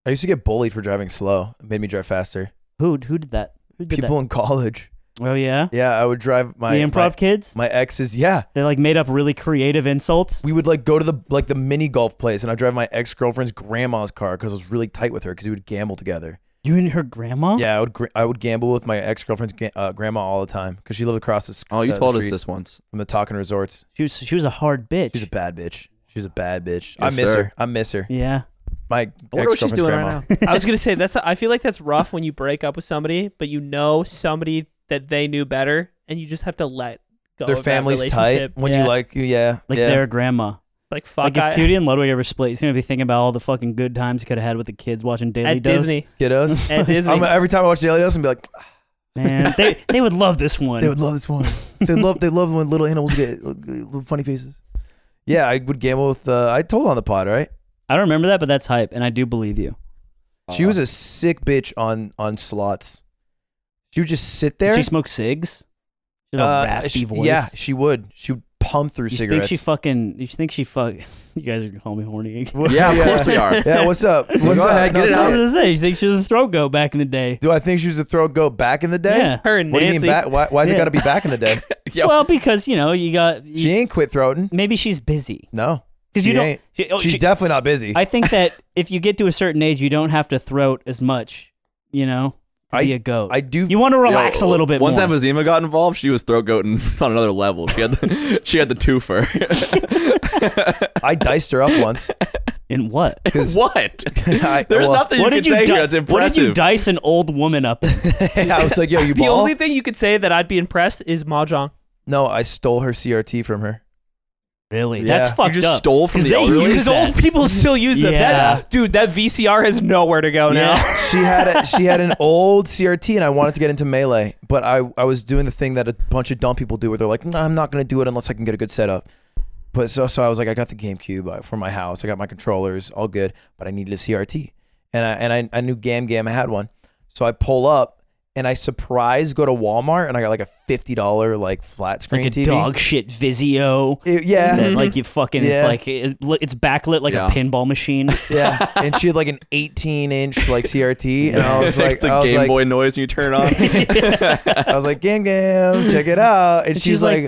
Speaker 4: I used to get bullied for driving slow. It made me drive faster.
Speaker 1: Who who did that? Who did
Speaker 4: people in college.
Speaker 1: that? Oh yeah,
Speaker 4: Yeah, I would drive my
Speaker 1: the improv kids.
Speaker 4: My, my exes. Yeah,
Speaker 1: They like made up really creative insults.
Speaker 4: we would like go to the like the mini golf place, and I would drive my ex girlfriend's grandma's car because I was really tight with her because we would gamble together.
Speaker 1: You and her grandma?
Speaker 4: Yeah, I would gr- I would gamble with my ex girlfriend's ga- uh, grandma all the time because she lived across the s-
Speaker 3: Oh, you
Speaker 4: uh, the
Speaker 3: told us
Speaker 4: street
Speaker 3: this once.
Speaker 4: from the Talking Resorts.
Speaker 1: She was she was a hard bitch.
Speaker 4: She's a bad bitch. She's a bad bitch. I
Speaker 3: Yes,
Speaker 4: miss
Speaker 3: sir.
Speaker 4: her. I miss her.
Speaker 1: yeah.
Speaker 4: My ex
Speaker 3: I wonder what
Speaker 4: girlfriend's
Speaker 3: she's doing
Speaker 4: grandma.
Speaker 3: right now.
Speaker 2: I was gonna say that's. I feel like that's rough when you break up with somebody, but you know somebody that they knew better, and you just have to let go.
Speaker 4: Their
Speaker 2: of that
Speaker 4: family's tight.
Speaker 2: relationship.
Speaker 4: When
Speaker 2: Yeah.
Speaker 4: you like, yeah,
Speaker 1: Like
Speaker 4: yeah.
Speaker 1: their grandma.
Speaker 2: like fuck
Speaker 1: like if
Speaker 2: I,
Speaker 1: Cutie and Ludwig ever split, he's gonna be thinking about all the fucking good times he could have had with the kids watching Daily
Speaker 2: at
Speaker 1: Dose.
Speaker 2: Disney.
Speaker 4: kiddos.
Speaker 2: At Disney.
Speaker 4: I'm, every time I watch Daily Dose, I'm be like,
Speaker 1: Man, they they would love this one.
Speaker 4: they would love this one. They love they love when little animals get uh, little funny faces. Yeah, I would gamble with. Uh, I told on the pod, right?
Speaker 1: I don't remember that, but that's hype, and I do believe you.
Speaker 4: She
Speaker 3: Uh-huh.
Speaker 4: was a sick bitch on on slots. She would just
Speaker 1: Did
Speaker 4: sit there.
Speaker 1: she smokes cigs? She had a
Speaker 4: uh,
Speaker 1: raspy
Speaker 4: she-
Speaker 1: voice.
Speaker 4: Yeah, she would. She would pump through
Speaker 1: you
Speaker 4: cigarettes.
Speaker 1: think she fucking? You think she fuck? You guys are gonna call me horny. again.
Speaker 3: Yeah, of course we are.
Speaker 4: yeah, what's up? What's
Speaker 3: Go
Speaker 4: up?
Speaker 3: ahead,
Speaker 4: No,
Speaker 3: get it
Speaker 1: I
Speaker 4: say
Speaker 1: was
Speaker 3: out.
Speaker 4: it.
Speaker 1: gonna say, you think she was a throat go back in the day?
Speaker 4: Do I think she was a throat goat back in the day?
Speaker 1: Yeah.
Speaker 2: her and
Speaker 4: What do you mean
Speaker 2: Nancy.
Speaker 4: back? Why, why's it
Speaker 1: Yeah.
Speaker 4: got to be back in the day?
Speaker 3: Yeah.
Speaker 1: Well, because you know you got. you-
Speaker 4: She ain't quit throating.
Speaker 1: maybe she's busy
Speaker 4: No,
Speaker 1: because you
Speaker 4: She
Speaker 1: don't.
Speaker 4: ain't.
Speaker 1: she- oh,
Speaker 4: she's
Speaker 1: she-
Speaker 4: definitely not busy.
Speaker 1: I think that if you get to a certain age, you don't have to throat as much. You know, to
Speaker 4: I-
Speaker 1: be a goat.
Speaker 4: I do.
Speaker 1: you want to relax
Speaker 3: Yo,
Speaker 1: a little bit
Speaker 3: One
Speaker 1: more.
Speaker 3: time Azima got involved, she was throat goating on another level. She had the, she had the twofer.
Speaker 4: I diced her up once.
Speaker 1: in what?
Speaker 3: what?
Speaker 4: I,
Speaker 3: There's
Speaker 4: well,
Speaker 3: nothing
Speaker 1: what
Speaker 3: you
Speaker 1: did
Speaker 3: can
Speaker 1: you
Speaker 3: say
Speaker 1: di-
Speaker 3: here that's
Speaker 1: what did
Speaker 3: impressive.
Speaker 1: you dice an old woman up? in?
Speaker 4: I was like, yo, you
Speaker 2: The
Speaker 4: ball?
Speaker 2: only thing you could say that I'd be impressed is mahjong.
Speaker 4: no, I stole her CRT from her.
Speaker 1: Really?
Speaker 4: Yeah.
Speaker 1: That's
Speaker 4: You
Speaker 1: fucked
Speaker 3: just
Speaker 1: up.
Speaker 3: stole from
Speaker 1: 'Cause
Speaker 3: the
Speaker 1: they
Speaker 3: elderly?
Speaker 1: use
Speaker 2: Because
Speaker 1: that.
Speaker 2: old people still use them.
Speaker 1: Yeah.
Speaker 2: That, dude, that VCR has nowhere to go now.
Speaker 1: Yeah.
Speaker 4: She had a, she had an old CRT, and I wanted to get into melee, but I I was doing the thing that a bunch of dumb people do, where they're like, nah, I'm not gonna do it unless I can get a good setup. But so so I was like, I got the GameCube uh, for my house, I got my controllers, all good, but I needed a CRT, and I and I, I knew Gam Gam had one, so I pull up and I surprise go to Walmart, and I got like a fifty dollar like flat screen
Speaker 1: like a
Speaker 4: TV.
Speaker 1: dog shit Vizio.
Speaker 4: It- yeah,
Speaker 1: That, like you fucking
Speaker 4: Yeah.
Speaker 1: it's like it, li- it's backlit like
Speaker 3: Yeah.
Speaker 1: a pinball machine.
Speaker 4: Yeah, and she had like an 18 inch like CRT, and I was
Speaker 3: It's
Speaker 4: like,
Speaker 3: the
Speaker 4: I was
Speaker 3: Game
Speaker 4: like,
Speaker 3: Boy noise when you turn it on.
Speaker 4: I was like, Gam Gam, check it out, and, she's,
Speaker 1: she's
Speaker 4: like,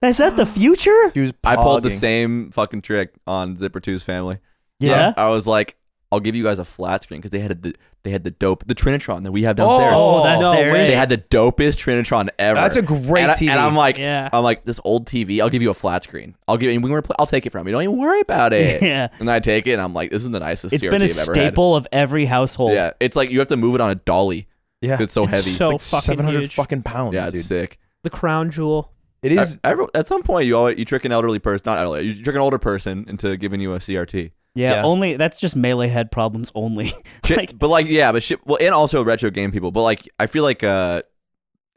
Speaker 1: like, Is that the future?
Speaker 4: she was.
Speaker 3: I pulled the
Speaker 4: pogging.
Speaker 3: same fucking trick on Zipper 2's family.
Speaker 1: Yeah.
Speaker 3: I was like, I'll give you guys a flat screen because they had the they had the dope the Trinitron that we have
Speaker 4: Oh,
Speaker 3: downstairs.
Speaker 1: that's
Speaker 2: no
Speaker 1: theirs.
Speaker 2: way.
Speaker 3: They had the dopest Trinitron ever.
Speaker 4: That's a great
Speaker 3: and I,
Speaker 4: TV.
Speaker 3: And I'm like,
Speaker 2: Yeah.
Speaker 3: I'm like this old TV. I'll give you a flat screen. I'll give you. We were. pl- I'll take it from you. Don't even worry about it.
Speaker 1: Yeah.
Speaker 3: And I take it, and I'm like, this is the nicest
Speaker 1: It's
Speaker 3: CRT
Speaker 1: been a
Speaker 3: I've ever had.
Speaker 1: staple of every household.
Speaker 3: Yeah, it's like you have to move it on a dolly.
Speaker 4: yeah,
Speaker 3: It's so heavy.
Speaker 2: so
Speaker 4: like
Speaker 2: fucking
Speaker 4: 700
Speaker 2: huge.
Speaker 4: fucking pounds,
Speaker 3: yeah, it's
Speaker 4: dude.
Speaker 3: sick.
Speaker 2: the crown jewel.
Speaker 4: It is.
Speaker 3: I- every- at some point, you always, you trick an elderly person, not elderly, you trick an older person into giving you a CRT.
Speaker 1: Yeah,
Speaker 4: Yeah.
Speaker 1: Only that's just melee head problems only.
Speaker 3: Shit-
Speaker 1: like
Speaker 3: but like, yeah, but shit. Well, and also retro game people. But like, I feel like uh,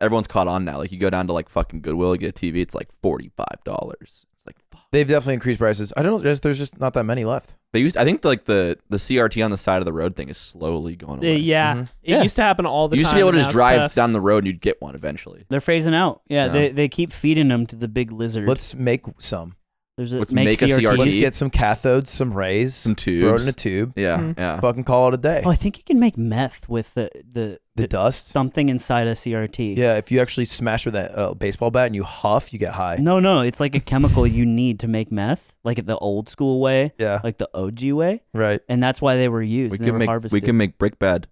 Speaker 3: everyone's caught on now. Like, you go down to like fucking Goodwill and get a TV. It's like forty five dollars. It's like fuck.
Speaker 4: They've definitely increased prices. I don't. There's, there's just not that many left.
Speaker 3: They used. I think like the the CRT on the side of the road thing is slowly going
Speaker 2: Uh,
Speaker 3: away.
Speaker 2: yeah.
Speaker 4: Mhm.
Speaker 2: It
Speaker 1: Yeah.
Speaker 2: used to happen all the
Speaker 3: You used to
Speaker 2: time.
Speaker 3: be able to
Speaker 2: and
Speaker 3: just
Speaker 2: now it's
Speaker 3: drive
Speaker 2: tough.
Speaker 3: down the road and you'd get one eventually.
Speaker 1: they're phasing out. Yeah,
Speaker 3: Yeah.
Speaker 1: They, they keep feeding them to the big lizard.
Speaker 4: Let's make some.
Speaker 1: There's a,
Speaker 3: let's
Speaker 1: make,
Speaker 3: make a
Speaker 1: CRT.
Speaker 3: CRT.
Speaker 4: Let's get some cathodes, some rays,
Speaker 3: Some
Speaker 4: throw it in
Speaker 3: tubes.
Speaker 4: a tube.
Speaker 3: Yeah,
Speaker 2: Mhm.
Speaker 3: yeah.
Speaker 4: Fucking call it a day.
Speaker 1: Oh, I think you can make meth with the the,
Speaker 4: the dust.
Speaker 1: something inside a CRT.
Speaker 4: yeah, if you actually smash with that uh, baseball bat and you huff, you get high.
Speaker 1: No, no, it's like a chemical you need to make meth, like it- the old school way,
Speaker 4: Yeah,
Speaker 1: like the OG way,
Speaker 4: right.
Speaker 1: and that's why they were used.
Speaker 3: we
Speaker 1: and they
Speaker 3: can
Speaker 1: were
Speaker 3: make
Speaker 1: harvested.
Speaker 3: we can make brick bad.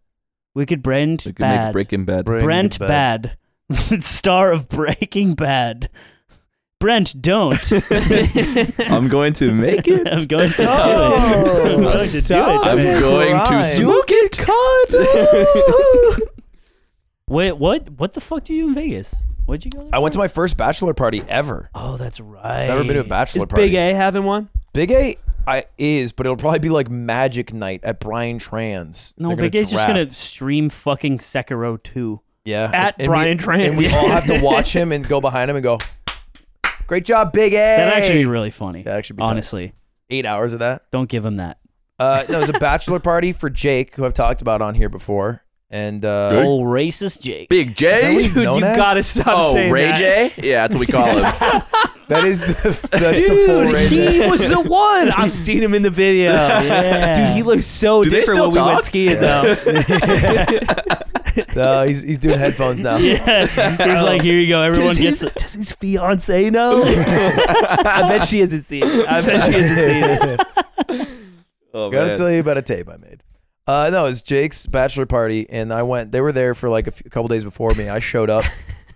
Speaker 1: we could Brent
Speaker 3: We can make
Speaker 1: bad.
Speaker 3: brick in bed.
Speaker 4: Bring
Speaker 1: Brent
Speaker 4: it back.
Speaker 1: bad, star of Breaking Bad. Brent, don't.
Speaker 3: I'm going to make it.
Speaker 1: I'm going to do it.
Speaker 4: Oh,
Speaker 1: I'm going to do
Speaker 4: stop
Speaker 1: it.
Speaker 3: I'm
Speaker 4: it.
Speaker 1: Brent.
Speaker 3: going
Speaker 4: crime.
Speaker 3: to smoke it, cut.
Speaker 1: Wait, what? What the fuck do you do in Vegas? What'd you go? There
Speaker 4: I went to
Speaker 1: for?
Speaker 4: my first bachelor party ever.
Speaker 1: Oh, that's right.
Speaker 4: Never been to a bachelor
Speaker 2: Is
Speaker 4: party.
Speaker 2: Big A having one?
Speaker 4: Big A I, is, but it'll probably be like Magic Night at Brian Tran's.
Speaker 1: No,
Speaker 4: They're gonna
Speaker 1: Big A's just gonna
Speaker 4: draft.
Speaker 1: stream fucking Sekiro two.
Speaker 4: yeah
Speaker 2: at
Speaker 4: And we-
Speaker 2: Brian Tran's.
Speaker 4: and we all have to watch him and go behind him and go, "Great job, Big A."
Speaker 1: That'd actually be really funny.
Speaker 4: That'd actually be tight.
Speaker 1: honestly.
Speaker 4: eight hours of that.
Speaker 1: Don't give him that.
Speaker 4: Uh, no, it was a bachelor party for Jake, who I've talked about on here before, and uh,
Speaker 1: Old racist Jake.
Speaker 3: Big J.
Speaker 4: Is that
Speaker 2: Dude,
Speaker 4: known
Speaker 2: you
Speaker 4: as?
Speaker 2: gotta stop
Speaker 3: Oh,
Speaker 2: saying
Speaker 3: Ray
Speaker 2: that.
Speaker 3: J. Yeah, that's what we call him.
Speaker 4: that is the that's the full
Speaker 2: Dude,
Speaker 4: range.
Speaker 2: he was the one. I've seen him in the video.
Speaker 1: Yeah.
Speaker 2: Dude, he looks so
Speaker 3: Do they
Speaker 2: different
Speaker 3: still
Speaker 2: uh, when we went
Speaker 3: talk?
Speaker 2: skiing, though.
Speaker 4: No, Uh, he's he's doing headphones now.
Speaker 1: Yeah, he's like, here you go. Everyone gets it.
Speaker 2: does his fiance know? I bet she hasn't seen it. I bet she hasn't seen it.
Speaker 3: Oh,
Speaker 4: Gotta
Speaker 3: man.
Speaker 4: tell you about a tape I made. Uh, no, it was Jake's bachelor party, and I went. They were there for like a few- couple days before me. I showed up.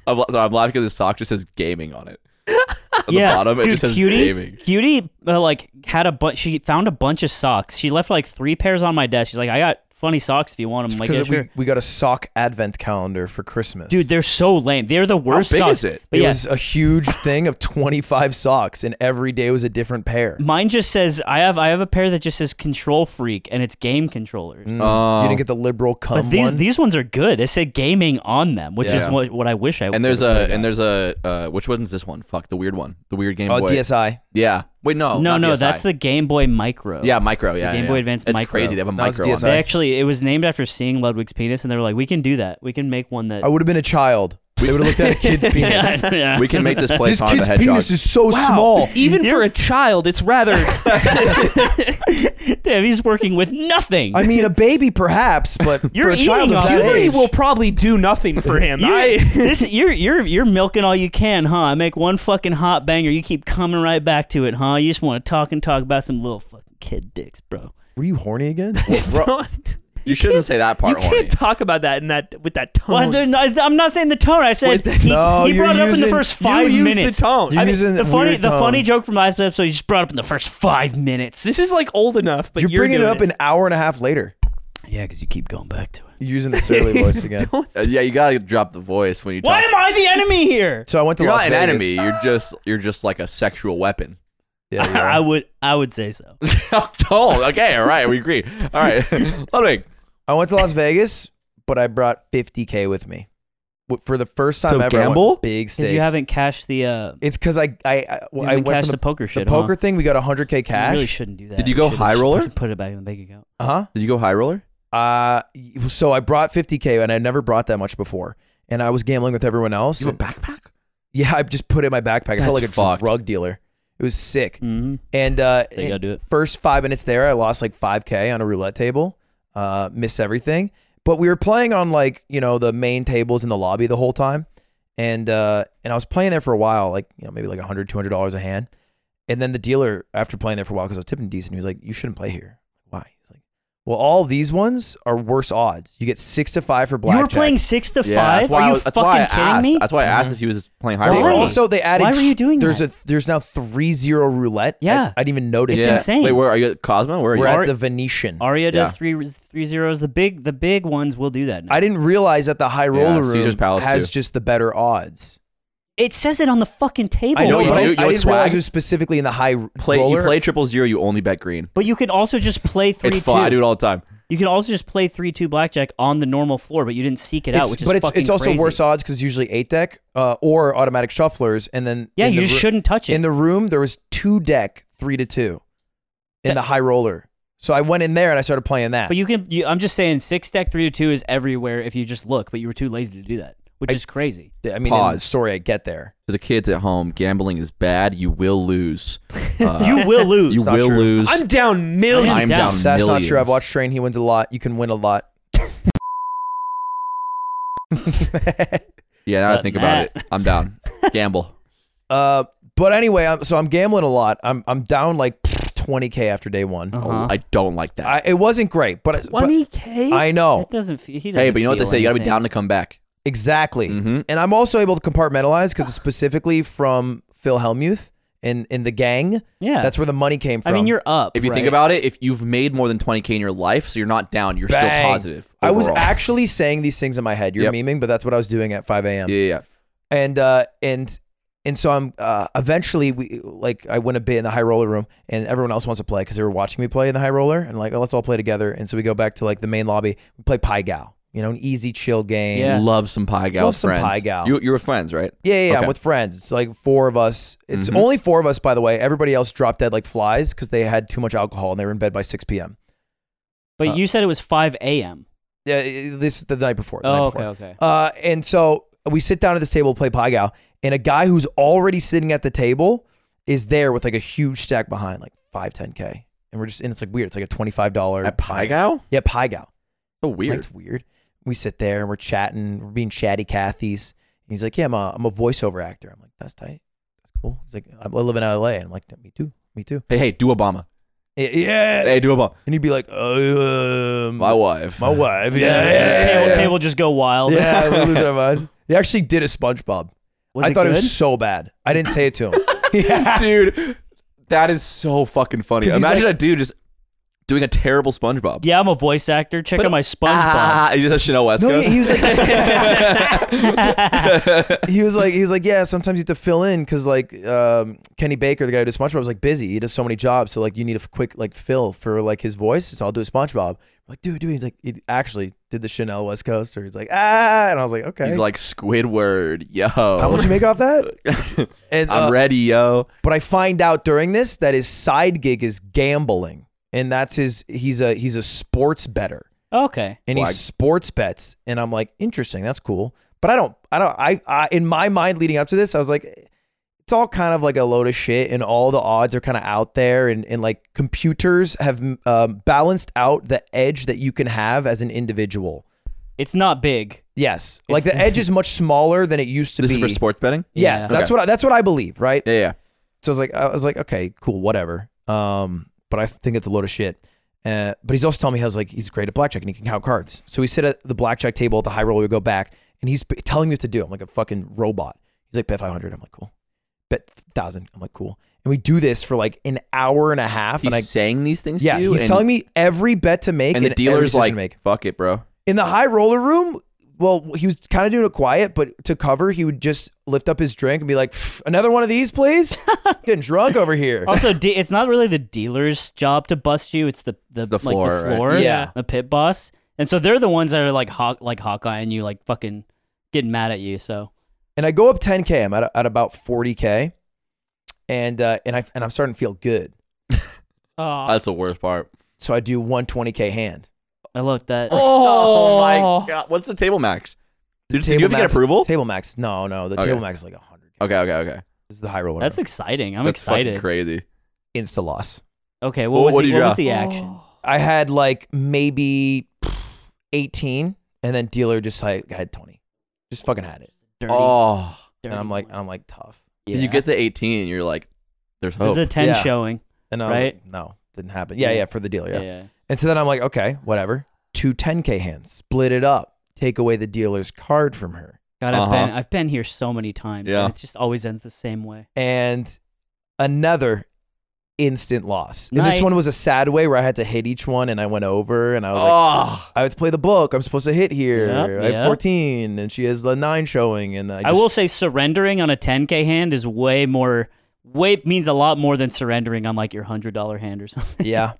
Speaker 3: I'm, la- so I'm laughing because his sock just says gaming on it. At
Speaker 1: yeah,
Speaker 3: the bottom,
Speaker 1: dude,
Speaker 3: it just says
Speaker 1: cutie,
Speaker 3: gaming.
Speaker 1: cutie, uh, like had a bunch. She found a bunch of socks. She left like three pairs on my desk. She's like, I got funny socks if you want them. Like, yeah,
Speaker 4: because
Speaker 1: sure.
Speaker 4: we, we got a sock advent calendar for Christmas.
Speaker 1: Dude, they're so lame. They're the worst
Speaker 3: big
Speaker 1: socks.
Speaker 3: is it?
Speaker 1: But
Speaker 4: it
Speaker 1: yeah,
Speaker 4: was a huge thing of 25 socks, and every day was a different pair.
Speaker 1: mine just says I have I have a pair that just says control freak and it's game
Speaker 4: Mm.
Speaker 1: controllers.
Speaker 3: Oh.
Speaker 4: you didn't get the liberal cum
Speaker 1: But these
Speaker 4: Um, one.
Speaker 1: these ones are good. They say gaming on them, which is
Speaker 3: Yeah.
Speaker 1: what, what I wish I.
Speaker 3: and there's
Speaker 1: would've
Speaker 3: a
Speaker 1: played
Speaker 3: and
Speaker 1: on.
Speaker 3: there's a uh, which one's this one? Fuck the weird one, the weird Game
Speaker 4: oh,
Speaker 3: Boy.
Speaker 4: DSI.
Speaker 3: Yeah. Wait, no.
Speaker 1: no
Speaker 3: oh, not
Speaker 1: no
Speaker 3: DSI.
Speaker 1: that's the Game Boy Micro.
Speaker 3: yeah micro. Yeah,
Speaker 1: Game
Speaker 3: yeah,
Speaker 1: Boy
Speaker 3: yeah.
Speaker 1: Advance
Speaker 3: it's
Speaker 1: micro.
Speaker 3: crazy. They have a
Speaker 4: No, it's
Speaker 3: micro. on
Speaker 4: DSI.
Speaker 1: They
Speaker 3: there.
Speaker 1: actually it was named after seeing Ludwig's penis, and they were like, we can do that. We can make one that.
Speaker 4: I would have been a child. They would have looked at a kid's penis.
Speaker 1: yeah, yeah.
Speaker 3: We can make this play
Speaker 4: This
Speaker 3: Sonic the
Speaker 4: kid's
Speaker 3: Hedgehog.
Speaker 4: penis is so small.
Speaker 2: Even for a child, it's rather
Speaker 1: Damn, he's working with nothing.
Speaker 4: I mean, a baby perhaps, but
Speaker 1: You're
Speaker 4: for a child
Speaker 1: eating
Speaker 4: of
Speaker 1: off
Speaker 4: that
Speaker 1: puberty
Speaker 2: puberty
Speaker 4: age,
Speaker 2: will probably do nothing for him.
Speaker 1: You-
Speaker 2: I
Speaker 1: this you're you're you're milking all you can, huh? I make one fucking hot banger, you keep coming right back to it, huh? You just want to talk and talk about some little fucking kid dicks, bro.
Speaker 4: were you horny again?
Speaker 3: you shouldn't say that
Speaker 2: you
Speaker 3: part. horny.
Speaker 2: can't talk about that in that with that tone.
Speaker 1: Well, then I, I'm not saying the tone. I said
Speaker 2: Wait,
Speaker 1: he,
Speaker 4: no,
Speaker 1: he brought it
Speaker 4: you're
Speaker 1: up in the
Speaker 4: using-
Speaker 1: first
Speaker 2: you
Speaker 1: five
Speaker 2: use
Speaker 1: minutes.
Speaker 2: the tone.
Speaker 4: You're
Speaker 1: I mean,
Speaker 4: using
Speaker 1: the funny
Speaker 4: weird
Speaker 1: the funny
Speaker 4: tone.
Speaker 1: joke from last episode, you just brought up in the first five minutes.
Speaker 2: this is like old enough, but
Speaker 4: You're,
Speaker 2: you're,
Speaker 4: bringing it
Speaker 2: doing
Speaker 4: up an hour and a half later.
Speaker 1: yeah, because you keep going back to it.
Speaker 4: You're using the surly voice again.
Speaker 3: Uh, yeah, you gotta drop the voice when you talk.
Speaker 1: Why am I the enemy here?
Speaker 4: So I went to
Speaker 3: You're
Speaker 4: Las
Speaker 3: not an
Speaker 4: Vegas.
Speaker 3: enemy. You're just you're just like a sexual weapon.
Speaker 4: Yeah, you
Speaker 1: I
Speaker 4: are.
Speaker 1: would I would say so.
Speaker 3: oh, okay, all right, we agree. All right, Ludwig.
Speaker 4: I went to Las Vegas, but I brought 50k with me W- for the first time
Speaker 3: To
Speaker 4: ever. I went
Speaker 3: gamble?
Speaker 4: big stakes.
Speaker 1: Because you haven't cashed the uh,
Speaker 4: It's because I I I, well,
Speaker 1: you
Speaker 4: I
Speaker 1: haven't
Speaker 4: went
Speaker 1: cashed
Speaker 4: from
Speaker 1: the,
Speaker 4: the,
Speaker 1: poker
Speaker 4: the
Speaker 1: shit.
Speaker 4: poker
Speaker 1: huh?
Speaker 4: thing. We got 100k
Speaker 1: You
Speaker 4: cash.
Speaker 1: really shouldn't do that.
Speaker 3: Did you go
Speaker 1: should've
Speaker 3: high
Speaker 1: just
Speaker 3: roller?
Speaker 1: fucking Put it back in the bank account.
Speaker 4: huh.
Speaker 3: Did you go high roller?
Speaker 4: Uh, y- so I brought 50k, and I never brought that much before. And I was gambling with everyone else.
Speaker 3: You have
Speaker 4: and-
Speaker 3: a backpack?
Speaker 4: yeah, I just put it in my backpack. I felt
Speaker 3: That's
Speaker 4: like a
Speaker 3: fucked.
Speaker 4: drug dealer. It was sick.
Speaker 1: Mm-hmm.
Speaker 4: And uh,
Speaker 1: They gotta do it.
Speaker 4: first five minutes there, I lost like 5K on a roulette table, uh, missed everything. But we were playing on like, you know, the main tables in the lobby the whole time. And uh, and I was playing there for a while, like, you know, maybe like 100 $200 a hand. And then the dealer, after playing there for a while, because I was tipping decent, he was like, you shouldn't play here. Why? He's like, well, all these ones are worse odds. You get six to five for
Speaker 1: You
Speaker 4: blackjack.
Speaker 1: were playing six to
Speaker 3: Yeah,
Speaker 1: five.
Speaker 3: that's why I
Speaker 1: Are you
Speaker 3: was- that's why I
Speaker 1: fucking kidding
Speaker 3: asked.
Speaker 1: me?
Speaker 3: That's why I asked if he was playing high
Speaker 4: They
Speaker 1: Why?
Speaker 3: roller.
Speaker 4: also they added
Speaker 1: Why were you doing
Speaker 4: there's
Speaker 1: that?
Speaker 4: a there's now three zero roulette. I-
Speaker 1: Yeah.
Speaker 4: I, didn't even notice
Speaker 1: It's
Speaker 4: that.
Speaker 1: insane.
Speaker 3: Wait, where are you at Cosmo? Where are you?
Speaker 4: We're
Speaker 1: Are-
Speaker 4: at the Venetian.
Speaker 1: Aria does
Speaker 3: Yeah.
Speaker 1: three three zeros. The big the big ones will do that. Now.
Speaker 4: I didn't realize that the high roller
Speaker 3: Caesar's
Speaker 4: room
Speaker 3: Palace,
Speaker 4: has
Speaker 3: too.
Speaker 4: just the better odds.
Speaker 1: it says it on the fucking table.
Speaker 4: I know,
Speaker 3: you
Speaker 4: but I,
Speaker 3: do- you
Speaker 4: I
Speaker 3: would
Speaker 4: didn't
Speaker 3: swag?
Speaker 4: realize it was specifically in the high r-
Speaker 3: play,
Speaker 4: roller.
Speaker 3: you play triple zero, you only bet green.
Speaker 1: But you could also just play three
Speaker 3: It's
Speaker 1: two.
Speaker 3: fun. I do it all the time.
Speaker 1: You could also just play three two blackjack on the normal floor, but you didn't seek it out,
Speaker 4: It's-
Speaker 1: which is
Speaker 4: but it's
Speaker 1: fucking
Speaker 4: it's also
Speaker 1: crazy.
Speaker 4: worse odds because it's usually eight deck uh, or automatic shufflers, and then
Speaker 1: Yeah,
Speaker 4: in
Speaker 1: you
Speaker 4: the
Speaker 1: just
Speaker 4: ru-
Speaker 1: shouldn't touch it.
Speaker 4: In the room, there was two deck three to two in the high roller. So I went in there and I started playing that.
Speaker 1: but you can. You, I'm just saying, six deck three to two is everywhere if you just look. But you were too lazy to do that, which
Speaker 4: I-
Speaker 1: is crazy.
Speaker 4: I mean, in the
Speaker 3: Pause.
Speaker 4: story, I get there.
Speaker 3: To the kids at home, gambling is bad. You will lose. Uh,
Speaker 1: you will lose.
Speaker 3: you
Speaker 4: not
Speaker 3: will
Speaker 4: true.
Speaker 3: lose.
Speaker 2: I'm down
Speaker 1: I'm
Speaker 2: million.
Speaker 3: I'm
Speaker 1: down.
Speaker 3: down.
Speaker 1: That's
Speaker 4: That's not
Speaker 3: millions.
Speaker 4: true. I've watched Train. He wins a lot. You can win a lot.
Speaker 3: Yeah, now that I
Speaker 1: But
Speaker 3: think about
Speaker 1: Matt-
Speaker 3: it. I'm down. Gamble.
Speaker 4: Uh, but anyway, I'm, so I'm gambling a lot. I'm I'm down like 20k after day one.
Speaker 1: Uh-huh.
Speaker 3: I don't like that.
Speaker 4: I, it wasn't great, but, but
Speaker 2: Twenty k.
Speaker 4: I know
Speaker 1: That doesn't. fe- He doesn't
Speaker 3: hey, but you know what they
Speaker 1: feel
Speaker 3: say? You gotta be
Speaker 1: anything.
Speaker 3: down to come back.
Speaker 4: exactly.
Speaker 3: Mhm.
Speaker 4: And I'm also able to compartmentalize because specifically from Phil Hellmuth and in the gang,
Speaker 1: Yeah,
Speaker 4: that's where the money came
Speaker 1: I
Speaker 4: from.
Speaker 1: mean, you're up.
Speaker 3: If you think
Speaker 4: Right.
Speaker 3: about it, if you've made more than 20k in your life, so you're not down, you're
Speaker 4: Bang.
Speaker 3: still positive.
Speaker 4: I was
Speaker 3: overall.
Speaker 4: actually saying these things in my head. You're
Speaker 3: Yep.
Speaker 4: memeing, but that's what I was doing at 5 a.m.
Speaker 3: Yeah, yeah. yeah.
Speaker 4: and uh and and so I'm uh eventually we like I went a bit in the high roller room and everyone else wants to play because they were watching me play in the high roller and like oh let's all play together and so we go back to like the main lobby we play Pie Gal you know an easy chill game
Speaker 1: Yeah.
Speaker 3: Love some pie gal
Speaker 4: Love some
Speaker 3: friends.
Speaker 4: pie gal.
Speaker 3: You, you were friends, right?
Speaker 4: yeah yeah, yeah,
Speaker 3: Okay.
Speaker 4: with friends it's like four of us it's
Speaker 1: Mm-hmm.
Speaker 3: Mhm.
Speaker 4: only four of us by the way everybody else dropped dead like flies because they had too much alcohol and they were in bed by six p.m.
Speaker 1: But
Speaker 4: Uh,
Speaker 1: you said it was 5 a.m.
Speaker 4: Yeah it- this the night before the night
Speaker 1: Oh,
Speaker 4: before.
Speaker 1: okay, okay.
Speaker 4: Uh, and so we sit down at this table, play Pie Gal, and a guy who's already sitting at the table is there with like a huge stack behind, like five, 10K. And we're just, and it's like weird. It's like a $25.
Speaker 3: At pie gal?
Speaker 4: Yeah, Pie Gal.
Speaker 3: So
Speaker 4: Like,
Speaker 3: weird.
Speaker 4: it's weird. We sit there and we're chatting. We're being chatty Cathy's. And he's like, "Yeah, I'm a, I'm a voiceover actor." I'm like, "That's tight. That's cool." He's like, "I live in L.A." And I'm like, "Me too. Me too."
Speaker 3: Hey, hey, do Obama.
Speaker 4: Yeah.
Speaker 3: Hey, do Obama.
Speaker 4: And he'd be like, um,
Speaker 3: My wife.
Speaker 4: my wife. Yeah,
Speaker 1: Yeah,
Speaker 4: yeah, yeah,
Speaker 1: table,
Speaker 4: yeah.
Speaker 1: table just go wild.
Speaker 4: Yeah, we lose our minds. He actually did a SpongeBob.
Speaker 1: Was
Speaker 4: I
Speaker 1: it
Speaker 4: thought
Speaker 1: good?
Speaker 4: it was so bad. I didn't say it to him. yeah.
Speaker 3: dude, that is so fucking funny.
Speaker 4: 'Cause he's
Speaker 3: Imagine
Speaker 4: like-
Speaker 3: a dude just doing a terrible SpongeBob.
Speaker 1: yeah, I'm a voice actor. Check out my SpongeBob.
Speaker 3: Ah, you just have Chanel West
Speaker 4: No,
Speaker 3: Coast.
Speaker 4: he, he was like,
Speaker 3: Ah.
Speaker 4: he was like, he was like, yeah. Sometimes you have to fill in because like um, Kenny Baker, the guy who does SpongeBob, was like busy. He does so many jobs, so like you need a quick like fill for like his voice. So I'll do a SpongeBob. I'm like, dude, dude. He's like, he actually did the Chanel West Coast, or he's like, ah, and I was like, okay.
Speaker 3: He's like Squidward, yo.
Speaker 4: how much you make off that? And
Speaker 3: I'm
Speaker 4: uh,
Speaker 3: ready, yo.
Speaker 4: But I find out during this that his side gig is gambling, and that's his. He's a he's a sports better,
Speaker 1: okay.
Speaker 4: and he
Speaker 3: Why?
Speaker 4: sports bets. And I'm like, interesting, that's cool. But I don't, I don't, I, I in my mind leading up to this, I was like, it's all kind of like a load of shit, and all the odds are kind of out there, and and like computers have um, balanced out the edge that you can have as an individual.
Speaker 1: It's not big.
Speaker 4: Yes, like the edge is much smaller than it used to
Speaker 3: This
Speaker 4: be.
Speaker 3: is for sports betting.
Speaker 4: Yeah,
Speaker 1: Yeah.
Speaker 4: that's
Speaker 3: Okay.
Speaker 4: what I, that's what I believe, right?
Speaker 3: Yeah, yeah.
Speaker 4: So I was like, I was like, okay, cool, whatever. Um, but I think it's a load of shit. Uh, but he's also telling me how's like he's great at blackjack and he can count cards. So we sit at the blackjack table at the high roller. We go back, and he's p- telling me what to do. I'm like a fucking robot. He's like bet 500. I'm like cool. Bet thousand. I'm like cool. And we do this for like an hour and a half.
Speaker 3: He's
Speaker 4: and I
Speaker 3: saying these things
Speaker 4: yeah,
Speaker 3: to you.
Speaker 4: he's
Speaker 3: and,
Speaker 4: telling me every bet to make
Speaker 3: and the
Speaker 4: every
Speaker 3: dealer's
Speaker 4: decision
Speaker 3: like,
Speaker 4: to make
Speaker 3: fuck it, bro.
Speaker 4: in the high roller room. Well, he was kind of doing it quiet, but to cover, he would just lift up his drink and be like, "Pff, "Another one of these, please." Getting drunk over here.
Speaker 1: Also, de- it's not really the dealer's job to bust you. It's the the,
Speaker 3: The
Speaker 1: like
Speaker 3: floor,
Speaker 1: the
Speaker 3: right?
Speaker 1: floor,
Speaker 4: Yeah.
Speaker 1: the pit boss, and so they're the ones that are like hawk like Hawkeye and you like fucking getting mad at you. So
Speaker 4: and I go up 10k. I'm at, at about 40k, and uh, and I and I'm starting to feel good.
Speaker 2: Oh,
Speaker 3: That's the worst part.
Speaker 4: So I do 120k hand.
Speaker 1: I love that.
Speaker 2: Oh.
Speaker 3: my god. What's the table max? Did, did you have to get
Speaker 4: max-
Speaker 3: approval?
Speaker 4: Table max. No, no. The
Speaker 3: Okay.
Speaker 4: table max is like 100.
Speaker 3: okay, okay, okay.
Speaker 4: This is the high roller.
Speaker 1: That's exciting. I'm
Speaker 3: That's fucking
Speaker 1: excited.
Speaker 3: crazy.
Speaker 4: insta loss.
Speaker 1: Okay, what
Speaker 3: Well,
Speaker 1: was
Speaker 3: what
Speaker 1: the, what
Speaker 3: did you
Speaker 1: was
Speaker 3: draw?
Speaker 1: the action?
Speaker 4: I had like maybe pff, 18, and then dealer just like had 20. Just fucking had it,
Speaker 1: Dirty,
Speaker 3: Oh.
Speaker 1: dirty
Speaker 4: and I'm like, um,
Speaker 1: one.
Speaker 4: and I'm like tough.
Speaker 1: yeah.
Speaker 3: You get the 18, you're like, there's
Speaker 1: this
Speaker 3: hope.
Speaker 1: is a ten
Speaker 4: Yeah.
Speaker 1: showing.
Speaker 4: And I was
Speaker 1: Right?
Speaker 4: like, no, didn't happen. Yeah,
Speaker 1: Yeah.
Speaker 4: yeah, for the dealer.
Speaker 1: Yeah.
Speaker 4: Yeah. And so then I'm like, okay, whatever. Two 10k hands, split it up, take away the dealer's card from her.
Speaker 1: God, I've
Speaker 3: Uh-huh.
Speaker 1: been I've been here so many times.
Speaker 3: Yeah.
Speaker 1: and it just always ends the same way.
Speaker 4: and another instant loss. And this
Speaker 1: Nice.
Speaker 4: one was a sad way where I had to hit each one and I went over and I was like,
Speaker 3: oh.
Speaker 4: I have to play the book. I'm supposed to hit here.
Speaker 1: Yep,
Speaker 4: I have
Speaker 1: yep.
Speaker 4: 14 and she has the nine showing. And I,
Speaker 1: I
Speaker 4: just,
Speaker 1: will say surrendering on a 10k hand is way more way means a lot more than surrendering on like your hundred dollar hand or something.
Speaker 4: yeah.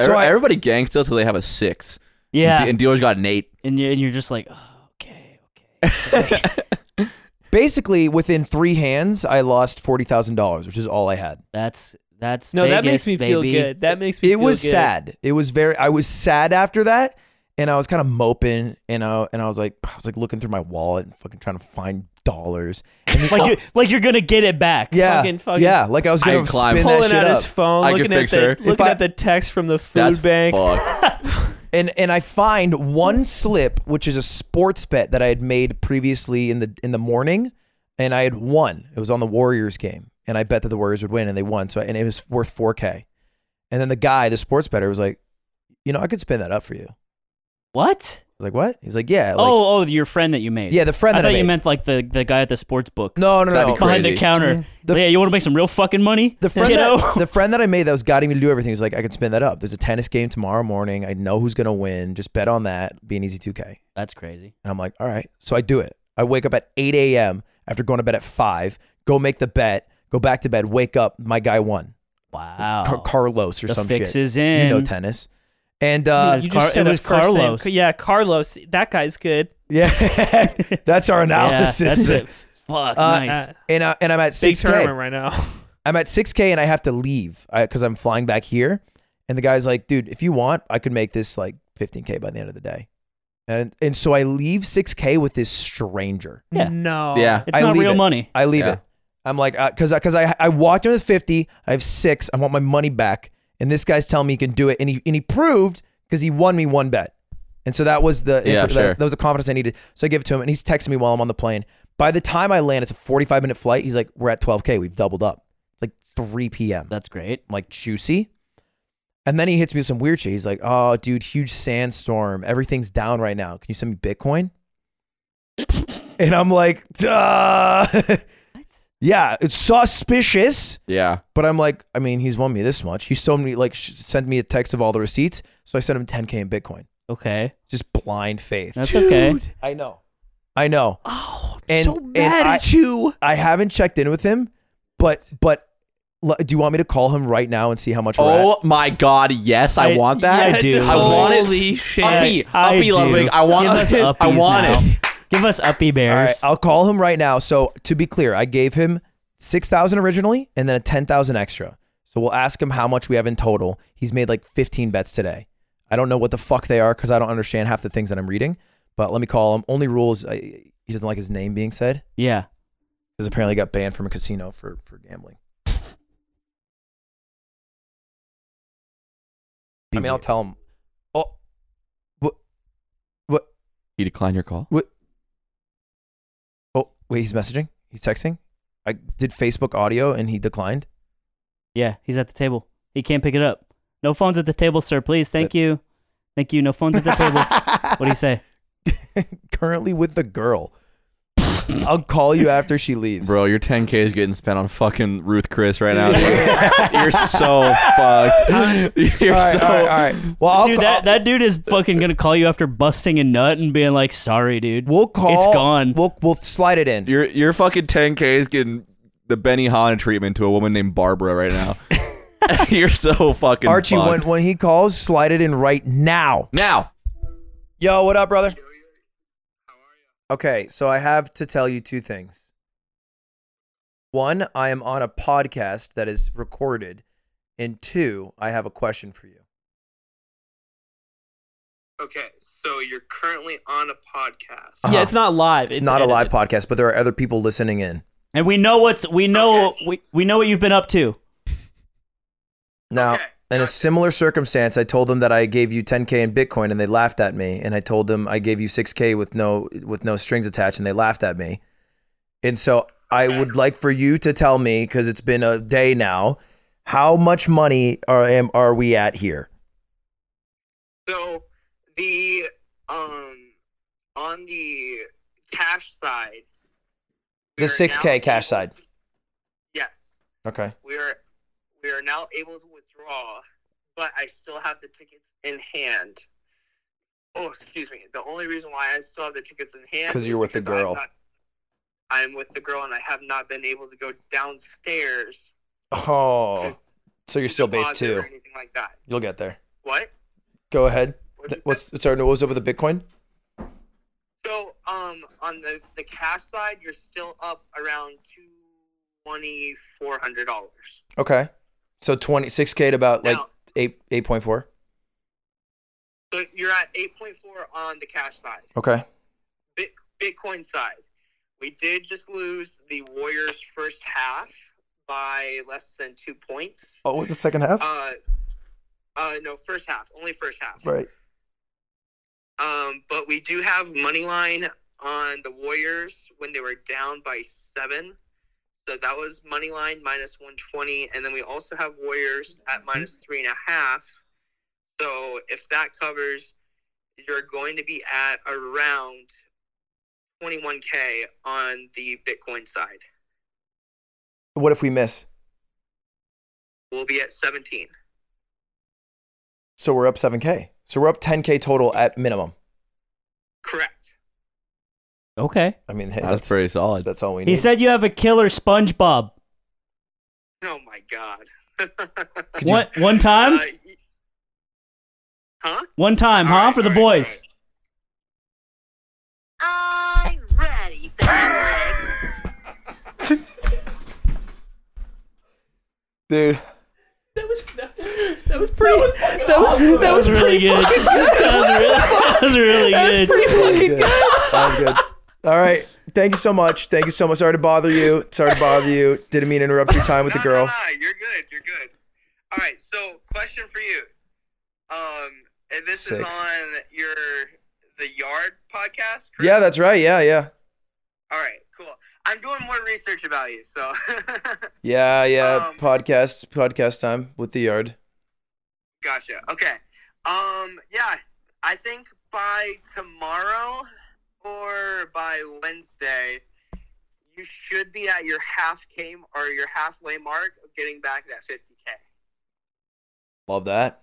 Speaker 3: Every-
Speaker 4: I-
Speaker 3: everybody gangs till till they have a six.
Speaker 1: Yeah,
Speaker 3: And dealers got an eight.
Speaker 1: and you're, and you're just like, oh, okay, okay.
Speaker 4: Basically, within three hands, I lost $40,000, which is all I had.
Speaker 1: that's that's
Speaker 2: no, that makes
Speaker 1: Vegas,
Speaker 2: me feel
Speaker 1: baby.
Speaker 2: good. That makes me.
Speaker 4: It
Speaker 2: feel
Speaker 4: was
Speaker 2: good.
Speaker 4: sad. It was very, I was sad after that. And I was kind of moping, you know, and I was like, I was like looking through my wallet and fucking trying to find dollars.
Speaker 1: Like you, like you're gonna get it back.
Speaker 4: Yeah,
Speaker 2: Fucking- fucking-
Speaker 4: yeah, like I was
Speaker 3: I
Speaker 4: gonna
Speaker 3: can climb.
Speaker 4: spin that
Speaker 2: Pulling
Speaker 4: shit
Speaker 2: out
Speaker 4: up.
Speaker 2: his phone,
Speaker 3: I can
Speaker 2: looking at
Speaker 3: fix
Speaker 2: the
Speaker 3: her.
Speaker 2: looking
Speaker 4: I-
Speaker 2: at the text from the food
Speaker 3: That's
Speaker 2: bank.
Speaker 3: fucked.
Speaker 4: and and I find one slip, which is a sports bet that I had made previously in the in the morning, and I had won. It was on the Warriors game, and I bet that the Warriors would win, and they won. So and it was worth four k. And then the guy, the sports better, was like, you know, I could spin that up for you. I
Speaker 1: What?
Speaker 4: was like, what? He's like, yeah, like,
Speaker 1: oh, oh, your friend that you made.
Speaker 4: yeah, the friend
Speaker 1: I
Speaker 4: that
Speaker 1: thought
Speaker 4: I made.
Speaker 1: you meant like the, the guy at the sports book
Speaker 4: no, no,
Speaker 3: That'd
Speaker 4: no. Mm-hmm.
Speaker 3: be
Speaker 1: behind the
Speaker 3: Crazy.
Speaker 1: counter.
Speaker 4: The
Speaker 1: yeah,
Speaker 4: f-
Speaker 1: you want to make some real fucking money?
Speaker 4: The friend,
Speaker 1: you
Speaker 4: that,
Speaker 1: know?
Speaker 4: the friend that I made that was guiding me to do everything was like, I could spin that up. There's a tennis game tomorrow morning. I know who's gonna win. Just bet on that. Be an easy two k.
Speaker 1: That's crazy.
Speaker 4: And I'm like, all right. So I do it. I wake up at 8 a.m. after going to bed at 5, go make the bet, go back to bed, wake up. My guy won.
Speaker 1: Wow.
Speaker 4: Car- Carlos or
Speaker 1: the
Speaker 4: some
Speaker 1: fix
Speaker 4: shit.
Speaker 1: is in.
Speaker 4: You know tennis. And uh,
Speaker 1: Yes.
Speaker 2: You
Speaker 1: Car-
Speaker 2: just
Speaker 1: it
Speaker 2: said a
Speaker 1: was
Speaker 2: first name.
Speaker 1: Carlos.
Speaker 2: Yeah, Carlos. That guy's good.
Speaker 4: yeah, that's our
Speaker 1: Yeah,
Speaker 4: analysis.
Speaker 1: that's it. Fuck,
Speaker 4: Uh,
Speaker 1: nice.
Speaker 2: Uh,
Speaker 4: And, I, and I'm at
Speaker 2: big
Speaker 4: 6K.
Speaker 2: tournament right now.
Speaker 4: I'm at 6K and I have to leave because I'm flying back here. And the guy's like, dude, if you want, I could make this like 15K by the end of the day. And, and so I leave 6K with this stranger.
Speaker 1: Yeah.
Speaker 2: No.
Speaker 3: Yeah.
Speaker 1: It's
Speaker 4: I
Speaker 1: not
Speaker 4: leave
Speaker 1: real
Speaker 4: it.
Speaker 1: money.
Speaker 4: I leave
Speaker 3: Yeah.
Speaker 4: it. I'm like, because because I I walked in with fifty. I have six. I want my money back. And this guy's telling me he can do it, and he and he proved because he won me one bet, And so that was the
Speaker 3: Yeah,
Speaker 4: that-
Speaker 3: sure.
Speaker 4: that was the confidence I needed. So I give it to him, and he's texting me while I'm on the plane. By the time I land, it's a 45 minute flight. He's like, "We're at 12k. We've doubled up." It's like 3 p.m.
Speaker 1: That's great.
Speaker 4: I'm like juicy. And then he hits me with some weird shit. He's like, "Oh, dude, huge sandstorm. Everything's down right now. Can you send me Bitcoin?" and I'm like, "Duh." yeah, it's suspicious.
Speaker 3: Yeah.
Speaker 4: But I'm like, I mean, he's won me this much. He sold me like sh- sent me a text of all the receipts, so I sent him 10k in Bitcoin.
Speaker 1: Okay.
Speaker 4: Just blind faith.
Speaker 1: That's okay.
Speaker 4: I know. I know.
Speaker 2: Oh, I'm
Speaker 4: And-
Speaker 2: so
Speaker 4: and
Speaker 2: mad
Speaker 4: I-
Speaker 2: at you.
Speaker 4: I haven't checked in with him, but but l- do you want me to call him right now and see how much? we're
Speaker 3: Oh my god, yes, I,
Speaker 1: I-
Speaker 3: want that.
Speaker 1: yeah, I do.
Speaker 3: I want it.
Speaker 2: Holy shit.
Speaker 3: Uppy,
Speaker 1: I
Speaker 3: uppy,
Speaker 1: do.
Speaker 3: Ludwig. I want
Speaker 1: Give us
Speaker 3: it. I
Speaker 1: uppies
Speaker 3: want
Speaker 1: now.
Speaker 3: it.
Speaker 1: Give us uppy
Speaker 4: at? All right,
Speaker 1: bears.
Speaker 4: I'll call him right now. So to be clear, I gave him six thousand originally, and then a ten thousand extra. So we'll ask him how much we have in total. He's made like fifteen bets today. I don't know what the fuck they are because I don't understand half the things that I'm reading. But let me call him. Only rule is I, he doesn't like his name being said
Speaker 1: yeah.
Speaker 4: because apparently he got banned from a casino for for gambling. I mean, I'll tell him. Oh,
Speaker 3: He declined your call.
Speaker 4: Oh, wait, he's messaging. He's texting. I did Facebook audio and he declined.
Speaker 1: Yeah, he's at the table. He can't pick it up. No phones at the table, sir. Please. Thank you. Thank you. No phones at the table. What do you say?
Speaker 4: Currently with the girl. I'll call you after she leaves.
Speaker 3: Bro, your 10k is getting spent on fucking Ruth Chris right now. dude. You're so fucked. You're
Speaker 4: all right,
Speaker 3: so
Speaker 4: all right, all right. Well, I'll
Speaker 1: dude,
Speaker 4: ca-
Speaker 1: that, that dude is fucking gonna call you after busting a nut and being like, "Sorry, dude."
Speaker 4: we'll call.
Speaker 1: It's gone.
Speaker 4: We'll we'll slide it in.
Speaker 3: your your fucking 10k is getting the Benny Hanna treatment to a woman named Barbara right now. You're so fucking
Speaker 4: Archie,
Speaker 3: fucked.
Speaker 4: when when he calls, slide it in right now.
Speaker 3: now.
Speaker 4: Yo, what up, brother? Okay, so I have to tell you two things. One, I am on a podcast that is recorded, and two, I have a question for you.
Speaker 5: Okay, so you're currently on a podcast.
Speaker 4: Uh-huh.
Speaker 2: Yeah, it's not live.
Speaker 4: It's, not a live
Speaker 2: edited.
Speaker 4: podcast, but there are other people listening in.
Speaker 1: and we know what's we know
Speaker 5: Okay.
Speaker 1: we, we know what you've been up to.
Speaker 4: Now,
Speaker 5: Okay.
Speaker 4: in a similar circumstance, I told them that I gave you 10k in Bitcoin, and they laughed at me. And I told them I gave you 6k with no with no strings attached, and they laughed at me. And so I would like for you to tell me, because it's been a day now, how much money are am, are we at here?
Speaker 5: So the um on the cash side, we
Speaker 4: The
Speaker 5: are
Speaker 4: 6K
Speaker 5: now
Speaker 4: cash
Speaker 5: able-
Speaker 4: side.
Speaker 5: Yes,
Speaker 4: Okay.
Speaker 5: we are we are now able to withdraw, but I still have the tickets in hand. Oh, excuse me. The only reason why I still have the tickets in hand
Speaker 4: 'Cause
Speaker 5: is
Speaker 4: you're with the
Speaker 5: because I'm
Speaker 4: girl.
Speaker 5: not- I'm with the girl, and I have not been able to go downstairs.
Speaker 4: Oh, so you're
Speaker 5: to
Speaker 4: still base
Speaker 5: deposit
Speaker 4: two.
Speaker 5: or anything like that.
Speaker 4: You'll get there.
Speaker 5: What?
Speaker 4: Go ahead.
Speaker 5: What'd you say?
Speaker 4: What's sorry? What was over the Bitcoin?
Speaker 5: So, um, on the the cash side, you're still up around two twenty four hundred dollars.
Speaker 4: Okay. So 26 k to about like
Speaker 5: Now-
Speaker 4: eight eight point four.
Speaker 5: So you're at eight point four on the cash side.
Speaker 4: Okay.
Speaker 5: Bit, Bitcoin side, we did just lose the Warriors' first half by less than two points.
Speaker 4: Oh, what's the second half?
Speaker 5: Uh, uh, no, first half, only first half.
Speaker 4: Right.
Speaker 5: Um, but we do have money line on the Warriors when they were down by seven. So that was money line minus one twenty, and then we also have Warriors at minus three and a half. So if that covers, you're going to be at around twenty one k on the Bitcoin side.
Speaker 4: What if we miss?
Speaker 5: We'll be at seventeen.
Speaker 4: So we're up 7K. So we're up 10K total at minimum.
Speaker 5: Correct.
Speaker 1: Okay.
Speaker 4: I mean, hey,
Speaker 3: That's,
Speaker 4: that's, that's,
Speaker 3: pretty solid.
Speaker 4: all we need.
Speaker 1: He said you have a killer SpongeBob.
Speaker 5: Oh my God.
Speaker 4: you-
Speaker 1: One one time,
Speaker 5: Uh, y- huh?
Speaker 1: one time, huh?
Speaker 5: Alright,
Speaker 1: for the
Speaker 5: alright,
Speaker 1: boys.
Speaker 5: I'm ready.
Speaker 4: Dude,
Speaker 2: That was that, that was pretty. That was that was
Speaker 1: really
Speaker 2: pretty
Speaker 1: good.
Speaker 2: fucking good.
Speaker 1: That was really, that was really
Speaker 2: That was
Speaker 1: good.
Speaker 2: pretty fucking
Speaker 4: good. that was good. All right. Thank you so much. Thank you so much. Sorry to bother you. Sorry to bother you. Didn't mean to interrupt your time with the
Speaker 5: No, no,
Speaker 4: girl.
Speaker 5: no, you're good. You're good. All right. So, question for you. Um, And this is
Speaker 4: Six.
Speaker 5: on your the Yard podcast. correct?
Speaker 4: Yeah, that's right. Yeah, yeah.
Speaker 5: All right, cool. I'm doing more research about you, so
Speaker 4: Yeah, yeah.
Speaker 5: Um,
Speaker 4: podcast podcast time with the yard.
Speaker 5: gotcha. Okay. Um. Yeah, I think by tomorrow or by Wednesday, you should be at your half K or your halfway mark of getting back that 50k.
Speaker 4: Love that.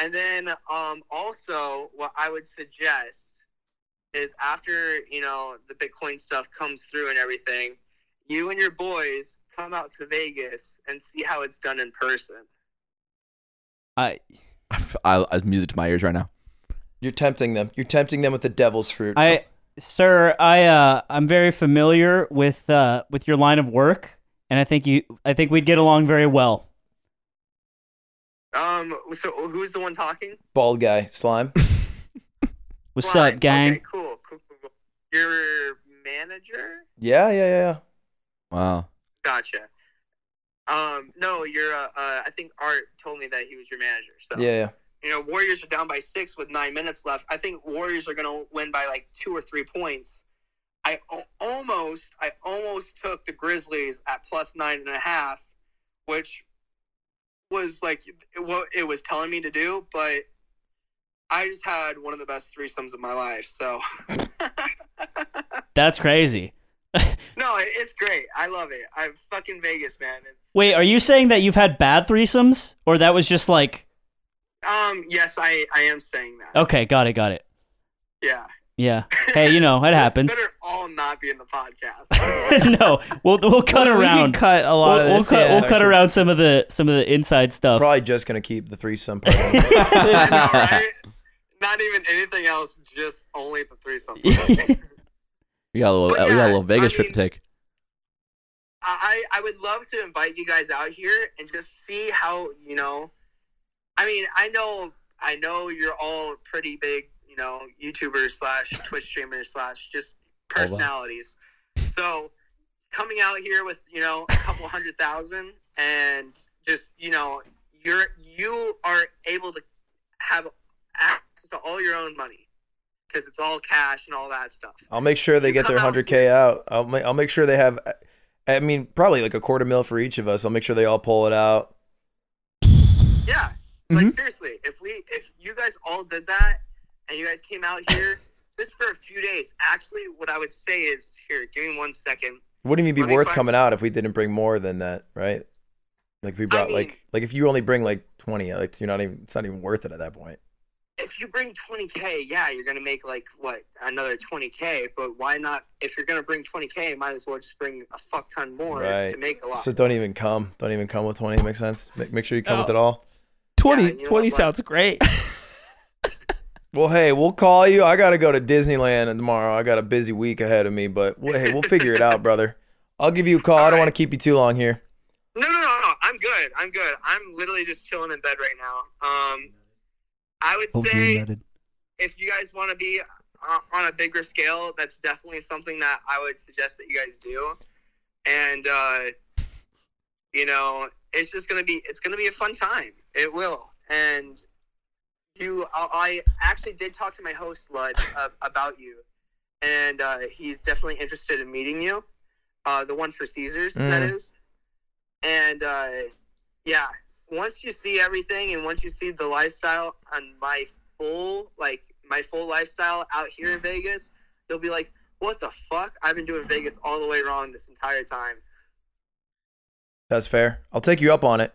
Speaker 5: And then um, also, what I would suggest is after you know the Bitcoin stuff comes through and everything, you and your boys come out to Vegas and see how it's done in person.
Speaker 1: I
Speaker 3: I, I music to my ears right now.
Speaker 4: You're tempting them. You're tempting them with the devil's fruit.
Speaker 1: I sir, I uh I'm very familiar with uh with your line of work and I think you I think we'd get along very well.
Speaker 5: Um, so who's the one talking?
Speaker 4: bald guy slime.
Speaker 1: What's
Speaker 5: Ryan.
Speaker 1: up, gang?
Speaker 5: Okay, cool, cool, cool, cool. Your manager?
Speaker 4: Yeah, yeah, yeah.
Speaker 3: Wow.
Speaker 5: Gotcha. Um, no, your uh, uh, I think Art told me that he was your manager. So
Speaker 4: Yeah, yeah.
Speaker 5: you know, Warriors are down by six with nine minutes left. I think Warriors are going to win by like two or three points. I o- almost, I almost took the Grizzlies at plus nine and a half, which was like it- what it was telling me to do. But I just had one of the best threesomes of my life. So
Speaker 1: That's crazy.
Speaker 5: no, it- it's great. I love it. I'm fucking Vegas, man. It's,
Speaker 1: Wait, are you saying that you've had bad threesomes or that was just like
Speaker 5: Um, yes, I, I am saying that.
Speaker 1: okay, got it, got it.
Speaker 5: Yeah.
Speaker 1: Yeah. Hey, you know, it
Speaker 5: This
Speaker 1: Oh, happens.
Speaker 5: Better all not be in the podcast.
Speaker 1: no, we'll we'll cut
Speaker 2: We can
Speaker 1: around.
Speaker 2: cut a lot
Speaker 1: We'll,
Speaker 2: of
Speaker 1: we'll
Speaker 2: this.
Speaker 1: cut,
Speaker 2: yeah.
Speaker 1: we'll cut around some of the some of the inside stuff.
Speaker 4: Probably just gonna keep the threesome part. in.
Speaker 5: I know, right? Not even anything else, just only the threesome. I,
Speaker 3: We got a little,
Speaker 5: But
Speaker 3: uh, we got
Speaker 5: yeah,
Speaker 3: a little Vegas
Speaker 5: I
Speaker 3: trip to take.
Speaker 5: I I would love to invite you guys out here and just see how you know. I mean, I know, I know you're all pretty big, you know, YouTubers slash Twitch streamers slash just
Speaker 3: Hold on.
Speaker 5: personalities. So coming out here with you know a couple hundred thousand and just you know you're you are able to have access to all your own money because it's all cash and all that stuff.
Speaker 4: I'll make sure they
Speaker 5: You
Speaker 4: get
Speaker 5: come
Speaker 4: their
Speaker 5: out
Speaker 4: hundred k out. I'll make, I'll make sure they have. I mean, probably like a quarter mil for each of us. I'll make sure they all pull it out.
Speaker 5: Yeah. Like
Speaker 4: Mm-hmm.
Speaker 5: seriously, if we if you guys all did that and you guys came out here just for a few days, actually what I would say is here, give me one second.
Speaker 4: Wouldn't even be
Speaker 5: Let me
Speaker 4: worth
Speaker 5: find-
Speaker 4: coming out if we didn't bring more than that, right? Like if we brought
Speaker 5: mean-
Speaker 4: like like if you only bring like twenty, like you're not even it's not even worth it at that point.
Speaker 5: If you bring twenty K, yeah, you're gonna make like what, another twenty K, but why not if you're gonna bring twenty K might as well just bring a fuck ton more
Speaker 4: Right.
Speaker 5: to make a lot.
Speaker 4: So don't even come. Don't even come with twenty. Makes sense. Make, make sure you come with it all.
Speaker 2: 20,
Speaker 5: Yeah, you know
Speaker 2: 20
Speaker 5: what?
Speaker 2: sounds great.
Speaker 4: Well, hey, we'll call you. I gotta go to Disneyland tomorrow. I got a busy week ahead of me, but well, hey, we'll figure it out, brother. I'll give you a call. I don't
Speaker 5: All
Speaker 4: want to keep you too long here.
Speaker 5: No, no, no, no. I'm good. I'm good. I'm literally just chilling in bed right now. Um, I would say if you guys want to be uh, on a bigger scale, that's definitely something that I would suggest that you guys do. And uh, you know, it's just gonna be it's gonna be a fun time. It will. And you, I, I actually did talk to my host Lud uh, about you, and uh, he's definitely interested in meeting you. Uh, the one for Caesars, that
Speaker 4: Mm.
Speaker 5: is. And uh, yeah, once you see everything and once you see the lifestyle on my full like my full lifestyle out here in Vegas, you'll be like, "What the fuck? I've been doing Vegas all the way wrong this entire time."
Speaker 4: That's fair. I'll take you up on it.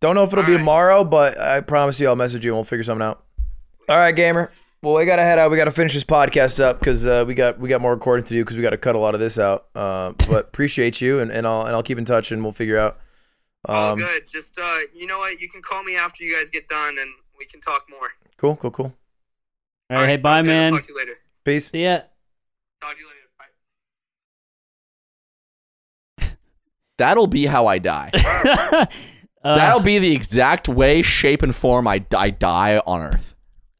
Speaker 4: Don't know if it'll be
Speaker 5: All right.
Speaker 4: tomorrow, but I promise you, I'll message you and we'll figure something out. All right, gamer. Well, we gotta head out. We gotta finish this podcast up because uh, we got we got more recording to do because we gotta cut a lot of this out. Uh, but appreciate you, and, and I'll and I'll keep in touch, and we'll figure out.
Speaker 5: all
Speaker 4: Um,
Speaker 5: good. Just uh, you know what? You can call me after you guys get done, and we can talk more.
Speaker 4: cool, cool, cool.
Speaker 1: All right, hey,
Speaker 5: sounds
Speaker 1: bye,
Speaker 5: good. I'll
Speaker 1: man.
Speaker 5: Talk to you later.
Speaker 4: Peace.
Speaker 1: See ya.
Speaker 5: Talk to you later. Bye.
Speaker 3: That'll be how I die.
Speaker 1: Uh,
Speaker 3: That'll be the exact way, shape, and form I, I die on Earth.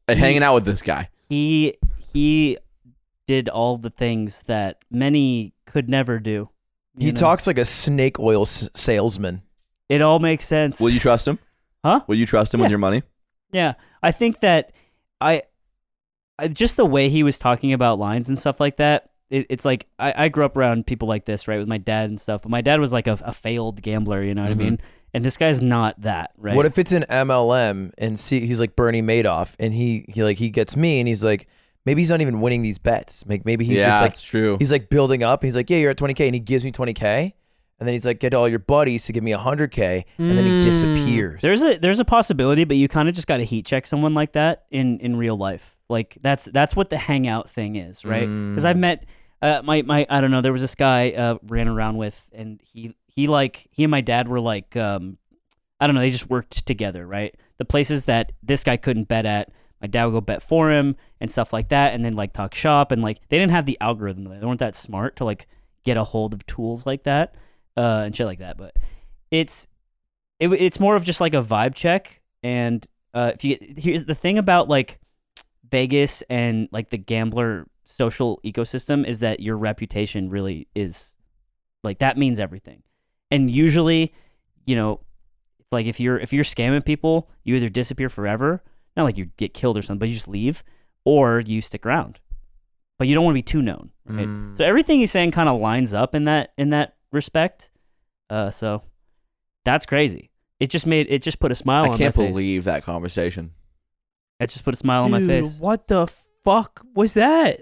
Speaker 3: And hanging out with this guy.
Speaker 1: he he did all the things that many could never do.
Speaker 4: He
Speaker 1: you know?
Speaker 4: talks like a snake oil s- salesman.
Speaker 1: It all makes sense.
Speaker 3: Will you trust him?
Speaker 1: Huh?
Speaker 3: Will you trust him
Speaker 1: Yeah.
Speaker 3: with your money?
Speaker 1: Yeah, I think that I, I just the way he was talking about lines and stuff like that. It, it's like I, I grew up around people like this, right, with my dad and stuff. But my dad was like a, a failed gambler, you know what
Speaker 3: Mhm.
Speaker 4: Mm-hmm.
Speaker 1: I mean? And this guy's not that, right?
Speaker 4: What if it's an MLM and see he's like Bernie Madoff and he he like he gets me and he's like maybe he's not even winning these bets. Like maybe he's
Speaker 3: yeah,
Speaker 4: just like
Speaker 3: that's true.
Speaker 4: he's like building up. He's like, yeah, you're at 20k, and he gives me 20k, and then he's like, get all your buddies to give me 100k, and then he
Speaker 2: Mm.
Speaker 4: disappears.
Speaker 1: there's a there's a possibility, but you kind of just got to heat check someone like that in in real life. Like that's that's what the hangout thing is, right? Because I've met uh, my my I don't know. There was this guy uh, ran around with, and he he like he and my dad were like um, I don't know. They just worked together, right? The places that this guy couldn't bet at, my dad would go bet for him and stuff like that, and then like talk shop and like they didn't have the algorithm. They weren't that smart to like get a hold of tools like that uh, and shit like that. But it's it, it's more of just like a vibe check. And uh, if you here's the thing about like Vegas and like the gambler social ecosystem is that your reputation really is like that means everything. And usually, you know, it's like if you're if you're scamming people, you either disappear forever, not like you get killed or something, but you just leave, or you stick around. But you don't want to be too known. Right?
Speaker 3: Mm.
Speaker 1: So everything he's saying kind of lines up in that in that respect. Uh, so that's crazy. It just made it just put a smile
Speaker 3: I
Speaker 1: on
Speaker 3: can't
Speaker 1: my face.
Speaker 3: believe that conversation.
Speaker 1: It just put a smile on my
Speaker 2: Dude,
Speaker 1: face.
Speaker 2: What the fuck was that?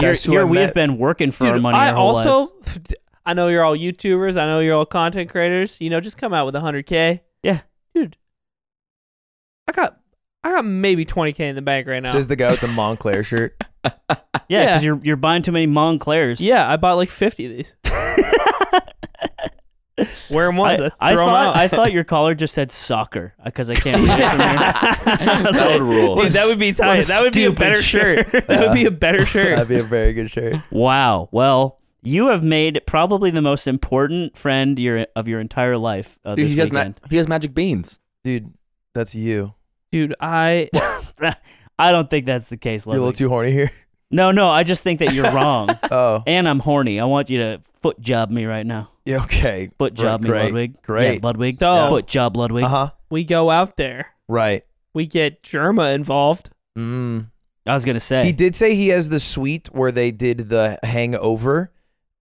Speaker 1: Here,
Speaker 4: That's who
Speaker 1: here
Speaker 4: I
Speaker 1: we
Speaker 4: met.
Speaker 1: have been working for our
Speaker 2: Dude,
Speaker 1: money.
Speaker 2: I
Speaker 1: our whole lives.
Speaker 2: also, I know you're all YouTubers. I know you're all content creators. You know, just come out with 100k.
Speaker 1: Yeah.
Speaker 2: dude. I got, I got maybe 20k in the bank right now.
Speaker 4: Says the guy with the Montclair shirt.
Speaker 1: yeah,
Speaker 2: yeah.
Speaker 1: because you're you're buying too many Montclairs.
Speaker 2: yeah, I bought like 50 of these. Wear them once.
Speaker 1: I,
Speaker 2: I,
Speaker 1: I
Speaker 2: throw 'em
Speaker 1: thought
Speaker 2: out.
Speaker 1: I thought your caller just said soccer because I can't. read it from here. I was
Speaker 3: That
Speaker 1: like,
Speaker 3: would rule.
Speaker 2: Dude, that would be
Speaker 1: What a
Speaker 2: tight. That would be a
Speaker 1: stupid
Speaker 2: better shirt.
Speaker 1: shirt.
Speaker 2: That would be a better shirt.
Speaker 4: That'd be a very good shirt.
Speaker 1: Wow. Well, you have made probably the most important friend your of your entire life uh,
Speaker 3: Dude,
Speaker 1: this
Speaker 3: he has, ma-
Speaker 1: weekend.
Speaker 3: he has magic beans.
Speaker 4: Dude, that's you.
Speaker 2: Dude, I
Speaker 1: I don't think that's the case,
Speaker 4: You're a little
Speaker 1: Ludwig.
Speaker 4: too horny here.
Speaker 1: No, no. I just think that you're wrong,
Speaker 4: Oh,
Speaker 1: and I'm horny. I want you to foot job me right now.
Speaker 4: yeah, okay.
Speaker 1: Foot job me,
Speaker 4: Great,
Speaker 1: Ludwig.
Speaker 4: great.
Speaker 1: yeah, Ludwig.
Speaker 2: So-
Speaker 1: foot job, Ludwig.
Speaker 4: Uh huh.
Speaker 2: we go out there.
Speaker 4: Right.
Speaker 2: We get Germa involved.
Speaker 4: Mm.
Speaker 1: I was gonna say
Speaker 4: He did say he has the suite where they did the hangover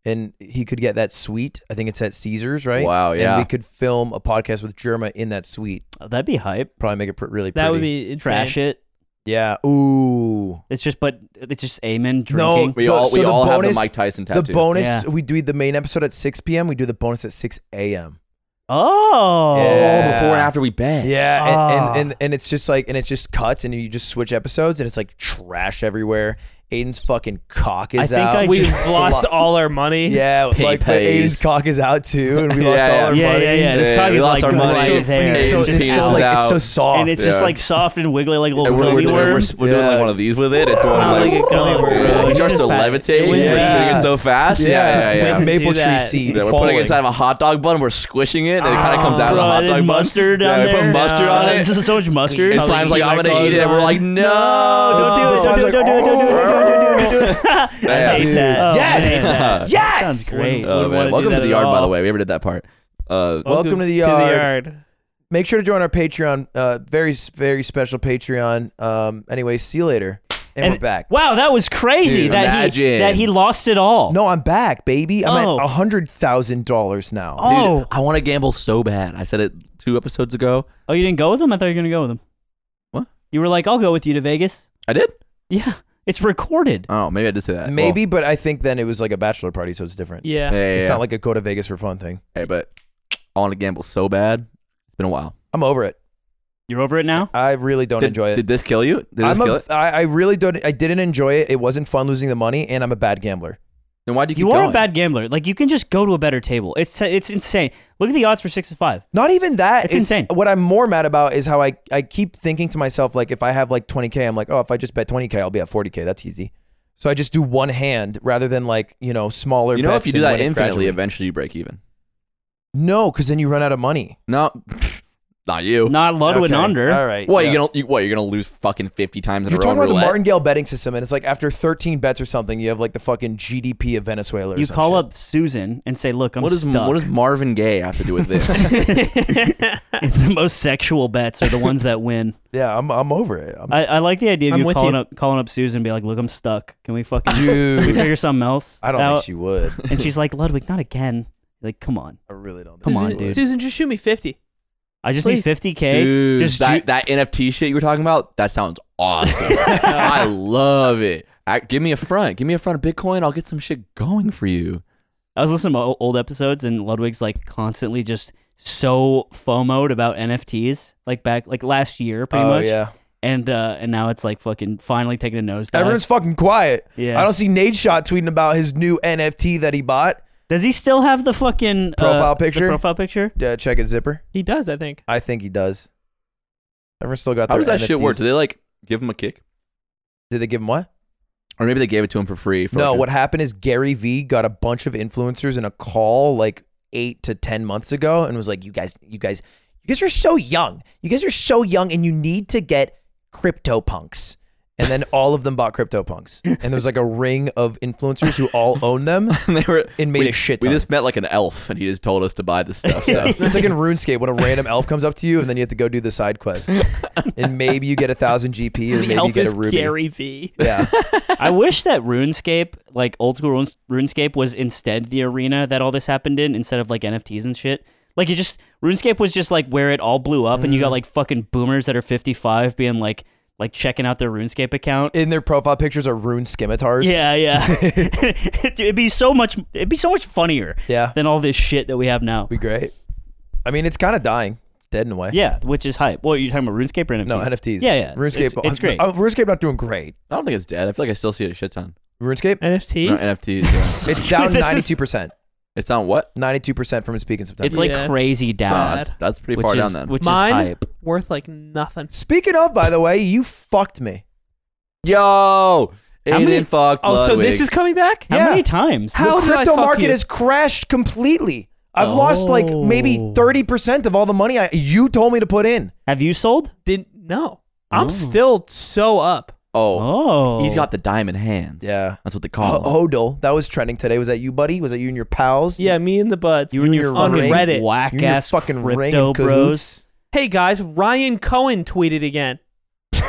Speaker 4: and he could get that suite. I think it's at Caesars, right?
Speaker 3: Wow, yeah.
Speaker 4: And we could film a podcast with Germa in that suite.
Speaker 1: Oh, that'd be hype.
Speaker 4: Probably make it pr- really pretty.
Speaker 2: That would be insane.
Speaker 1: Trash it.
Speaker 4: Yeah. Ooh.
Speaker 1: It's just, but it's just Eamon
Speaker 4: No,
Speaker 1: drinking.
Speaker 3: We
Speaker 4: The-
Speaker 3: all
Speaker 4: so
Speaker 3: we
Speaker 4: the
Speaker 3: all have
Speaker 4: bonus-
Speaker 3: the Mike Tyson
Speaker 4: The
Speaker 3: tattoo.
Speaker 4: bonus
Speaker 1: Yeah.
Speaker 4: we do the main episode at 6 p.m. We do the bonus at 6 a.m.
Speaker 1: Oh,
Speaker 4: Yeah.
Speaker 3: Oh, before and after we bet.
Speaker 4: Yeah, and,
Speaker 1: Ah.
Speaker 4: and, and and it's just like and it just cuts and you just switch episodes and it's like trash everywhere. Aiden's fucking cock is
Speaker 1: think
Speaker 4: out.
Speaker 1: I
Speaker 2: We've
Speaker 1: just
Speaker 2: lost
Speaker 4: Slut.
Speaker 2: all our money.
Speaker 4: Yeah,
Speaker 3: Pay
Speaker 4: like but
Speaker 3: pays.
Speaker 4: Aiden's cock is out too, and we
Speaker 3: Yeah,
Speaker 4: lost all
Speaker 3: yeah.
Speaker 4: our
Speaker 1: yeah,
Speaker 4: money.
Speaker 1: yeah, yeah. This
Speaker 3: Yeah,
Speaker 1: cock
Speaker 3: we
Speaker 1: is
Speaker 3: lost
Speaker 1: like
Speaker 3: our money.
Speaker 1: right
Speaker 4: So,
Speaker 1: there,
Speaker 4: It's so,
Speaker 3: Aiden's
Speaker 4: it's
Speaker 3: penis
Speaker 4: so
Speaker 3: is
Speaker 4: like it's so
Speaker 3: out.
Speaker 4: soft.
Speaker 1: and it's
Speaker 3: Yeah.
Speaker 1: just like soft and wiggly, like little
Speaker 3: And we're,
Speaker 1: gummy
Speaker 3: we're, we're, we're
Speaker 1: worms.
Speaker 3: doing like
Speaker 4: Yeah.
Speaker 3: one of these with it. It's going
Speaker 2: Wow,
Speaker 3: like, oh,
Speaker 2: like a gummy worm.
Speaker 3: Yeah,
Speaker 1: You
Speaker 3: It starts
Speaker 1: just
Speaker 3: to
Speaker 1: pat-
Speaker 3: levitate.
Speaker 1: Yeah.
Speaker 3: We're spinning it so fast.
Speaker 4: yeah,
Speaker 3: Yeah, yeah, yeah.
Speaker 4: it's like a
Speaker 2: ma-
Speaker 4: maple
Speaker 2: Do that.
Speaker 4: tree seed.
Speaker 3: Yeah, we're
Speaker 4: falling.
Speaker 3: putting it inside of a hot dog bun. We're squishing it, and it kind of
Speaker 2: Ah.
Speaker 3: comes out of the
Speaker 1: Oh, Bro,
Speaker 3: hot
Speaker 1: there's
Speaker 3: dog bun.
Speaker 1: mustard
Speaker 3: Yeah,
Speaker 1: on
Speaker 3: we
Speaker 1: there.
Speaker 3: put mustard
Speaker 1: Uh,
Speaker 3: on it.
Speaker 1: This is so much mustard. Oh,
Speaker 3: And
Speaker 1: Probably
Speaker 3: Slime's like,
Speaker 1: eat
Speaker 3: I'm
Speaker 1: my
Speaker 3: gonna eat it.
Speaker 1: clothes
Speaker 3: And we're
Speaker 1: on.
Speaker 3: like, no,
Speaker 1: don't do it,
Speaker 4: Slime's
Speaker 1: don't do it,
Speaker 4: like,
Speaker 1: don't do it, don't do it, don't do it, don't do it, don't do it.
Speaker 3: Yeah.
Speaker 1: I hate that. Oh,
Speaker 4: Yes.
Speaker 1: man, that-
Speaker 4: Yes.
Speaker 1: that sounds great.
Speaker 3: Oh,
Speaker 2: Wouldn't wanna
Speaker 3: man.
Speaker 2: do
Speaker 3: Welcome
Speaker 2: that
Speaker 3: to the
Speaker 2: at
Speaker 3: yard, by
Speaker 2: all.
Speaker 3: the way. We ever did that part. Uh,
Speaker 4: Welcome to the
Speaker 2: To the
Speaker 4: yard.
Speaker 2: yard.
Speaker 4: Make sure to join our Patreon. Uh, very s- very special Patreon. Um, anyway, see you later, and, we're back.
Speaker 1: Wow, that was crazy.
Speaker 3: Dude,
Speaker 1: that he
Speaker 3: imagine.
Speaker 1: that he lost it all.
Speaker 4: No, I'm back, baby. I'm
Speaker 1: Oh.
Speaker 4: at hundred thousand dollars now.
Speaker 1: Oh.
Speaker 3: dude, I want to gamble so bad. I said it two episodes ago.
Speaker 1: Oh, you didn't go with him? I thought you were gonna go with him.
Speaker 3: What?
Speaker 1: You were like, I'll go with you to Vegas.
Speaker 3: I did.
Speaker 1: Yeah, it's recorded.
Speaker 3: Oh, maybe I did say that.
Speaker 4: Maybe, but I think then it was like a bachelor party, so it's different.
Speaker 2: Yeah.
Speaker 3: Well, yeah, yeah,
Speaker 4: It's
Speaker 3: yeah.
Speaker 4: not like a go to Vegas for fun thing.
Speaker 3: Hey, but I want to gamble so bad. It's been a while.
Speaker 4: I'm over it.
Speaker 1: You're over it now.
Speaker 4: I really don't
Speaker 3: did,
Speaker 4: enjoy it.
Speaker 3: Did this kill you? Did this
Speaker 4: I'm
Speaker 3: kill
Speaker 4: a,
Speaker 3: it?
Speaker 4: I, I really don't. I didn't enjoy it. It wasn't fun losing the money, and I'm a bad gambler.
Speaker 3: Then why do you keep
Speaker 1: You are
Speaker 3: going?
Speaker 1: a bad gambler. Like you can just go to a better table. It's it's insane. Look at the odds for six to five.
Speaker 4: Not even that.
Speaker 1: It's insane.
Speaker 4: What I'm more mad about is how I, I keep thinking to myself, like, if I have like 20K, I'm like, oh, if I just bet 20K, I'll be at 40K. That's easy. So I just do one hand rather than like, you know, smaller
Speaker 3: You know, if
Speaker 4: bets
Speaker 3: you do
Speaker 4: and
Speaker 3: that
Speaker 4: win it
Speaker 3: infinitely,
Speaker 4: gradually.
Speaker 3: eventually you break even.
Speaker 4: No, because then you run out of money.
Speaker 3: No, Not you.
Speaker 1: Not Ludwig
Speaker 4: Okay,
Speaker 1: under.
Speaker 4: All right.
Speaker 3: what
Speaker 4: yeah.
Speaker 3: you gonna you, what you're gonna lose fucking fifty times in
Speaker 4: You're
Speaker 3: a row? in
Speaker 4: talking about the
Speaker 3: roulette?
Speaker 4: Martingale betting system, and it's like after 13 bets or something, you have like the fucking GDP of Venezuela. Or
Speaker 1: You
Speaker 4: some
Speaker 1: call
Speaker 4: shit.
Speaker 1: up Susan and say, "Look, I'm
Speaker 3: What does
Speaker 1: stuck.
Speaker 3: what does Marvin Gaye have to do with this?
Speaker 1: the most sexual bets are the ones that win."
Speaker 4: Yeah, I'm, I'm over it. I'm,
Speaker 1: I, I like the idea of
Speaker 2: I'm
Speaker 1: you
Speaker 2: with
Speaker 1: calling
Speaker 2: you.
Speaker 1: up calling up Susan and be like, "Look, I'm stuck. Can we fucking can we
Speaker 4: dude,
Speaker 1: figure something else?"
Speaker 4: I don't
Speaker 1: out?"
Speaker 4: think she would.
Speaker 1: And she's like, "Ludwig, not again." Like, come on.
Speaker 4: I really don't.
Speaker 1: Come
Speaker 4: think
Speaker 1: on,
Speaker 4: she
Speaker 2: Susan,
Speaker 4: would.
Speaker 1: dude.
Speaker 2: Susan, just shoot me fifty.
Speaker 1: I just
Speaker 2: Please.
Speaker 1: need 50k.
Speaker 3: Dude,
Speaker 1: just
Speaker 3: that,
Speaker 1: ju-
Speaker 3: that NFT shit you were talking about, that sounds awesome. I love it. I, give me a front. Give me a front of Bitcoin. I'll get some shit going for you.
Speaker 1: I was listening to o- old episodes, and Ludwig's like constantly just so FOMO'd about NFTs, like back like last year, pretty
Speaker 4: oh,
Speaker 1: much.
Speaker 4: yeah.
Speaker 1: And uh, and now it's like fucking finally taking a nosedive.
Speaker 4: Everyone's fucking quiet.
Speaker 1: Yeah.
Speaker 4: I don't see Nade Shot tweeting about his new NFT that he bought.
Speaker 1: Does he still have the fucking uh,
Speaker 4: Profile
Speaker 1: the
Speaker 4: picture?
Speaker 1: profile picture?
Speaker 4: Yeah, Uh, check it, Zipper.
Speaker 2: He does, I think.
Speaker 4: I think he does. Everyone's still got
Speaker 3: How
Speaker 4: their
Speaker 3: does that shit work?
Speaker 4: NFTs.
Speaker 3: Do they like give him a kick,
Speaker 4: Did they give him what?
Speaker 3: or maybe they gave it to him for free? For
Speaker 4: no,
Speaker 3: like a-
Speaker 4: what happened is Gary Vee got a bunch of influencers in a call like eight to ten months ago and was like, You guys, you guys, you guys are so young. You guys are so young and you need to get crypto punks. And then all of them bought crypto punks. And there's like a ring of influencers who all own them.
Speaker 3: and they were
Speaker 4: It made
Speaker 3: we,
Speaker 4: a shit
Speaker 3: We
Speaker 4: ton.
Speaker 3: just met like an elf, and he just told us to buy this stuff. So
Speaker 4: It's like in RuneScape when a random elf comes up to you and then you have to go do the side quest. And maybe you get a thousand GP
Speaker 2: The
Speaker 4: or maybe you
Speaker 2: elf
Speaker 4: get
Speaker 2: is
Speaker 4: a ruby.
Speaker 2: Gary V.
Speaker 4: Yeah.
Speaker 1: I wish that RuneScape, like old school Rune- RuneScape, was instead the arena that all this happened in, instead of like NFTs and shit. Like it just RuneScape was just like where it all blew up,
Speaker 4: Mm.
Speaker 1: and you got like fucking boomers that are fifty five being like like checking out their RuneScape account.
Speaker 4: In their profile pictures are rune scimitars.
Speaker 1: yeah, yeah. it'd be so much. It'd be so much funnier
Speaker 4: Yeah.
Speaker 1: than all this shit that we have now.
Speaker 4: Be great. I mean, it's kind of dying. It's dead in a way.
Speaker 1: Yeah, which is hype. Well, you're talking about RuneScape or NFTs?
Speaker 4: No, NFTs.
Speaker 1: Yeah, yeah.
Speaker 4: RuneScape.
Speaker 1: It's, it's great.
Speaker 4: Uh, RuneScape not doing great.
Speaker 3: I don't think it's dead. I feel like I still see it a shit ton.
Speaker 4: RuneScape.
Speaker 2: NFTs.
Speaker 3: No, NFTs. yeah.
Speaker 4: It's down
Speaker 1: This is-
Speaker 4: ninety-two percent.
Speaker 3: it's on what?
Speaker 4: Ninety-two percent from its peak in September.
Speaker 1: It's like
Speaker 2: Yeah, it's
Speaker 1: crazy
Speaker 3: No,
Speaker 1: down,
Speaker 3: that's, that's pretty
Speaker 1: which
Speaker 3: far
Speaker 1: is
Speaker 3: down then.
Speaker 1: which
Speaker 2: Mine
Speaker 1: is hype.
Speaker 2: worth like nothing.
Speaker 4: Speaking of, by the way, you fucked me.
Speaker 3: Yo,
Speaker 1: How many-
Speaker 3: Aiden fucked.
Speaker 2: Oh, so this
Speaker 3: Ludwig.
Speaker 2: is coming back?
Speaker 1: How
Speaker 4: Yeah.
Speaker 1: many times?
Speaker 2: How
Speaker 4: the
Speaker 2: did I
Speaker 4: crypto
Speaker 2: fuck
Speaker 4: market
Speaker 2: you?
Speaker 4: has crashed completely. I've lost like maybe
Speaker 1: Oh.
Speaker 4: thirty percent of all the money I, you told me to put in.
Speaker 1: Have you sold?
Speaker 2: Didn't no. I'm
Speaker 1: Oh.
Speaker 2: still so up.
Speaker 3: Oh,
Speaker 1: Oh,
Speaker 3: he's got the diamond hands.
Speaker 4: Yeah. Oh,
Speaker 3: that's what they
Speaker 4: H-
Speaker 3: call. him.
Speaker 4: Hodl, that was trending today. Was that you, buddy? Was that you and your pals?
Speaker 2: Yeah, me and the buds.
Speaker 4: You and your
Speaker 2: on
Speaker 4: ring.
Speaker 2: Reddit.
Speaker 1: whack
Speaker 4: you and your
Speaker 1: ass
Speaker 4: fucking
Speaker 1: crypto
Speaker 4: ring and
Speaker 1: bros.
Speaker 4: cahoots.
Speaker 2: Hey guys, Ryan Cohen tweeted again.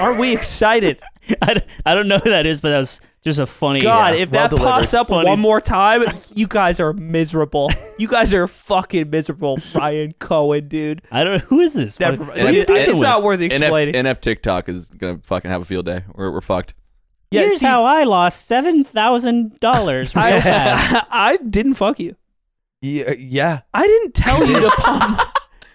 Speaker 2: Aren't we excited?
Speaker 1: I, d- I don't know who that is, but that was just a funny.
Speaker 2: God,
Speaker 1: yeah.
Speaker 2: if
Speaker 4: well
Speaker 2: that
Speaker 4: delivered.
Speaker 2: pops up
Speaker 1: Funny.
Speaker 2: one more time, you guys are miserable. you guys are fucking miserable, Ryan Cohen, dude.
Speaker 1: I don't who is this?
Speaker 2: That,
Speaker 1: What-
Speaker 3: And
Speaker 1: what are
Speaker 3: if-
Speaker 1: you
Speaker 2: it's
Speaker 1: doing
Speaker 3: and-
Speaker 1: with?
Speaker 2: not worth
Speaker 3: NF,
Speaker 2: explaining.
Speaker 3: NF TikTok is gonna fucking have a field day. We're, we're fucked.
Speaker 2: Yeah,
Speaker 1: Here's
Speaker 2: see,
Speaker 1: how I lost seven thousand dollars real fast.
Speaker 2: I, I didn't fuck you.
Speaker 4: Yeah, yeah.
Speaker 2: I didn't tell you to pump.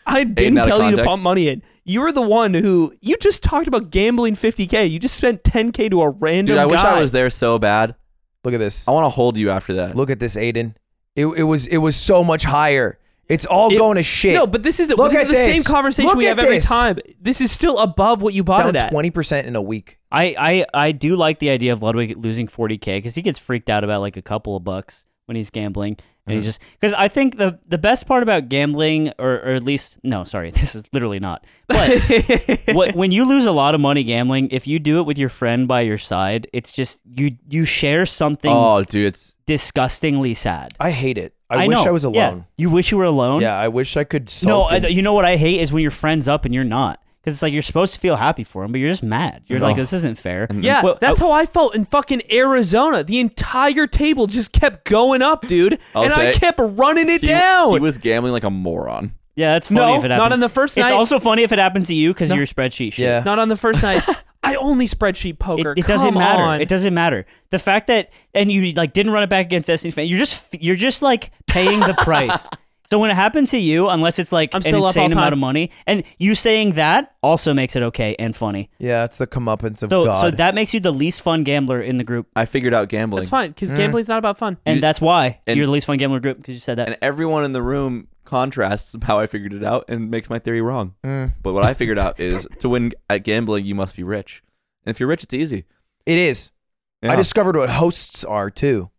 Speaker 2: I didn't
Speaker 3: out of
Speaker 2: tell you to
Speaker 3: context.
Speaker 2: pump money in. You were the one who you just talked about gambling 50k. You just spent 10k to a random
Speaker 3: Dude, I wish
Speaker 2: guy.
Speaker 3: I was there so bad.
Speaker 4: Look at this.
Speaker 3: I want to hold you after that.
Speaker 4: Look at this, Aiden. It, it was it was so much higher. It's all
Speaker 2: It-
Speaker 4: going to shit.
Speaker 2: No, but this is the,
Speaker 4: Look
Speaker 2: this
Speaker 4: at
Speaker 2: is the same
Speaker 4: this.
Speaker 2: conversation
Speaker 4: Look
Speaker 2: we
Speaker 4: at
Speaker 2: have every
Speaker 4: this.
Speaker 2: time. This is still above what you bought
Speaker 4: down
Speaker 2: it at.
Speaker 4: twenty percent in a week.
Speaker 1: I, I I do like the idea of Ludwig losing forty k because he gets freaked out about like a couple of bucks when he's gambling, and
Speaker 2: Mm-hmm.
Speaker 1: he's just because I think the the best part about gambling, or or at least no, sorry, this is literally not, but. what, when you lose a lot of money gambling, if you do it with your friend by your side, it's just you you share something
Speaker 3: oh, dude, it's
Speaker 1: disgustingly sad.
Speaker 4: I hate it. I, wish
Speaker 1: know.
Speaker 4: I was
Speaker 1: Yeah.
Speaker 4: alone.
Speaker 1: You wish you were
Speaker 4: Yeah,
Speaker 1: alone.
Speaker 4: I wish I could.
Speaker 1: No,
Speaker 4: Sulk
Speaker 1: I,
Speaker 4: and-
Speaker 1: you know what I hate is when your friend's up and you're not, because it's like you're supposed to feel happy for him, but you're just mad. You're like,
Speaker 3: No.
Speaker 1: this isn't fair.
Speaker 2: Yeah,
Speaker 1: Well,
Speaker 2: that's
Speaker 1: uh,
Speaker 2: how I felt in fucking Arizona. The entire table just kept going up, dude,
Speaker 3: I'll
Speaker 2: and I
Speaker 3: say-
Speaker 2: kept running it
Speaker 3: he,
Speaker 2: down.
Speaker 3: he was gambling like a moron.
Speaker 1: yeah. That's funny
Speaker 2: No,
Speaker 1: if it
Speaker 2: not
Speaker 1: happens.
Speaker 2: on the first
Speaker 1: It's
Speaker 2: night.
Speaker 1: also funny if it happens to you because your spreadsheet. Shit.
Speaker 4: yeah.
Speaker 2: Not on the first night. I only spreadsheet
Speaker 1: It,
Speaker 2: poker.
Speaker 1: it doesn't
Speaker 2: Come
Speaker 1: matter.
Speaker 2: on.
Speaker 1: It doesn't matter. The fact that and you like didn't run it back against Destiny fan. You're just you're just like paying the price. So when it happens to you, unless it's like
Speaker 2: I'm
Speaker 1: an
Speaker 2: still up all
Speaker 1: insane amount
Speaker 2: time.
Speaker 1: of money, and you saying that also makes it okay and funny.
Speaker 4: yeah, it's the comeuppance of
Speaker 1: So
Speaker 4: God.
Speaker 1: so that makes you the least fun gambler in the group,
Speaker 3: I figured out gambling.
Speaker 2: That's fine because gambling's not about fun.
Speaker 1: and
Speaker 3: You-
Speaker 1: that's why
Speaker 3: and-
Speaker 1: you're the least fun gambler group because you said that.
Speaker 3: And everyone in the room contrasts how I figured it out and makes my theory wrong.
Speaker 4: Mm.
Speaker 3: But what I figured out is to win at gambling, you must be rich. And if you're rich, it's easy.
Speaker 4: it is.
Speaker 3: Yeah.
Speaker 4: I discovered what hosts are too.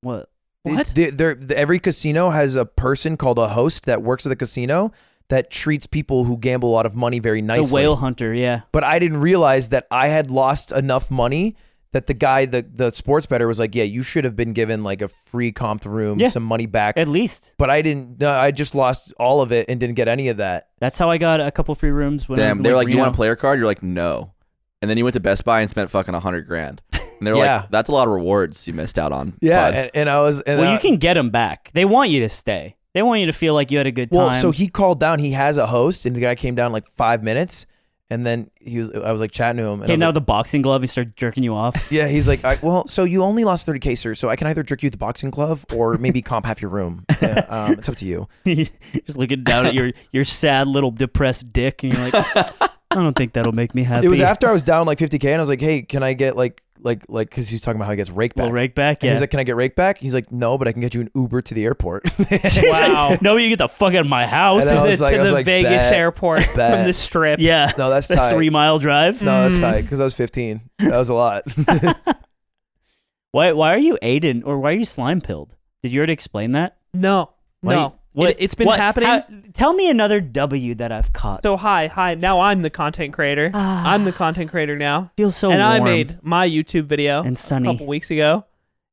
Speaker 1: what?
Speaker 2: What?
Speaker 4: They- they're- every casino has a person called a host that works at the casino that treats people who gamble a lot of money very
Speaker 1: The
Speaker 4: nicely.
Speaker 1: whale hunter, yeah.
Speaker 4: But I didn't realize that I had lost enough money that the guy, the the sports better, was like, "Yeah, you should have been given like a free comped room,
Speaker 1: Yeah.
Speaker 4: some money back."
Speaker 1: At least
Speaker 4: but I didn't. No, I just lost all of it and didn't get any of that.
Speaker 1: that's how I got a couple free rooms when I was
Speaker 3: Damn,
Speaker 1: in,
Speaker 3: they were like, "You
Speaker 1: Reno.
Speaker 3: want a player card?" You're like, "No," and then you went to Best Buy and spent fucking a hundred grand, and they were
Speaker 4: Yeah.
Speaker 3: like, "That's a lot of rewards you missed out on."
Speaker 4: Yeah,
Speaker 3: bud."
Speaker 4: and, and I was. And
Speaker 1: Well,
Speaker 4: I-
Speaker 1: you can get them back. They want you to stay. They want you to feel like you had a good time.
Speaker 4: Well, so he called down. He has a host, and the guy came down in, like five minutes, and then he was. I was like chatting to him. And I
Speaker 1: came
Speaker 4: was
Speaker 1: down
Speaker 4: like,
Speaker 1: with a boxing glove and started jerking you off.
Speaker 4: Yeah, he's like, I, well, so you only lost 30K, sir, so I can either jerk you with the boxing glove or maybe comp half your room. Yeah, um, it's up to you.
Speaker 1: Just looking down at your your sad little depressed dick, and you're like, I don't think that'll make me happy.
Speaker 4: It was after I was down like 50K, and I was like, hey, can I get like, like, like, because he's talking about how he gets rake back.
Speaker 1: little rake back.
Speaker 4: And
Speaker 1: Yeah.
Speaker 4: He's like, can I get rake back? He's like, no, but I can get you an Uber to the airport.
Speaker 1: He's like,
Speaker 2: Wow.
Speaker 1: no, you get the fuck out of my house.
Speaker 4: And I
Speaker 2: to
Speaker 4: was
Speaker 2: the,
Speaker 4: like-
Speaker 2: to
Speaker 4: I was
Speaker 2: the
Speaker 4: like,
Speaker 2: Vegas
Speaker 4: bet,
Speaker 2: airport
Speaker 4: bet.
Speaker 2: from the strip.
Speaker 1: yeah.
Speaker 4: no, that's
Speaker 1: The
Speaker 4: tight.
Speaker 1: three mile drive.
Speaker 4: no, that's tight because I was 15. That was a lot.
Speaker 1: Why why are you Aiden or why are you slime pilled? Did you already explain that?
Speaker 2: No,
Speaker 1: Why
Speaker 2: no.
Speaker 1: you- what-
Speaker 2: it, it's been
Speaker 1: what-
Speaker 2: happening.
Speaker 1: how- tell me another W that I've caught.
Speaker 2: so hi, hi. Now I'm the content creator.
Speaker 1: Ah.
Speaker 2: I'm the content creator now.
Speaker 1: feels so
Speaker 2: and I
Speaker 1: warm
Speaker 2: made my YouTube video
Speaker 1: and
Speaker 2: a
Speaker 1: sunny.
Speaker 2: couple weeks ago,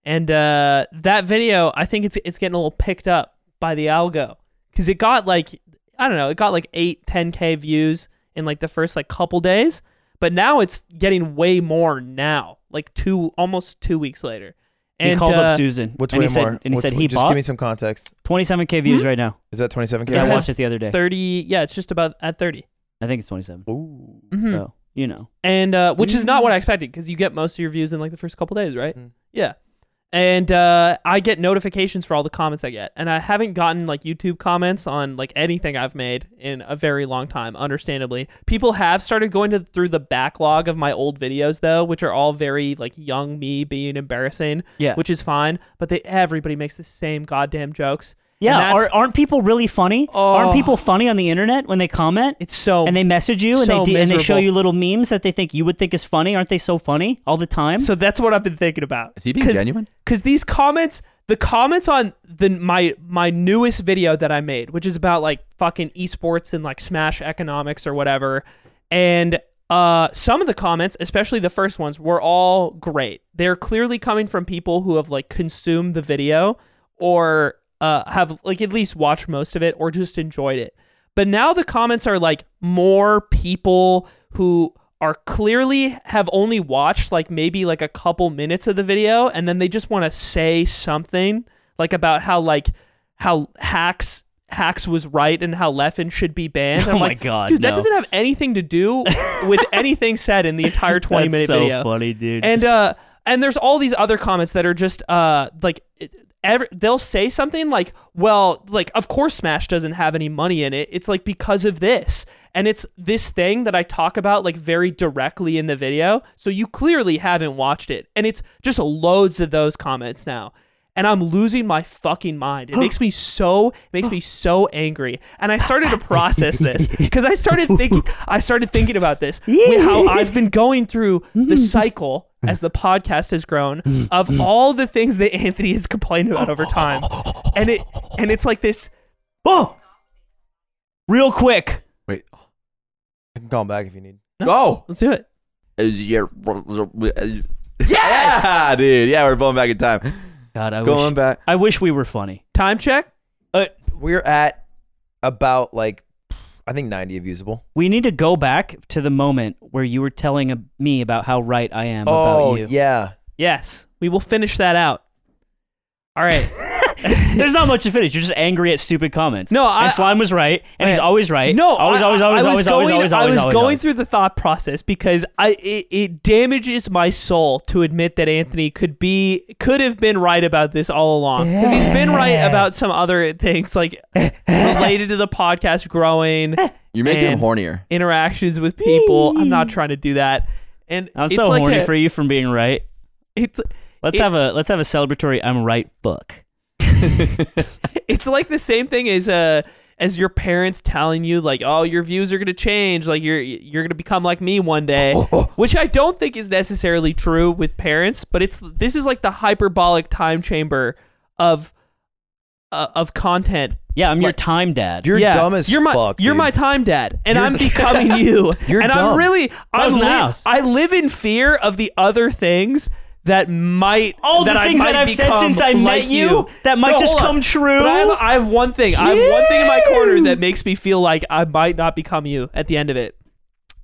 Speaker 2: and uh, that video I think it's it's getting a little picked up by the algo because it got like I don't know, it got like eight, 10k views in like the first like couple days, but now it's getting way more now, like two almost two weeks later.
Speaker 1: he
Speaker 2: And
Speaker 1: called
Speaker 2: uh,
Speaker 1: up Susan.
Speaker 4: What's
Speaker 1: and
Speaker 4: way
Speaker 1: he said,
Speaker 4: more?
Speaker 1: And he
Speaker 4: What's
Speaker 1: said
Speaker 4: way-
Speaker 1: he
Speaker 4: just
Speaker 1: bought
Speaker 4: give me some Hmm? context.
Speaker 1: 27k views right now.
Speaker 4: Is that 27K?
Speaker 1: Because I
Speaker 2: Yeah.
Speaker 1: watched it the other day.
Speaker 2: 30 yeah it's just about at 30
Speaker 1: I think it's 27.
Speaker 4: Ooh.
Speaker 2: Mhm.
Speaker 1: So you know,
Speaker 2: and uh, which is not what i expected because you get most of your views in like the first couple days right
Speaker 4: Mm.
Speaker 2: yeah and uh, i get notifications for all the comments i get and i haven't gotten like youtube comments on like anything i've made in a very long time understandably people have started going to through the backlog of my old videos though which are all very like young me being embarrassing
Speaker 1: Yeah.
Speaker 2: which is fine but they everybody makes the same goddamn jokes And
Speaker 1: yeah.
Speaker 2: that's-
Speaker 1: Are, aren't people really funny? Aren't
Speaker 2: Oh.
Speaker 1: people funny on the internet when they comment
Speaker 2: it's so
Speaker 1: and they message you and
Speaker 2: so
Speaker 1: they d- and they show
Speaker 2: miserable.
Speaker 1: you little memes that they think you would think is funny? Aren't they so funny all the time?
Speaker 2: So that's what I've been thinking about.
Speaker 3: Is he being genuine?
Speaker 2: Because these comments, the comments on the my my newest video that I made, which is about like fucking esports and like Smash economics or whatever, and uh, some of the comments, especially the first ones, were all great. They're clearly coming from people who have like consumed the video or uh, have like at least watched most of it or just enjoyed it. But now the comments are like more people who are clearly have only watched like maybe like a couple minutes of the video and then they just want to say something like about how like how hacks hacks was right and how leffen should be banned.
Speaker 1: Oh
Speaker 2: I'm
Speaker 1: my
Speaker 2: like,
Speaker 1: God,
Speaker 2: dude,
Speaker 1: no.
Speaker 2: that doesn't have anything to do with anything said in the entire 20
Speaker 1: That's
Speaker 2: minute
Speaker 1: so
Speaker 2: video
Speaker 1: funny, dude.
Speaker 2: and uh and there's all these other comments that are just uh like it- every, they'll say something like well like of course smash doesn't have any money in it it's like because of this and it's this thing that i talk about like very directly in the video so you clearly haven't watched it and it's just loads of those comments now and I'm losing my fucking mind. It makes me so it makes me so angry. And I started to process this because I started thinking I started thinking about this with how I've been going through the cycle as the podcast has grown of all the things that Anthony has complained about over time. And it and it's like this
Speaker 1: Whoa! Real quick.
Speaker 3: Wait,
Speaker 4: I can call him back if you need.
Speaker 3: go.
Speaker 2: let's do it.
Speaker 3: Yes, yeah, dude. Yeah, we're going back in time.
Speaker 1: God, I
Speaker 3: Going
Speaker 1: wish.
Speaker 3: back.
Speaker 1: I wish we were funny.
Speaker 2: Time check?
Speaker 4: We're at about like, I think 90 of usable.
Speaker 1: We need to go back to the moment where you were telling a- me about how right I am
Speaker 4: oh,
Speaker 1: about you.
Speaker 4: yeah.
Speaker 2: Yes. We will finish that out. All right.
Speaker 1: There's not much to finish. You're just angry at stupid comments.
Speaker 2: No, I-
Speaker 1: and slime was right, and he's
Speaker 2: Okay.
Speaker 1: always right.
Speaker 2: No,
Speaker 1: always,
Speaker 2: I,
Speaker 1: always, always,
Speaker 2: I
Speaker 1: always,
Speaker 2: was
Speaker 1: always,
Speaker 2: going,
Speaker 1: always,
Speaker 2: I
Speaker 1: always,
Speaker 2: was
Speaker 1: always,
Speaker 2: going
Speaker 1: always.
Speaker 2: through the thought process because I it, it damages my soul to admit that Anthony could be could have been right about this all along because he's been right about some other things like related to the podcast growing
Speaker 3: You're making him
Speaker 2: And-
Speaker 3: hornier.
Speaker 2: interactions with people. I'm not trying to do that, and
Speaker 1: I'm
Speaker 2: it's
Speaker 1: so
Speaker 2: like
Speaker 1: horny
Speaker 2: a-
Speaker 1: for you from being right.
Speaker 2: It's
Speaker 1: Let's
Speaker 2: It-
Speaker 1: have a let's have a celebratory I'm right book.
Speaker 2: it's like the same thing as uh as your parents telling you like oh your views are going to change like you're you're going to become like me one day
Speaker 1: Oh,
Speaker 4: Oh.
Speaker 2: which i don't think is necessarily true with parents but it's this is like the hyperbolic time chamber of uh, of content.
Speaker 1: Yeah, I'm your
Speaker 2: Like-
Speaker 1: time dad.
Speaker 4: You're
Speaker 2: yeah,
Speaker 4: dumb as
Speaker 2: you're my,
Speaker 4: fuck.
Speaker 2: You're
Speaker 4: dude.
Speaker 2: my time dad, and
Speaker 4: You're-
Speaker 2: I'm becoming you.
Speaker 4: You're
Speaker 2: and
Speaker 4: dumb.
Speaker 2: I'm really, I'm
Speaker 1: was in the
Speaker 2: li-
Speaker 1: house.
Speaker 2: I live in fear of the other things that might
Speaker 1: All the
Speaker 2: that I
Speaker 1: things that
Speaker 2: might
Speaker 1: I've said
Speaker 2: become
Speaker 1: since I
Speaker 2: like
Speaker 1: met you that might just
Speaker 2: hold on.
Speaker 1: come true.
Speaker 2: But I have, I have one thing. I have one thing in my corner
Speaker 1: Phew.
Speaker 2: that makes me feel like I might not become you at the end of it.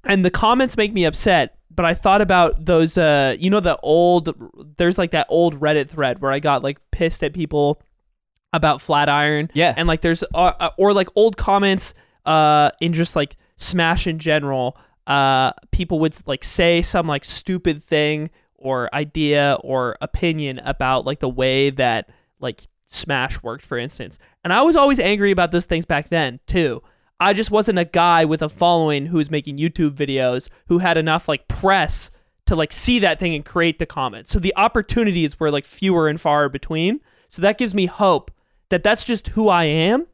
Speaker 2: And the comments make me upset. But I thought about those. Uh, you know, the old. There's like that old Reddit thread where I got like pissed at people about Flatiron.
Speaker 1: Yeah.
Speaker 2: And like there's uh, or like old comments uh in just like Smash in general. Uh, people would like say some like stupid thing or idea or opinion about like the way that like Smash worked, for instance. And I was always angry about those things back then too. I just wasn't a guy with a following who was making YouTube videos who had enough like press to like see that thing and create the comment. So the opportunities were like fewer and far between. So that gives me hope that that's just who I am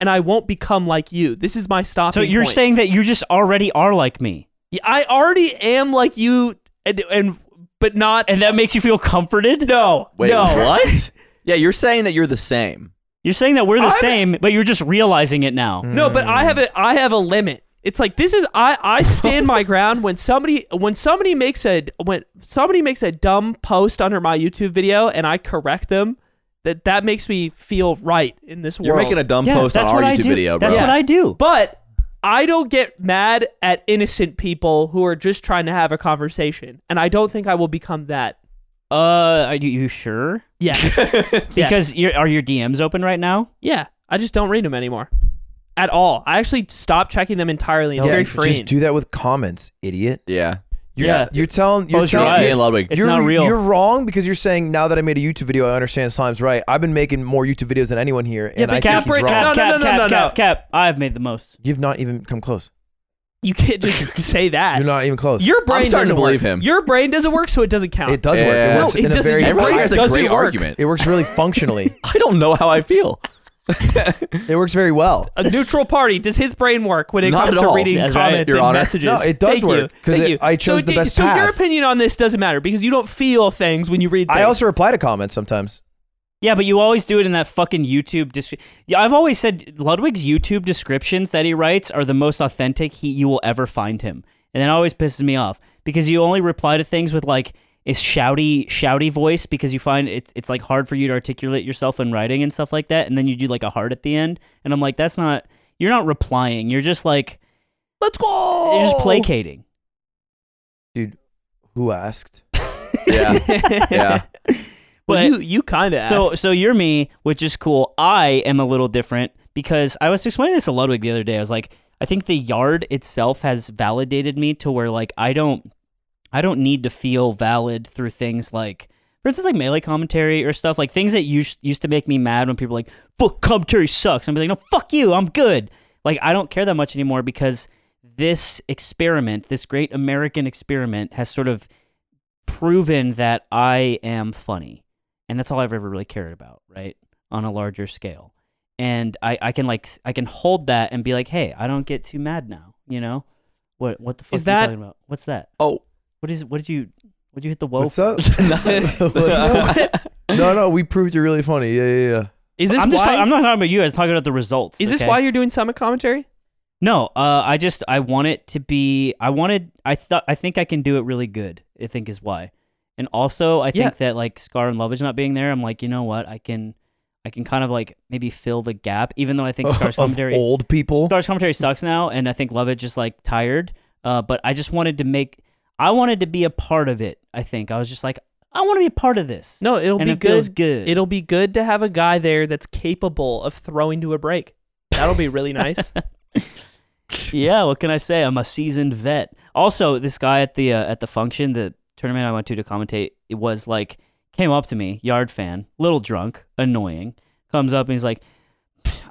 Speaker 2: and I won't become like you. This is my
Speaker 1: so
Speaker 2: stopping
Speaker 1: you're
Speaker 2: point.
Speaker 1: saying that you just already are like me,
Speaker 2: Yeah, I already am like you and, and but not
Speaker 1: and that makes you feel comforted.
Speaker 2: no.
Speaker 3: Wait,
Speaker 2: no.
Speaker 3: what? yeah, you're saying that you're the same.
Speaker 1: You're saying that we're the
Speaker 2: I'm- Mm,
Speaker 1: same, but you're just realizing it now.
Speaker 2: No, but I have a I have a limit. It's like this is I I stand my ground when somebody when somebody makes a when somebody makes a dumb post under my YouTube video and I correct them, that that makes me feel right in this
Speaker 3: You're
Speaker 2: world.
Speaker 3: making a dumb
Speaker 1: Yeah,
Speaker 3: post on
Speaker 1: that's
Speaker 3: our
Speaker 1: what I
Speaker 3: YouTube
Speaker 1: do.
Speaker 3: video, bro.
Speaker 1: That's what I do.
Speaker 2: but I don't get mad at innocent people who are just trying to have a conversation, and I don't think I will become that.
Speaker 1: Uh, are you, you sure?
Speaker 2: Yes,
Speaker 1: Because you're, are your DMs open right now?
Speaker 2: yeah, I just don't read them anymore, at all. I actually stopped checking them entirely. It's
Speaker 4: Yeah,
Speaker 2: very freeing.
Speaker 4: Just do that with comments, idiot.
Speaker 3: yeah.
Speaker 4: You're,
Speaker 2: Yeah.
Speaker 4: You're telling. You're
Speaker 1: Close your
Speaker 4: telling
Speaker 1: eyes.
Speaker 3: Me and Ludwig.
Speaker 1: It's
Speaker 4: you're,
Speaker 1: not real.
Speaker 4: You're wrong because you're saying now that I made a YouTube video, I understand Slime's right. I've been making more YouTube videos than anyone here, and
Speaker 2: but
Speaker 4: I
Speaker 2: Cap-
Speaker 4: think he's
Speaker 2: Cap-
Speaker 4: wrong.
Speaker 2: No,
Speaker 1: cap,
Speaker 2: no,
Speaker 1: cap,
Speaker 2: no, no,
Speaker 1: cap,
Speaker 2: no, no.
Speaker 1: cap, cap. I've made the most.
Speaker 4: You've not even come close.
Speaker 2: you can't just say that.
Speaker 4: You're not even close.
Speaker 2: Your brain
Speaker 3: starting to
Speaker 2: doesn't
Speaker 3: believe
Speaker 2: work.
Speaker 3: him.
Speaker 2: Your brain doesn't work, so it doesn't count.
Speaker 4: it does work.
Speaker 3: Yeah.
Speaker 4: It
Speaker 3: No,
Speaker 4: works
Speaker 2: it
Speaker 4: in a
Speaker 2: doesn't
Speaker 4: very.
Speaker 2: work.
Speaker 3: Everybody has a
Speaker 2: Doesn't
Speaker 3: great
Speaker 2: work.
Speaker 3: argument.
Speaker 4: It works really functionally.
Speaker 3: I don't know how I feel.
Speaker 4: it works very well.
Speaker 2: a neutral party. Does his brain work when it
Speaker 3: Not
Speaker 2: comes
Speaker 3: at
Speaker 2: to
Speaker 3: all.
Speaker 2: reading
Speaker 1: That's right,
Speaker 2: comments
Speaker 3: Your
Speaker 2: and
Speaker 3: Honor.
Speaker 2: messages?
Speaker 4: No, it does
Speaker 2: Thank you.
Speaker 4: work, 'cause
Speaker 2: Thank
Speaker 4: it-
Speaker 2: you.
Speaker 4: I chose
Speaker 2: so,
Speaker 4: the
Speaker 2: di-
Speaker 4: best
Speaker 2: So your
Speaker 4: path.
Speaker 2: opinion on this doesn't matter because you don't feel things when you read. Things.
Speaker 4: I also reply to comments sometimes.
Speaker 1: Yeah, but you always do it in that fucking YouTube. Dis- yeah, I've always said Ludwig's YouTube descriptions that he writes are the most authentic he you will ever find him, and that always pisses me off because you only reply to things with like a shouty, shouty voice because you find it's it's like hard for you to articulate yourself in writing and stuff like that, and then you do like a heart at the end, and I'm like, that's not you're not replying, you're just like
Speaker 2: let's go.
Speaker 1: you're just placating.
Speaker 4: Dude, who asked?
Speaker 3: yeah. Yeah.
Speaker 2: Well,
Speaker 1: But-
Speaker 2: you you kind of
Speaker 1: So so you're me, which is cool. I am a little different because I was explaining this to Ludwig the other day. I was like, I think the yard itself has validated me to where like I don't I don't need to feel valid through things like for instance like melee commentary or stuff like things that used used to make me mad when people were like fuck commentary sucks. I'm like no fuck you, I'm good. Like I don't care that much anymore because this experiment, this great American experiment, has sort of proven that I am funny and that's all I've ever really cared about, right? On a larger scale. And I, I can like I can hold that and be like, hey, I don't get too mad now, you know? What what the fuck
Speaker 2: Is
Speaker 1: are
Speaker 2: that-
Speaker 1: you talking about? What's that?
Speaker 3: Oh.
Speaker 1: What is what did you what did you hit the woe?
Speaker 4: What's
Speaker 1: for?
Speaker 4: up? What's up? No, no, we proved you're really funny. Yeah, yeah, yeah.
Speaker 2: is this
Speaker 1: I'm
Speaker 2: why?
Speaker 1: just talking, I'm not talking about you, I was talking about the results.
Speaker 2: is this
Speaker 1: okay?
Speaker 2: why you're doing summit commentary?
Speaker 1: No, uh, I just I want it to be I wanted I thought I think I can do it really good, I think is why. And also I think
Speaker 2: Yeah.
Speaker 1: that like Scar and Lovage not being there, I'm like, you know what, I can I can kind of like maybe fill the gap, even though I think Scar's
Speaker 4: Of
Speaker 1: commentary
Speaker 4: old people.
Speaker 1: Stars commentary sucks now, and I think Lovett just like tired. Uh, but I just wanted to make, I wanted to be a part of it. I think I was just like, I want to be a part of this.
Speaker 2: No, it'll
Speaker 1: and
Speaker 2: be
Speaker 1: it
Speaker 2: good.
Speaker 1: feels good.
Speaker 2: It'll be good to have a guy there that's capable of throwing to a break. That'll be really nice.
Speaker 1: yeah. What can I say? I'm a seasoned vet. Also, this guy at the uh, at the function, the tournament I went to to commentate, it was like came up to me, yard fan, little drunk, annoying. Comes up and he's like,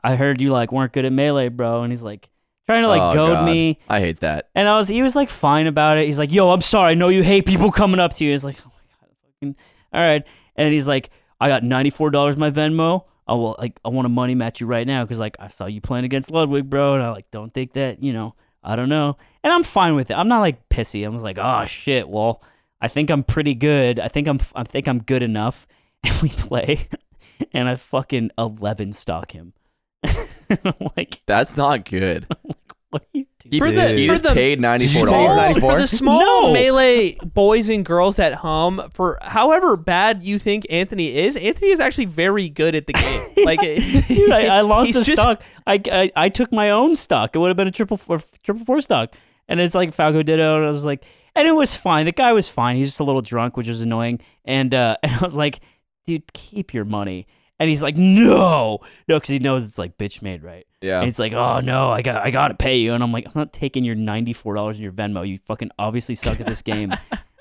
Speaker 1: I heard you like weren't good at melee, bro. And he's like trying to like
Speaker 3: Oh,
Speaker 1: goad
Speaker 3: God.
Speaker 1: me.
Speaker 3: I hate that.
Speaker 1: And I was, he was like fine about it. He's like, "Yo, I'm sorry. I know you hate people coming up to you." He's like, "Oh my god, fucking all right." And he's like, "I got ninety four dollars my Venmo. I will like, I want to money match you right now because like I saw you playing against Ludwig, bro, and I like don't think that you know I don't know." And I'm fine with it. I'm not like pissy. I'm just like, "Oh shit, well, I think I'm pretty good. I think I'm I think I'm good enough." And we play, and I fucking 11 stock him. I'm like,
Speaker 3: That's not good.
Speaker 1: what are you doing?
Speaker 3: He,
Speaker 2: For the-
Speaker 3: he
Speaker 2: for
Speaker 3: just
Speaker 2: the-
Speaker 3: paid ninety
Speaker 4: Did you
Speaker 3: four
Speaker 4: say
Speaker 3: dollars.
Speaker 4: he's
Speaker 2: Small,
Speaker 4: 94?
Speaker 2: for the small
Speaker 1: No.
Speaker 2: melee boys and girls at home, for however bad you think Anthony is, Anthony is actually very good at the game. Like,
Speaker 1: Dude, I, I lost
Speaker 2: he's
Speaker 1: his
Speaker 2: just-
Speaker 1: stock. I, I I took my own stock. It would have been a triple four, triple four stock. And it's like Falco Ditto, and I was like, and it was fine. The guy was fine. He's just a little drunk, which was annoying. And uh, and I was like, dude, keep your money. And he's like, no, no, because he knows it's like bitch made, right?
Speaker 3: Yeah.
Speaker 1: And it's like, oh no, I got I gotta pay you. And I'm like, I'm not taking your ninety four dollars in your Venmo. You fucking obviously suck at this game.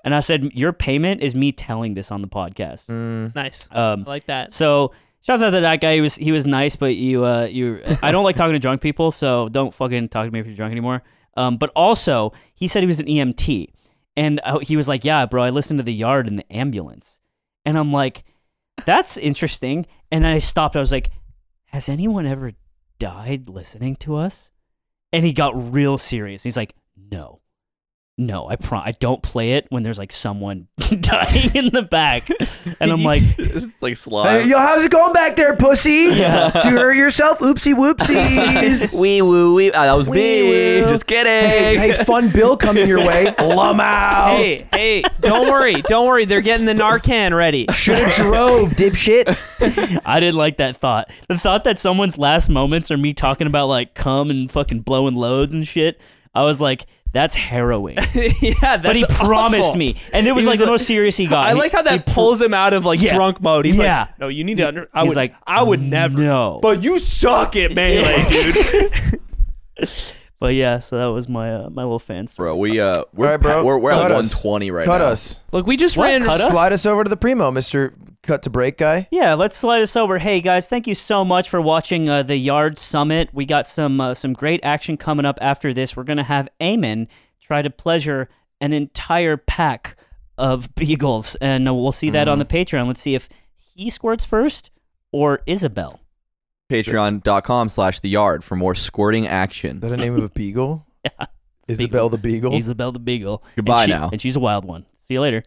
Speaker 1: and I said, your payment is me telling this on the podcast.
Speaker 4: Mm.
Speaker 2: nice.
Speaker 1: Um,
Speaker 2: I like that.
Speaker 1: so shouts out to that guy. He was he was nice, but you uh you I don't like talking to drunk people, so don't fucking talk to me if you're drunk anymore. Um, but also he said he was an EMT, and I, he was like, yeah, bro, I listened to the yard in the ambulance, and I'm like, that's interesting. And I stopped. I was like, has anyone ever died listening to us? And he got real serious. He's like, no. No, I pro- I don't play it when there's like someone dying in the back. And I'm like,
Speaker 3: it's like slime.
Speaker 4: Hey, yo, how's it going back there, pussy?
Speaker 1: Yeah.
Speaker 4: Did you hurt yourself? Oopsie whoopsies.
Speaker 3: Wee woo wee. Ah, that was
Speaker 4: Wee
Speaker 3: me.
Speaker 4: woo.
Speaker 3: Just kidding.
Speaker 4: hey, hey, fun bill coming your way. Lum out.
Speaker 2: hey, hey, don't worry, don't worry. They're getting the Narcan ready.
Speaker 4: Should have drove, dipshit.
Speaker 1: I didn't like that thought. The thought that someone's last moments are me talking about like cum and fucking blowing loads and shit. I was like, that's harrowing.
Speaker 2: yeah, that's
Speaker 1: but he promised
Speaker 2: awful.
Speaker 1: me, and it was,
Speaker 2: He
Speaker 1: like
Speaker 2: was
Speaker 1: the
Speaker 2: like-
Speaker 1: most serious he got.
Speaker 2: I
Speaker 1: Uh, He-
Speaker 2: like how
Speaker 1: he
Speaker 2: that
Speaker 1: pr-
Speaker 2: pulls him out of like
Speaker 1: Yeah.
Speaker 2: drunk mode. He's
Speaker 1: Yeah.
Speaker 2: like, no, you need to. Under- I
Speaker 1: He's
Speaker 2: would
Speaker 1: like,
Speaker 2: I would never.
Speaker 1: No.
Speaker 2: But you suck at melee, dude.
Speaker 1: But yeah, so that was my uh, my little fan story.
Speaker 3: Bro, we uh, we're
Speaker 4: All right, bro.
Speaker 3: pa- we're, we're at
Speaker 4: Cut
Speaker 3: one
Speaker 4: us.
Speaker 3: twenty right
Speaker 4: Cut
Speaker 3: now.
Speaker 4: us.
Speaker 2: Look, we just
Speaker 1: What,
Speaker 2: ran.
Speaker 1: cut us?
Speaker 4: Slide us over to the primo, Mister Cut to Break guy.
Speaker 1: Yeah, let's slide us over. Hey guys, thank you so much for watching uh, the Yard Summit. We got some uh, some great action coming up after this. We're gonna have Eamon try to pleasure an entire pack of beagles, and uh, we'll see that
Speaker 3: Mm-hmm.
Speaker 1: on the Patreon. Let's see if he squirts first or Isabel.
Speaker 3: Patreon.com slash the yard for more squirting action.
Speaker 4: Is that a name of a beagle?
Speaker 1: Yeah.
Speaker 4: Isabel the Beagle.
Speaker 1: Isabel the beagle. And
Speaker 3: Goodbye
Speaker 1: she-
Speaker 3: now.
Speaker 1: and she's a wild one. See you later.